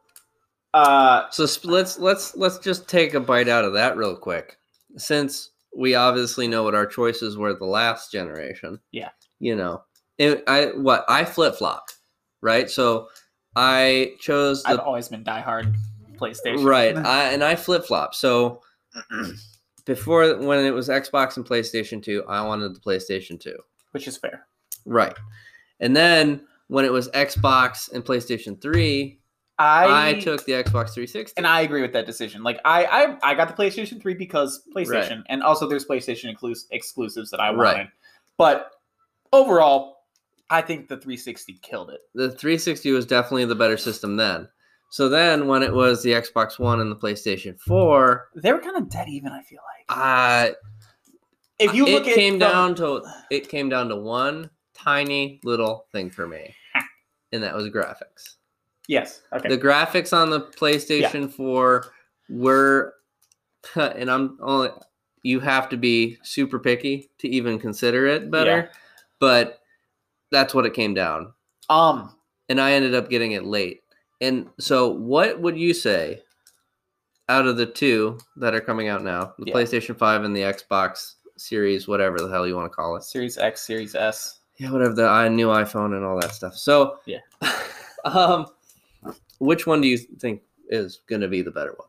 S3: uh,
S2: So sp- let's let's let's just take a bite out of that real quick, since we obviously know what our choices were the last generation.
S3: Yeah.
S2: You know, and I what I flip flopped, right? So I chose
S3: I've
S2: the
S3: always been diehard PlayStation.
S2: right, I, and I flip flop. So before when it was Xbox and PlayStation Two, I wanted the PlayStation Two,
S3: Which is fair.
S2: right? And then when it was Xbox and PlayStation Three,
S3: I,
S2: I took the Xbox 360.
S3: and I agree with that decision. Like I, I, I got the PlayStation Three because PlayStation, and also there's PlayStation exclus- exclusives that I wanted.
S2: Right.
S3: But overall, I think the 360 killed it.
S2: the 360 was definitely the better system then. So then when it was the Xbox One and the PlayStation 4,
S3: They were kind of dead even. I feel like
S2: uh,
S3: if you
S2: it
S3: look at
S2: came
S3: from-
S2: down to it came down to one tiny little thing for me. And that was graphics.
S3: yes, okay,
S2: The graphics on the PlayStation 4 were and I'm only you have to be super picky to even consider it better, but that's what it came down.
S3: Um,
S2: and I ended up getting it late. And so, what would you say out of the two that are coming out now, the
S3: Yeah.
S2: PlayStation 5 and the Xbox Series, whatever the hell you want to call it?
S3: Series X, Series S.
S2: Yeah, whatever the I, new iPhone and all that stuff. So,
S3: Yeah.
S2: um, which one do you think is going to be the better one?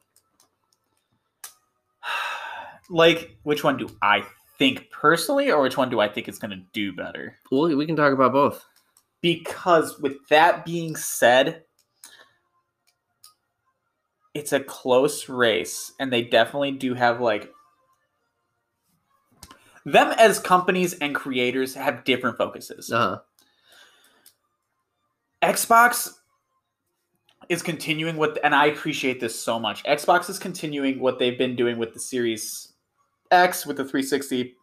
S3: Like, which one do I think personally, or which one do I think is going to do better?
S2: Well, we can talk about both.
S3: Because with that being said, it's a close race, and they definitely do have like them as companies and creators have different focuses.
S2: Uh huh.
S3: Xbox is continuing what, and I appreciate this so much. Xbox is continuing what they've been doing with the Series X, with the 360,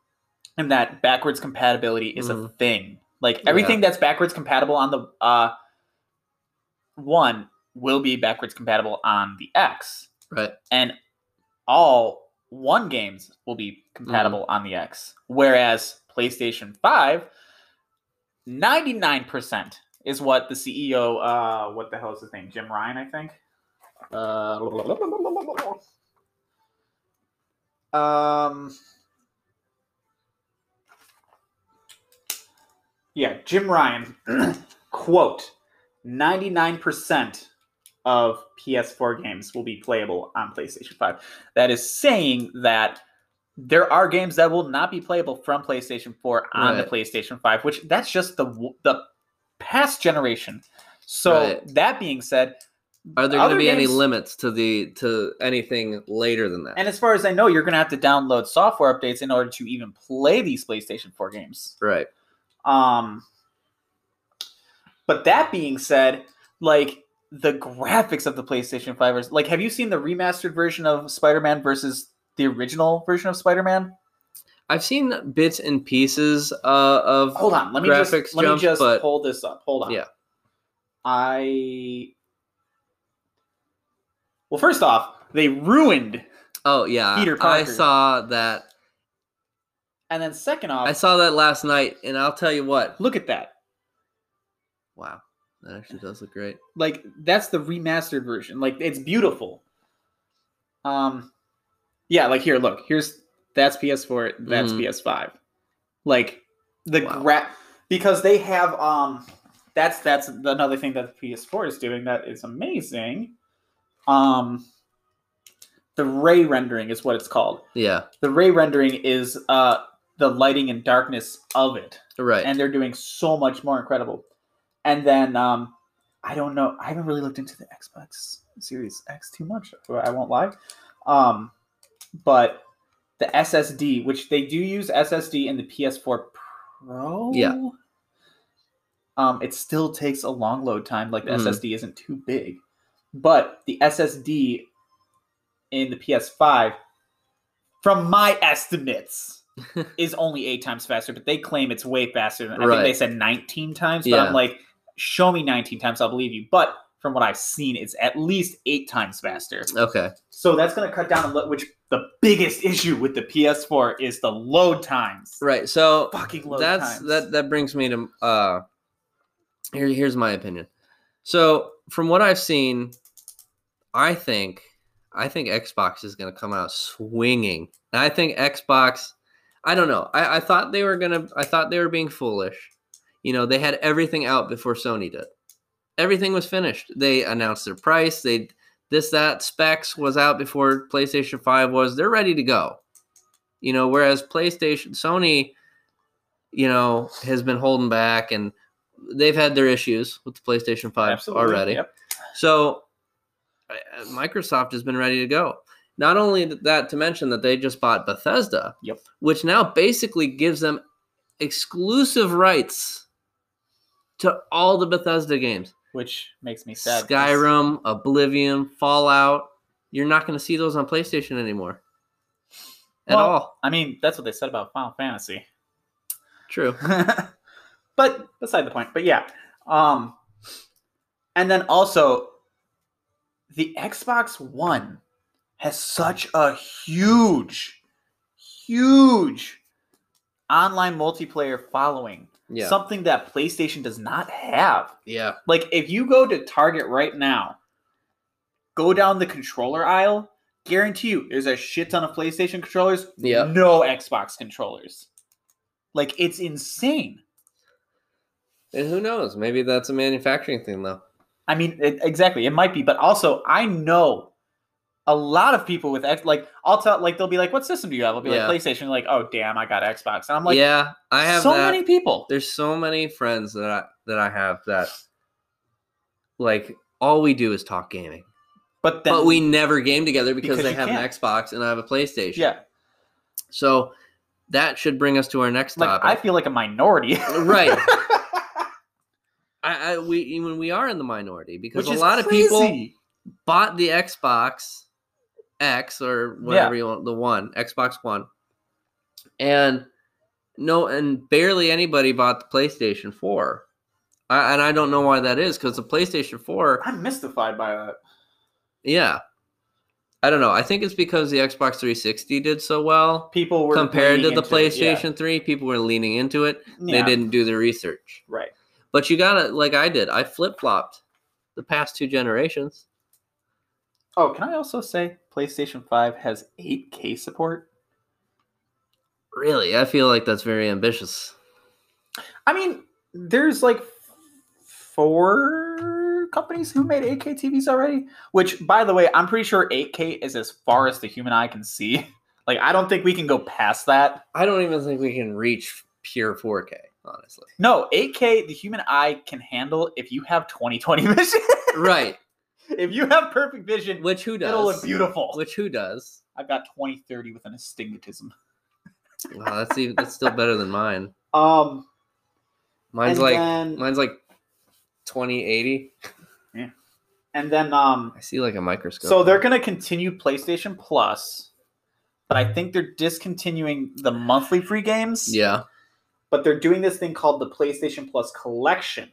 S3: and that backwards compatibility is a
S2: Mhm.
S3: thing. Like everything that's backwards compatible on the uh, one will be backwards compatible on the X,
S2: Right.
S3: and all one games will be compatible on the X. Whereas PlayStation 5, 99% is what the CEO, uh, what the hell is his name? Jim Ryan, I think. Uh, um, yeah, Jim Ryan, quote, 99% of PS4 games will be playable on PlayStation 5. That is saying that there are games that will not be playable from PlayStation 4 on the
S2: Right.
S3: PlayStation 5, which that's just the w- the past generation. So
S2: Right.
S3: that being said,
S2: Are there going
S3: Other
S2: to be any
S3: games-
S2: limits to the to anything later than that?
S3: and as far as I know, you're going to have to download software updates in order to even play these PlayStation 4 games.
S2: right.
S3: Um, but that being said, like the graphics of the PlayStation 5 is like, have you seen the remastered version of Spider Man versus the original version of Spider Man?
S2: I've seen bits and pieces uh, of.
S3: Hold on, let me
S2: Graphics
S3: just let
S2: jump,
S3: me just
S2: but-
S3: hold this up. Hold on.
S2: Yeah.
S3: I. Well, first off, they ruined,
S2: Oh yeah,
S3: Peter
S2: I
S3: Parker.
S2: saw that.
S3: and then second off,
S2: I saw that last night, and I'll tell you what.
S3: look at that.
S2: Wow, that actually does look great.
S3: like that's the remastered version like it's beautiful um yeah like here look here's that's ps4 that's
S2: Mhm.
S3: ps5 like the
S2: Wow.
S3: gra- because they have um that's that's another thing that the ps4 is doing that is amazing um the ray rendering is what it's called
S2: Yeah,
S3: the ray rendering is uh the lighting and darkness of it
S2: right.
S3: and they're doing so much more incredible. And then um, I don't know. I haven't really looked into the Xbox Series X too much. I won't lie. Um, but the SSD, which they do use SSD in the PS4 Pro.
S2: Yeah.
S3: Um, it still takes a long load time. Like the
S2: Mhm.
S3: SSD isn't too big, but the SSD in the PS5, from my estimates, is only eight times faster, but they claim it's way faster than I think
S2: Right.
S3: they said 19 times. But
S2: Yeah.
S3: I'm like, show me 19 times, I'll believe you. But from what I've seen, it's at least eight times faster.
S2: okay,
S3: So that's going to cut down a lot, which the biggest issue with the PS4 is the load times.
S2: right. So
S3: Fucking load
S2: that's
S3: times.
S2: that that brings me to uh here here's my opinion so from what i've seen i think i think xbox is going to come out swinging and i think xbox i don't know i, I thought they were going to i thought they were being foolish you know they had everything out before sony did everything was finished they announced their price they this that specs was out before playstation 5 was they're ready to go you know whereas playstation sony you know, has been holding back and they've had their issues with the PlayStation 5
S3: Absolutely.
S2: already.
S3: Yep.
S2: So I- uh, Microsoft has been ready to go. Not only th- that, to mention that they just bought Bethesda,
S3: Yep.
S2: which now basically gives them exclusive rights to all the Bethesda games
S3: Which makes me sad. because-
S2: Skyrim, Oblivion, Fallout. You're not going to see those on PlayStation anymore at
S3: Well-
S2: all.
S3: I mean, that's what they said about Final Fantasy.
S2: True.
S3: but beside the point. But yeah. Um and then also the Xbox 1 has such a huge huge online multiplayer following.
S2: Yeah.
S3: Something that PlayStation does not have.
S2: yeah.
S3: Like if you go to Target right now, go down the controller aisle, guarantee you there's a shit ton of PlayStation controllers,
S2: Yeah.
S3: no Xbox controllers. Like it's insane.
S2: And who knows? Maybe that's a manufacturing thing, though.
S3: I mean, it, exactly. It might be, but also I know a lot of people with X, like I'll tell, like they'll be like, "What system do you have?" I'll be
S2: Yeah.
S3: like, "PlayStation." Like, "Oh damn, I got Xbox," and I'm like,
S2: yeah, I have
S3: so
S2: that.
S3: many people.
S2: There's so many friends that I that I have that like all we do is talk gaming,
S3: But then
S2: but we never game together because,
S3: Because
S2: they
S3: you
S2: have an
S3: can't.
S2: Xbox and I have a PlayStation.
S3: yeah,
S2: So that should bring us to our next
S3: like I
S2: topic.
S3: feel like a minority,
S2: right. I, I we when we are in the minority because
S3: which
S2: a
S3: is
S2: lot of people
S3: crazy.
S2: bought the Xbox X or whatever you want, the one Xbox One, and no, and barely anybody bought the PlayStation Four, I, and I don't know why that is because the PlayStation Four,
S3: I'm mystified by that.
S2: yeah, I don't know. I think it's because the Xbox 360 did so well
S3: People were
S2: compared to
S3: leaning
S2: the
S3: into it, yeah.
S2: PlayStation Three. People were leaning into it.
S3: Yeah,
S2: They didn't do the research,
S3: right.
S2: but you gotta like I did. I flip flopped the past two generations.
S3: Oh, can I also say PlayStation Five has 8K support?
S2: Really, I feel like that's very ambitious.
S3: I mean, there's like four companies who made 8K TVs already. Which, by the way, I'm pretty sure 8K is as far as the human eye can see. Like, I don't think we can go past that.
S2: I don't even think we can reach pure 4K, honestly.
S3: No, 8K the human eye can handle if you have 2020 vision.
S2: right.
S3: if you have perfect vision,
S2: Which who does?
S3: it'll look beautiful.
S2: Which who does?
S3: I've got 2030 with an astigmatism.
S2: Wow, that's even that's still better than mine.
S1: Um,
S2: Mine's
S1: and
S2: like
S1: then,
S2: mine's like 2080.
S1: and then um,
S2: I see like a microscope.
S3: So they're going to continue PlayStation Plus, but I think they're discontinuing the monthly free games.
S2: yeah.
S1: but they're doing this thing called the PlayStation Plus Collection.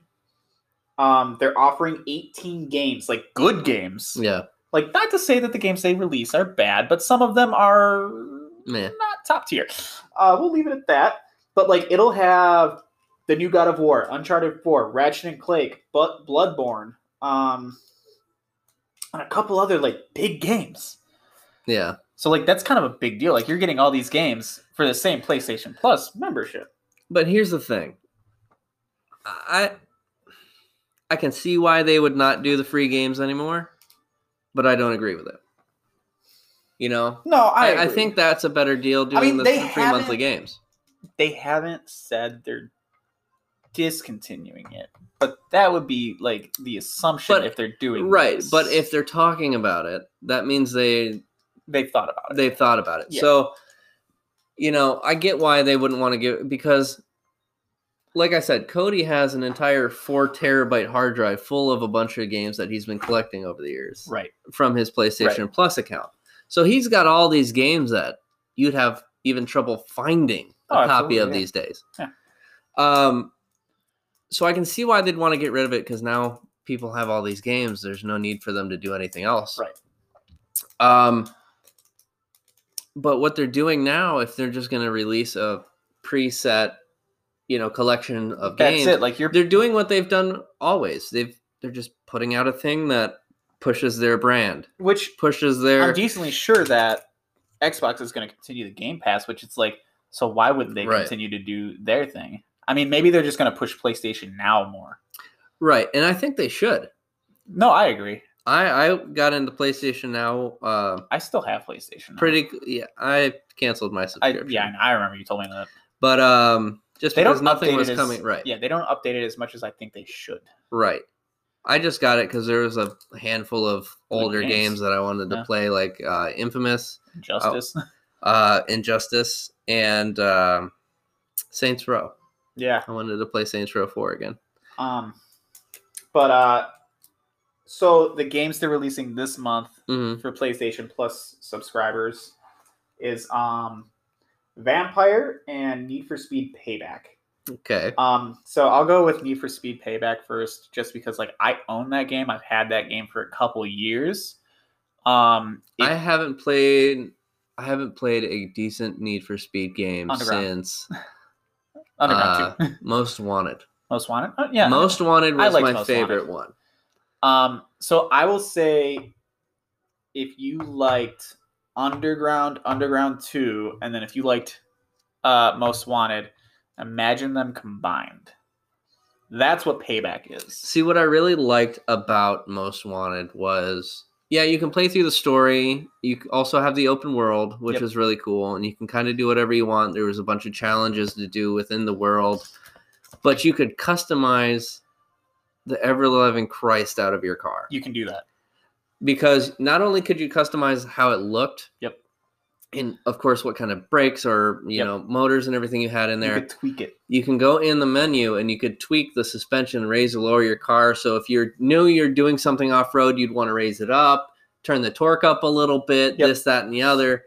S1: Um, they're offering 18 games, like
S3: Good games.
S2: Yeah.
S3: Like, not to say that the games they release are bad, but some of them are
S2: Meh.
S3: not top tier.
S1: uh, we'll leave it at that. But like, it'll have the new God of War, Uncharted 4, Ratchet and Clank, but Bloodborne, um, and a couple other like big games.
S2: Yeah.
S3: So, like, that's kind of a big deal. Like, you're getting all these games for the same PlayStation Plus membership.
S2: But here's the thing. I I can see why they would not do the free games anymore, but I don't agree with it. You know?
S1: No,
S2: I, I think that's a better deal doing
S1: mean,
S2: the
S1: they
S2: free monthly
S1: haven't-
S2: games.
S3: they haven't said they're discontinuing it, but that would be like the assumption
S2: But-
S3: if they're doing
S2: right
S3: this.
S2: but if they're talking about it that means they
S3: they've thought about it,
S2: they've thought about it
S3: Yeah.
S2: so you know i get why they wouldn't want to give because like i said cody has an entire four terabyte hard drive full of a bunch of games that he's been collecting over the years
S3: right?
S2: from his playstation plus account so he's got all these games that you'd have even trouble finding a
S3: Oh, absolutely,
S2: copy of
S3: yeah.
S2: these days
S3: Yeah.
S2: um so i can see why they'd want to get rid of it because now people have all these games there's no need for them to do anything else
S3: Right.
S2: um but what they're doing now if they're just going to release a preset you know collection of
S3: That's
S2: games
S3: it. Like you're
S2: they're doing what they've done always they've they're just putting out a thing that pushes their brand
S3: which
S2: pushes their
S3: I'm decently sure that Xbox is going to continue the Game Pass, which it's like, so why would they
S2: Right.
S3: continue to do their thing? I mean, maybe they're just going to push PlayStation now more.
S2: right and i think they should
S3: No, I agree.
S2: i i got into playstation now uh
S3: I still have PlayStation. now.
S2: pretty yeah i canceled my
S3: I,
S2: subscription
S3: yeah, I remember you told me that.
S2: but um just
S3: They
S2: because
S3: don't
S2: nothing
S3: update
S2: was
S3: it as-
S2: coming right Oh.
S3: Yeah, they don't update it as much as I think they should.
S2: Right. I just got it because there was a handful of older
S3: games.
S2: games. that I wanted to
S3: Yeah.
S2: play, like uh, Infamous,
S3: Justice.
S2: uh, Injustice, and um, Saints Row.
S1: yeah.
S2: I wanted to play Saints Row 4 again.
S1: Um,
S3: But uh so the games they're releasing this month
S2: hmm
S1: for PlayStation Plus subscribers is um, Vampire and Need for Speed Payback.
S2: Okay.
S1: Um,
S3: so I'll go with Need for Speed Payback first, just because like I own that game. I've had that game for a couple years. Um, it-
S2: I haven't played. I haven't played a decent Need for Speed game
S3: Underground.
S2: since
S3: oh, Underground too.
S2: Most Wanted.
S3: Most Wanted. Oh, yeah.
S2: uh, Most Wanted
S3: I
S2: was
S3: liked
S2: my
S3: Most
S2: favorite one.
S3: Um, so I will say, if you liked Underground, Underground Two, and then if you liked uh, Most Wanted, imagine them combined. That's what Payback is.
S2: See, what I really liked about Most Wanted was yeah, you can play through the story. You c- also have the open world, which
S3: Yep.
S2: is really cool, and you can kind of do whatever you want. There was a bunch of challenges to do within the world, but you could customize the ever loving Christ out of your car
S3: You can do that.
S2: because not only could you customize how it looked,
S3: Yep.
S2: and of course what kind of brakes or you
S3: Yep.
S2: know motors and everything you had in there,
S3: You could tweak it.
S2: you can go in the menu and you could tweak the suspension, raise or lower your car. So if you knew you're doing something off road, you'd want to raise it up, turn the torque up a little bit,
S3: Yep.
S2: this, that, and the other.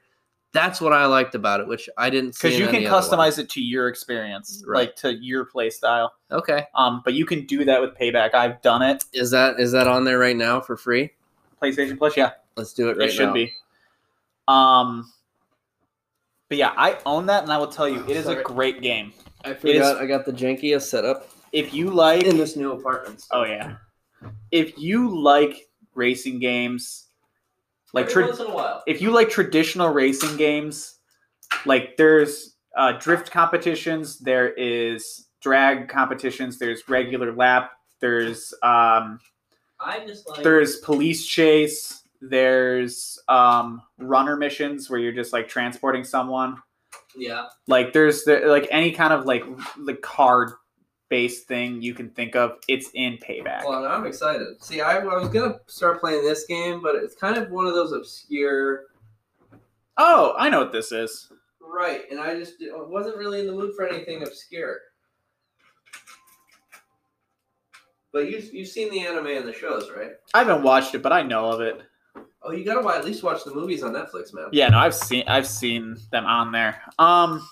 S2: That's what I liked about it, which I didn't see.
S3: Because
S2: in
S3: you can
S2: any other one.
S3: customize it to your experience,
S2: Right.
S3: like to your play style.
S2: Okay,
S3: Um, but you can do that with payback. I've done it.
S2: is that is that on there right now for free?
S3: PlayStation Plus, yeah.
S2: Let's do it right
S3: it should
S2: now.
S3: be. Um but yeah, I own that and I will tell you it is a
S2: Sorry.
S3: great game.
S2: I
S3: forgot
S2: forgot I got the jankiest setup
S3: If you like
S2: in this new apartment.
S3: Oh yeah. If you like racing games, like tra-
S2: once in a while.
S3: if you like traditional racing games, like there's uh, drift competitions, there is drag competitions, there's regular lap, there's um,
S2: I just like
S3: there's police chase, there's um, runner missions where you're just like transporting someone.
S2: yeah.
S3: Like there's the, like any kind of like the card based thing you can think of, it's in payback.
S2: Well, and I'm excited. See, I, I was gonna start playing this game, but it's kind of one of those obscure.
S3: Oh, I know what this is.
S2: Right, and I just di- wasn't really in the mood for anything obscure. But you you've seen the anime and the shows, right?
S3: I haven't watched it, but I know of it.
S2: Oh, you gotta wa- at least watch the movies on Netflix, man.
S3: Yeah, no, I've seen I've seen them on there. Um,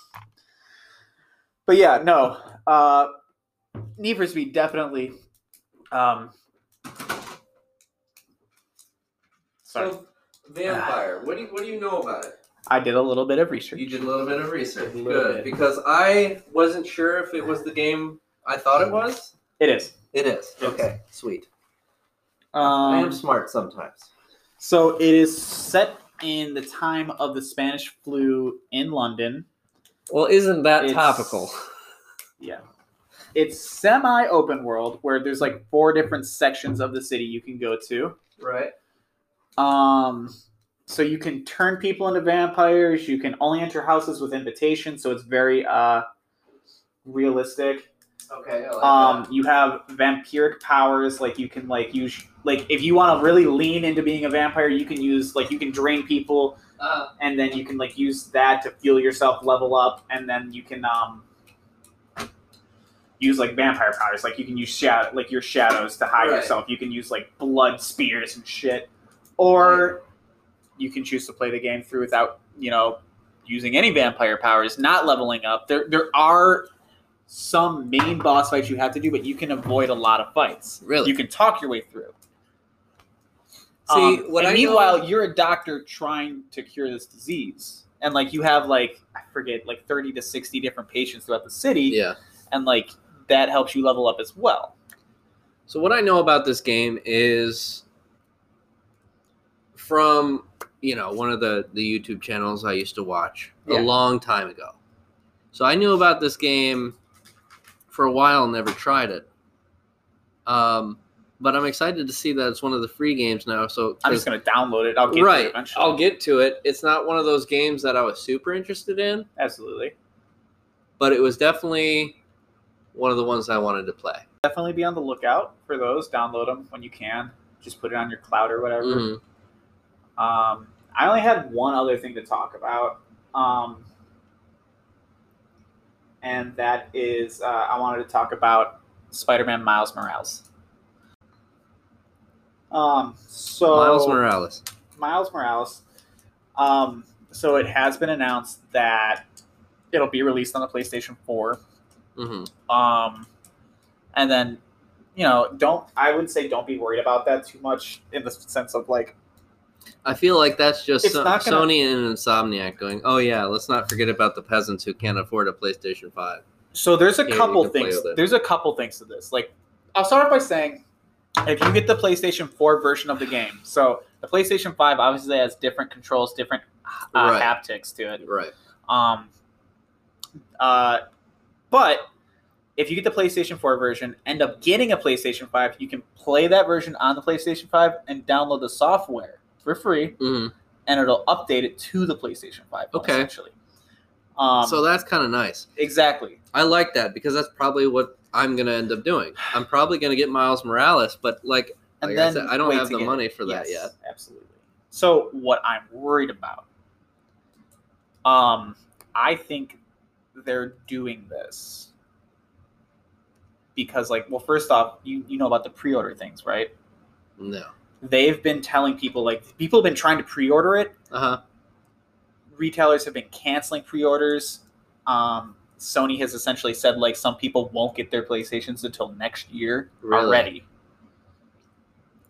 S3: but yeah, no, uh, Need for Speed definitely. Um, sorry,
S2: So, Vampire. What do you, what do you know about it?
S3: I did a little bit of research.
S2: You did a little bit of research.
S3: A little bit.
S2: Good, because I wasn't sure if it was the game I thought it was.
S3: It is.
S2: It is.
S3: Yes.
S2: Okay, sweet. I am
S3: Um,
S2: smart sometimes.
S3: so it is set in the time of the Spanish flu in London.
S2: Well, isn't that
S3: It's- Yeah. It's semi open world where there's like four different sections of the city you can go to.
S2: Right.
S3: Um, so you can turn people into vampires. You can only enter houses with invitations, so it's very uh, realistic.
S2: Okay. I like
S3: Um, you have vampiric powers, like you can like use like if you want to really lean into being a vampire, you can use like you can drain people,
S2: that. Uh,
S3: and then you can like use that to fuel yourself, level up, and then you can um use like vampire powers, like you can use shadow like your shadows to hide
S2: Right.
S3: yourself. You can use like blood spears and shit, or you can choose to play the game through without you know using any vampire powers not leveling up there there are some main boss fights you have to do but you can avoid a lot of fights
S2: Really?
S3: you can talk your way through
S2: See,
S3: Um,
S2: what
S3: and
S2: I
S3: meanwhile
S2: know,
S3: you're a doctor trying to cure this disease and like you have like i forget like 30 to 60 different patients throughout the city
S2: yeah.
S3: and like that helps you level up as well
S2: So what I know about this game is from you know one of the the YouTube channels I used to watch
S3: Yeah.
S2: a long time ago. So I knew about this game for a while, never tried it. Um, but I'm excited to see that it's one of the free games now. So
S3: i'm just going to download it i'll get to it
S2: right,
S3: eventually.
S2: I'll get to it. It's not one of those games that I was super interested in.
S3: absolutely
S2: but it was definitely one of the ones I wanted to play.
S3: definitely be on the lookout for those. Download them when you can. Just put it on your cloud or whatever.
S2: Mhm.
S3: Um, I only had one other thing to talk about, um, and that is uh, I wanted to talk about Spider-Man Miles Morales. Um, so
S2: Miles Morales.
S3: Miles Morales. Um, so it has been announced that it'll be released on the PlayStation 4
S2: hmm
S3: um, and then, you know, don't I would say don't be worried about that too much in the sense of like
S2: I feel like that's just
S3: It's
S2: so-
S3: not gonna-
S2: Sony and Insomniac going, oh yeah, let's not forget about the peasants who can't afford a PlayStation 5.
S3: So there's a
S2: Yeah, you
S3: couple
S2: can play
S3: things.
S2: with it.
S3: There's a couple things to this. Like, I'll start off by saying, if you get the PlayStation 4 version of the game, so the PlayStation 5 obviously has different controls, different uh,
S2: Right.
S3: haptics to it.
S2: Right.
S3: Um, uh, but if you get the PlayStation 4 version, end up getting a PlayStation 5, you can play that version on the PlayStation 5 and download the software for free,
S2: Mhm.
S3: and it'll update it to the PlayStation Five.
S2: Okay.
S3: Essentially. Um,
S2: so that's kind of nice.
S3: exactly.
S2: I like that because that's probably what I'm going to end up doing. I'm probably going to get Miles Morales, but like,
S3: And
S2: like
S3: then
S2: I said, I don't
S3: wait
S2: have
S3: to
S2: the
S3: get it.
S2: money for that yet.
S3: Absolutely. So what I'm worried about, um, I think they're doing this because, like, well, first off, you you know about the pre-order things, right?
S2: No.
S3: They've been telling people like people have been trying to pre-order it.
S2: Uh huh.
S3: Retailers have been canceling pre-orders. Um, Sony has essentially said like some people won't get their PlayStations until next year
S2: Really?
S3: already.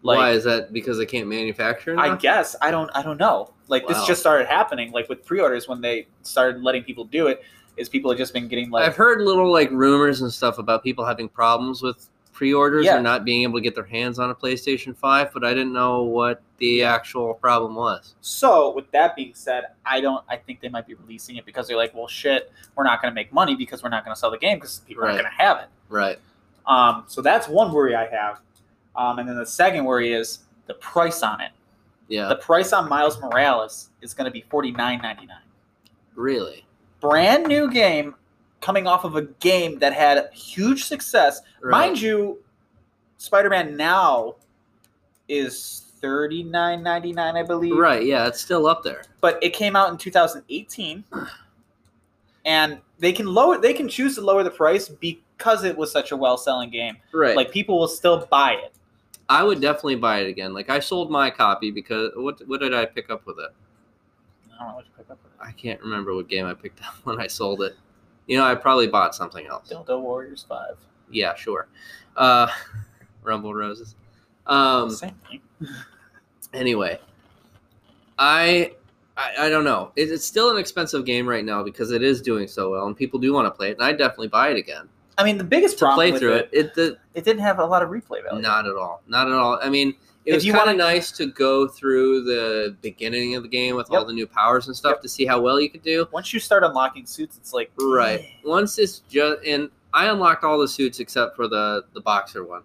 S3: Like,
S2: Why is that? Because they can't manufacture.
S3: I
S2: enough?
S3: guess I don't I don't know. Like
S2: Wow.
S3: this just started happening. Like with pre-orders when they started letting people do it, is people have just been getting like
S2: I've heard little like rumors and stuff about people having problems with pre-orders
S3: Yeah.
S2: or not being able to get their hands on a PlayStation Five, but I didn't know what the actual problem was.
S3: so. With that being said, I don't. I think they might be releasing it because they're like, well, shit, we're not going to make money because we're not going to sell the game because people aren't
S2: Right.
S3: going to have it.
S2: Right.
S3: Um, so that's one worry I have. Um, and then the second worry is the price on it.
S2: Yeah.
S3: The price on Miles Morales is going to be forty nine ninety nine.
S2: really.
S3: Brand new game coming off of a game that had huge success
S2: Right.
S3: Mind you, Spider Man now is thirty nine ninety nine, I believe.
S2: Right. Yeah. It's still up there.
S3: But it came out in two thousand eighteen, and they can lower. They can choose to lower the price because it was such a well selling game.
S2: Right.
S3: Like people will still buy it.
S2: I would definitely buy it again. Like I sold my copy because what what did I pick up with it?
S3: I don't know what you pick up with
S2: I can't remember what game I picked up when I sold it. You know, I probably bought something else.
S3: that. Dildo Warriors Five.
S2: Yeah, sure. Uh, Rumble Roses. Um,
S3: Same thing.
S2: anyway, I, I I don't know. It, it's still an expensive game right now because it is doing so well and people do want to play it, and I definitely buy it again
S3: I mean, the biggest
S2: to
S3: problem
S2: play
S3: with
S2: through
S3: it,
S2: it. It, the,
S3: it didn't have a lot of replay value.
S2: not at all, not at all. I mean, it
S3: If
S2: was
S3: you
S2: kind of
S3: wanna-
S2: nice to go through the beginning of the game with all
S3: Yep.
S2: the new powers and stuff
S3: Yep.
S2: to see how well you could do.
S3: Once you start unlocking suits, it's like
S2: Right. Once it's just and I unlocked all the suits except for the the boxer one.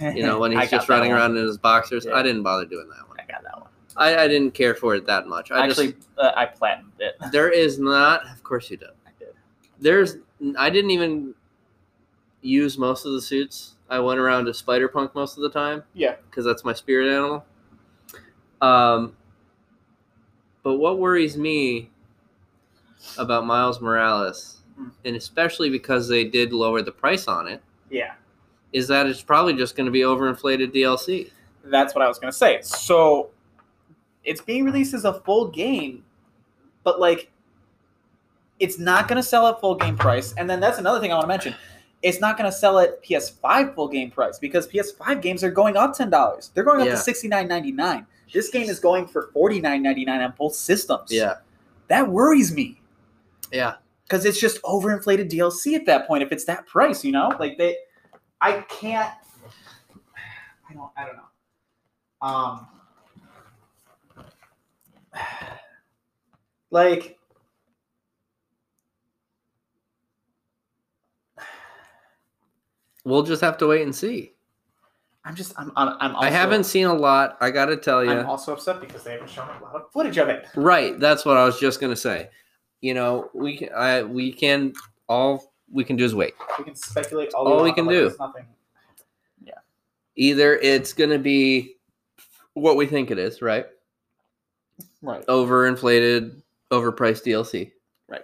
S2: You know, when
S3: I
S2: he's
S3: got
S2: just running
S3: that one.
S2: around in his boxers.
S3: Yeah.
S2: I didn't bother doing that one.
S3: I got that one.
S2: I, I didn't care for it that much. I
S3: Actually,
S2: Actually,
S3: uh, I platinumed it.
S2: just there is not. Of course you did.
S3: I did.
S2: There's I didn't even use most of the suits. I went around to spider punk most of the time.
S1: Yeah.
S2: because that's my spirit animal. Um, but what worries me about Miles Morales,
S3: Hmm.
S2: and especially because they did lower the price on it,
S3: Yeah.
S2: is that it's probably just going to be overinflated DLC.
S3: That's what I was gonna say. So it's being released as a full game, but like it's not gonna sell at full game price. And then that's another thing I want to mention. It's not gonna sell at PS5 full game price because PS5 games are going up ten dollars. They're going up
S2: Yeah.
S3: to sixty nine ninety nine. This game is going for forty nine ninety nine on both systems.
S2: Yeah,
S3: That worries me.
S2: yeah,
S3: Because it's just overinflated DLC at that point if it's that price, you know? Like they I can't I don't I don't know. Um like
S2: we'll just have to wait and see.
S3: I'm just I'm I'm, I'm also,
S2: I haven't seen a lot. I got to tell you,
S3: I'm also upset because they haven't shown a lot of footage of it.
S2: right? That's what I was just going to say. You know, we can, I we can all we can do is wait.
S3: We can speculate all,
S2: All
S3: want,
S2: we can
S3: like,
S2: do.
S3: there's nothing.
S2: Either it's going to be what we think it is, right?
S3: Right.
S2: overinflated, overpriced DLC.
S3: Right.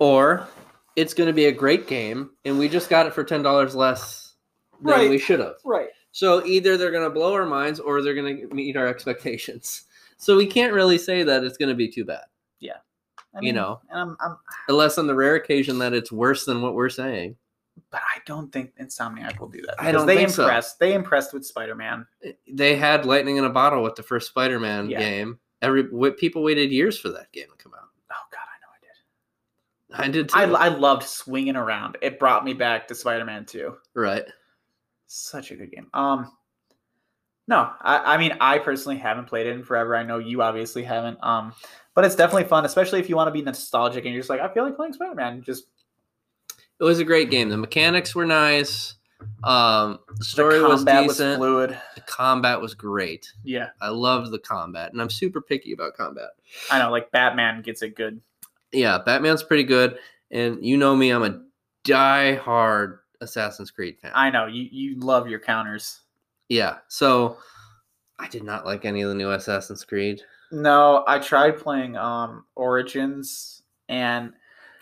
S2: Or it's going to be a great game, and we just got it for ten dollars less than
S3: Right.
S2: we should have.
S3: Right.
S2: So either they're going to blow our minds, or they're going to meet our expectations. So we can't really say that it's going to be too bad,
S3: I
S2: You know.
S3: And I'm, I'm
S2: unless on the rare occasion that it's worse than what we're saying.
S3: but I don't think Insomniac will do that.
S2: I
S3: because
S2: don't
S3: they
S2: think so.
S3: impressed they impressed with Spider Man.
S2: They had lightning in a bottle with the first Spider-Man
S3: Yeah.
S2: game. Every wi- people waited years for that game to come out.
S3: Oh god, I know I did.
S2: I did too.
S3: I, I loved swinging around. It brought me back to Spider-Man 2.
S2: right.
S3: Such a good game. Um, no, I, I mean, I personally haven't played it in forever. I know you obviously haven't. Um, but it's definitely fun, especially if you want to be nostalgic and you're just like, I feel like playing Spider-Man. Just
S2: It was a great game. The mechanics were nice. Um, the story was
S3: combat
S2: decent.
S3: fluid.
S2: the combat was great.
S3: Yeah,
S2: I loved the combat, and I'm super picky about combat.
S3: I know. Like Batman gets it good.
S2: Yeah, Batman's pretty good, and you know me, I'm a die-hard Assassin's Creed fan.
S3: I know you you love your counters.
S2: yeah, so I did not like any of the new Assassin's Creed.
S3: No, I tried playing um Origins and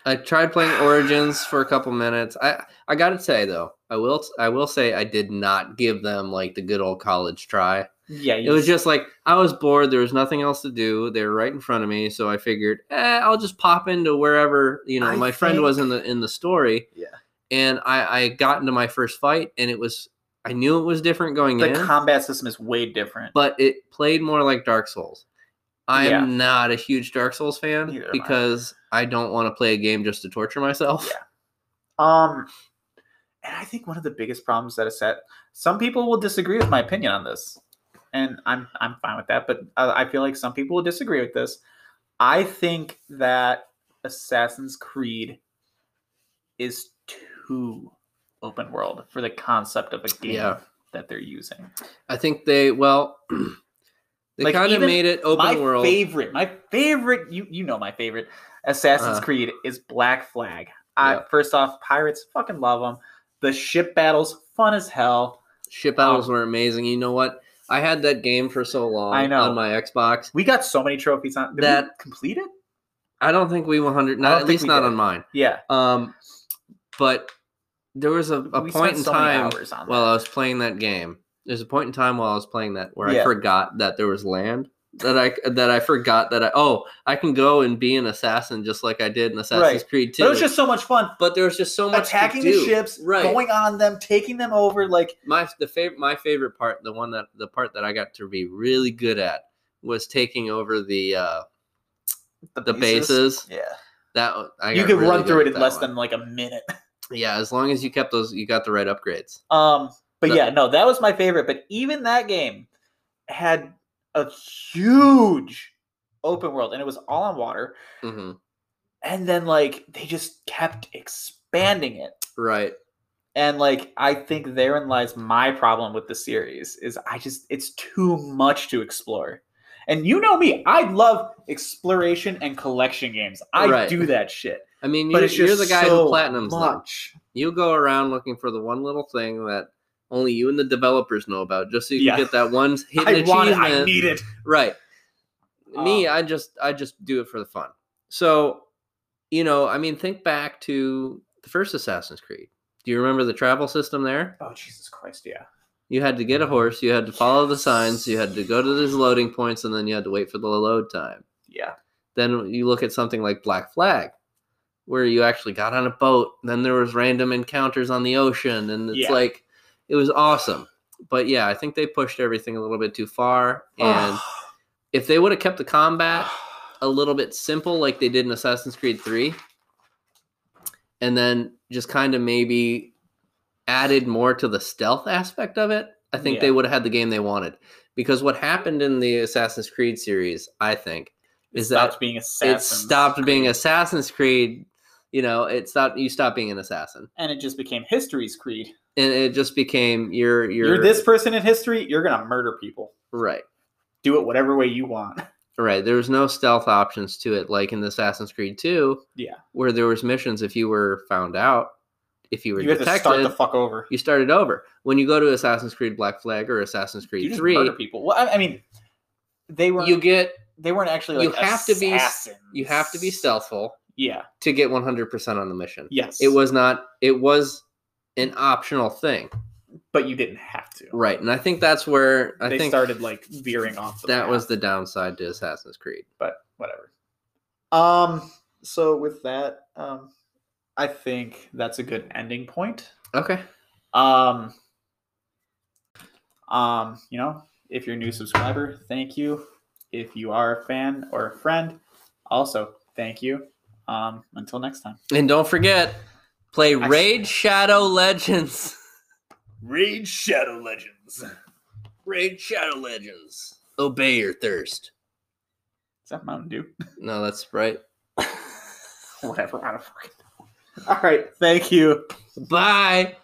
S2: I tried playing Origins for a couple minutes. I I gotta say though, I will I will say I did not give them like the good old college try.
S3: yeah,
S2: It was just like I was bored. There was nothing else to do. They were right in front of me, so I figured, eh, I'll just pop into wherever you know
S3: I
S2: my friend
S3: think-
S2: was in the in the story.
S3: Yeah.
S2: and I I got into my first fight, and it was I knew it was different going
S3: the
S2: in,
S3: combat system is way different.
S2: but it played more like Dark Souls. I
S3: Yeah.
S2: am not a huge Dark Souls fan
S3: Neither am I.
S2: because I don't want to play a game just to torture myself.
S3: Yeah. Um, and I think one of the biggest problems that is set. Some people will disagree with my opinion on this, and I'm I'm fine with that. But I, I feel like some people will disagree with this. I think that Assassin's Creed is too open world for the concept of a game
S2: Yeah.
S3: that they're using.
S2: I think they well they
S3: Like,
S2: kind of
S3: even
S2: made it open
S3: my
S2: world.
S3: favorite, my favorite, you you know my favorite Assassin's
S2: Uh.
S3: Creed is Black Flag. I
S2: Yep.
S3: first off, pirates fucking love them. The ship battles fun as hell.
S2: Ship battles were amazing. You know what? I had that game for so long
S3: Oh. I know.
S2: on my Xbox.
S3: We got so many trophies on did we
S2: That-
S3: complete it?
S2: I don't think we 100
S3: don't
S2: not at
S3: think
S2: least
S3: we
S2: not
S3: did.
S2: on mine.
S3: Yeah,
S2: Um but there was a, a
S3: we
S2: point
S3: spent
S2: in
S3: so many
S2: time
S3: hours on
S2: while
S3: that.
S2: I was playing that game. There's a point in time while I was playing that where
S3: Yeah.
S2: I forgot that there was land that I that I forgot that I oh, I can go and be an assassin just like I did in Assassin's Creed 2.
S3: But it was just so much fun.
S2: but there was just so much to
S3: Attacking the
S2: do.
S3: ships,
S2: right.
S3: going on them, taking them over. Like
S2: my the favorite my favorite part the one that the part that i got to be really good at was taking over the uh the bases
S3: Yeah,
S2: that one- I
S3: you
S2: got
S3: could
S2: really
S3: run
S2: good
S3: through
S2: at
S3: it in
S2: that
S3: less
S2: one.
S3: than like a minute.
S2: yeah as long as you kept those you got the right upgrades
S3: Um, but
S2: The-
S3: yeah, no, that was my favorite. But even that game had a huge open world, and it was all on water.
S2: hmm
S3: And then like they just kept expanding it,
S2: right
S3: and like I think therein lies my problem with the series is I just it's too much to explore. And you know me, I love exploration and collection games. I
S2: Right.
S3: do that shit.
S2: i mean
S3: But
S2: you,
S3: it's just
S2: you're the guy
S3: so
S2: who platinums them.
S3: much.
S2: you go around looking for the one little thing that only you and the developers know about just so you
S3: Yeah.
S2: can get that one hidden
S3: I
S2: achievement
S3: want it. I need it.
S2: Right. Me,
S3: Um,
S2: I just I just do it for the fun. So, you know, I mean, think back to the first Assassin's Creed. Do you remember the travel system there?
S3: Oh Jesus Christ! Yeah.
S2: You had to get a horse, you had to follow the signs, you had to go to these loading points, and then you had to wait for the load time.
S3: Yeah.
S2: Then you look at something like Black Flag, where you actually got on a boat. Then there was random encounters on the ocean, and it's
S3: Yeah.
S2: like it was awesome. But yeah, I think they pushed everything a little bit too far. And if they would have kept the combat a little bit simple like they did in Assassin's Creed 3 and then just kind of maybe added more to the stealth aspect of it I think
S3: Yeah.
S2: they would have had the game they wanted because what happened in the Assassin's Creed series I think is
S3: stopped
S2: that
S3: being
S2: it
S3: assassins.
S2: stopped being Assassin's Creed you know it stopped you stopped being an assassin
S3: and it just became history's creed.
S2: and it just became you're
S3: You're,
S2: you're,
S3: this person in history. You're gonna murder people.
S2: right
S3: Do it whatever way you want.
S2: Right. There was no stealth options to it, like in the Assassin's Creed 2.
S3: Yeah.
S2: Where there was missions if you were found out, if you were
S3: You have to
S2: detected,
S3: start the fuck over.
S2: you started over. When you go to Assassin's Creed Black Flag or Assassin's
S3: You
S2: Creed
S3: just
S2: 3,
S3: murder people. Well, I, I mean, they were
S2: you get
S3: they weren't actually
S2: you
S3: like
S2: have to be
S3: assassins.
S2: you have to be stealthful
S3: Yeah.
S2: to get 100% on the mission.
S3: Yes.
S2: It was not it was an optional thing.
S3: but you didn't have to.
S2: Right. And I think that's where I
S3: they
S2: think
S3: started like veering off. The
S2: that
S3: path,
S2: was the downside to Assassin's Creed.
S3: but whatever. Um. So with that, um, I think that's a good ending point.
S2: Okay.
S3: Um, um, you know, if you're a new subscriber, thank you. If you are a fan or a friend, also thank you. Um, until next time.
S2: And don't forget play
S3: I s-
S2: Raid Shadow Legends.
S3: Raid Shadow Legends. Is
S2: Raid Shadow Legends. Obey your thirst.
S3: that Mountain Dew?
S2: No, that's right.
S3: Whatever. I don't fucking know. All right. Thank you.
S2: Bye.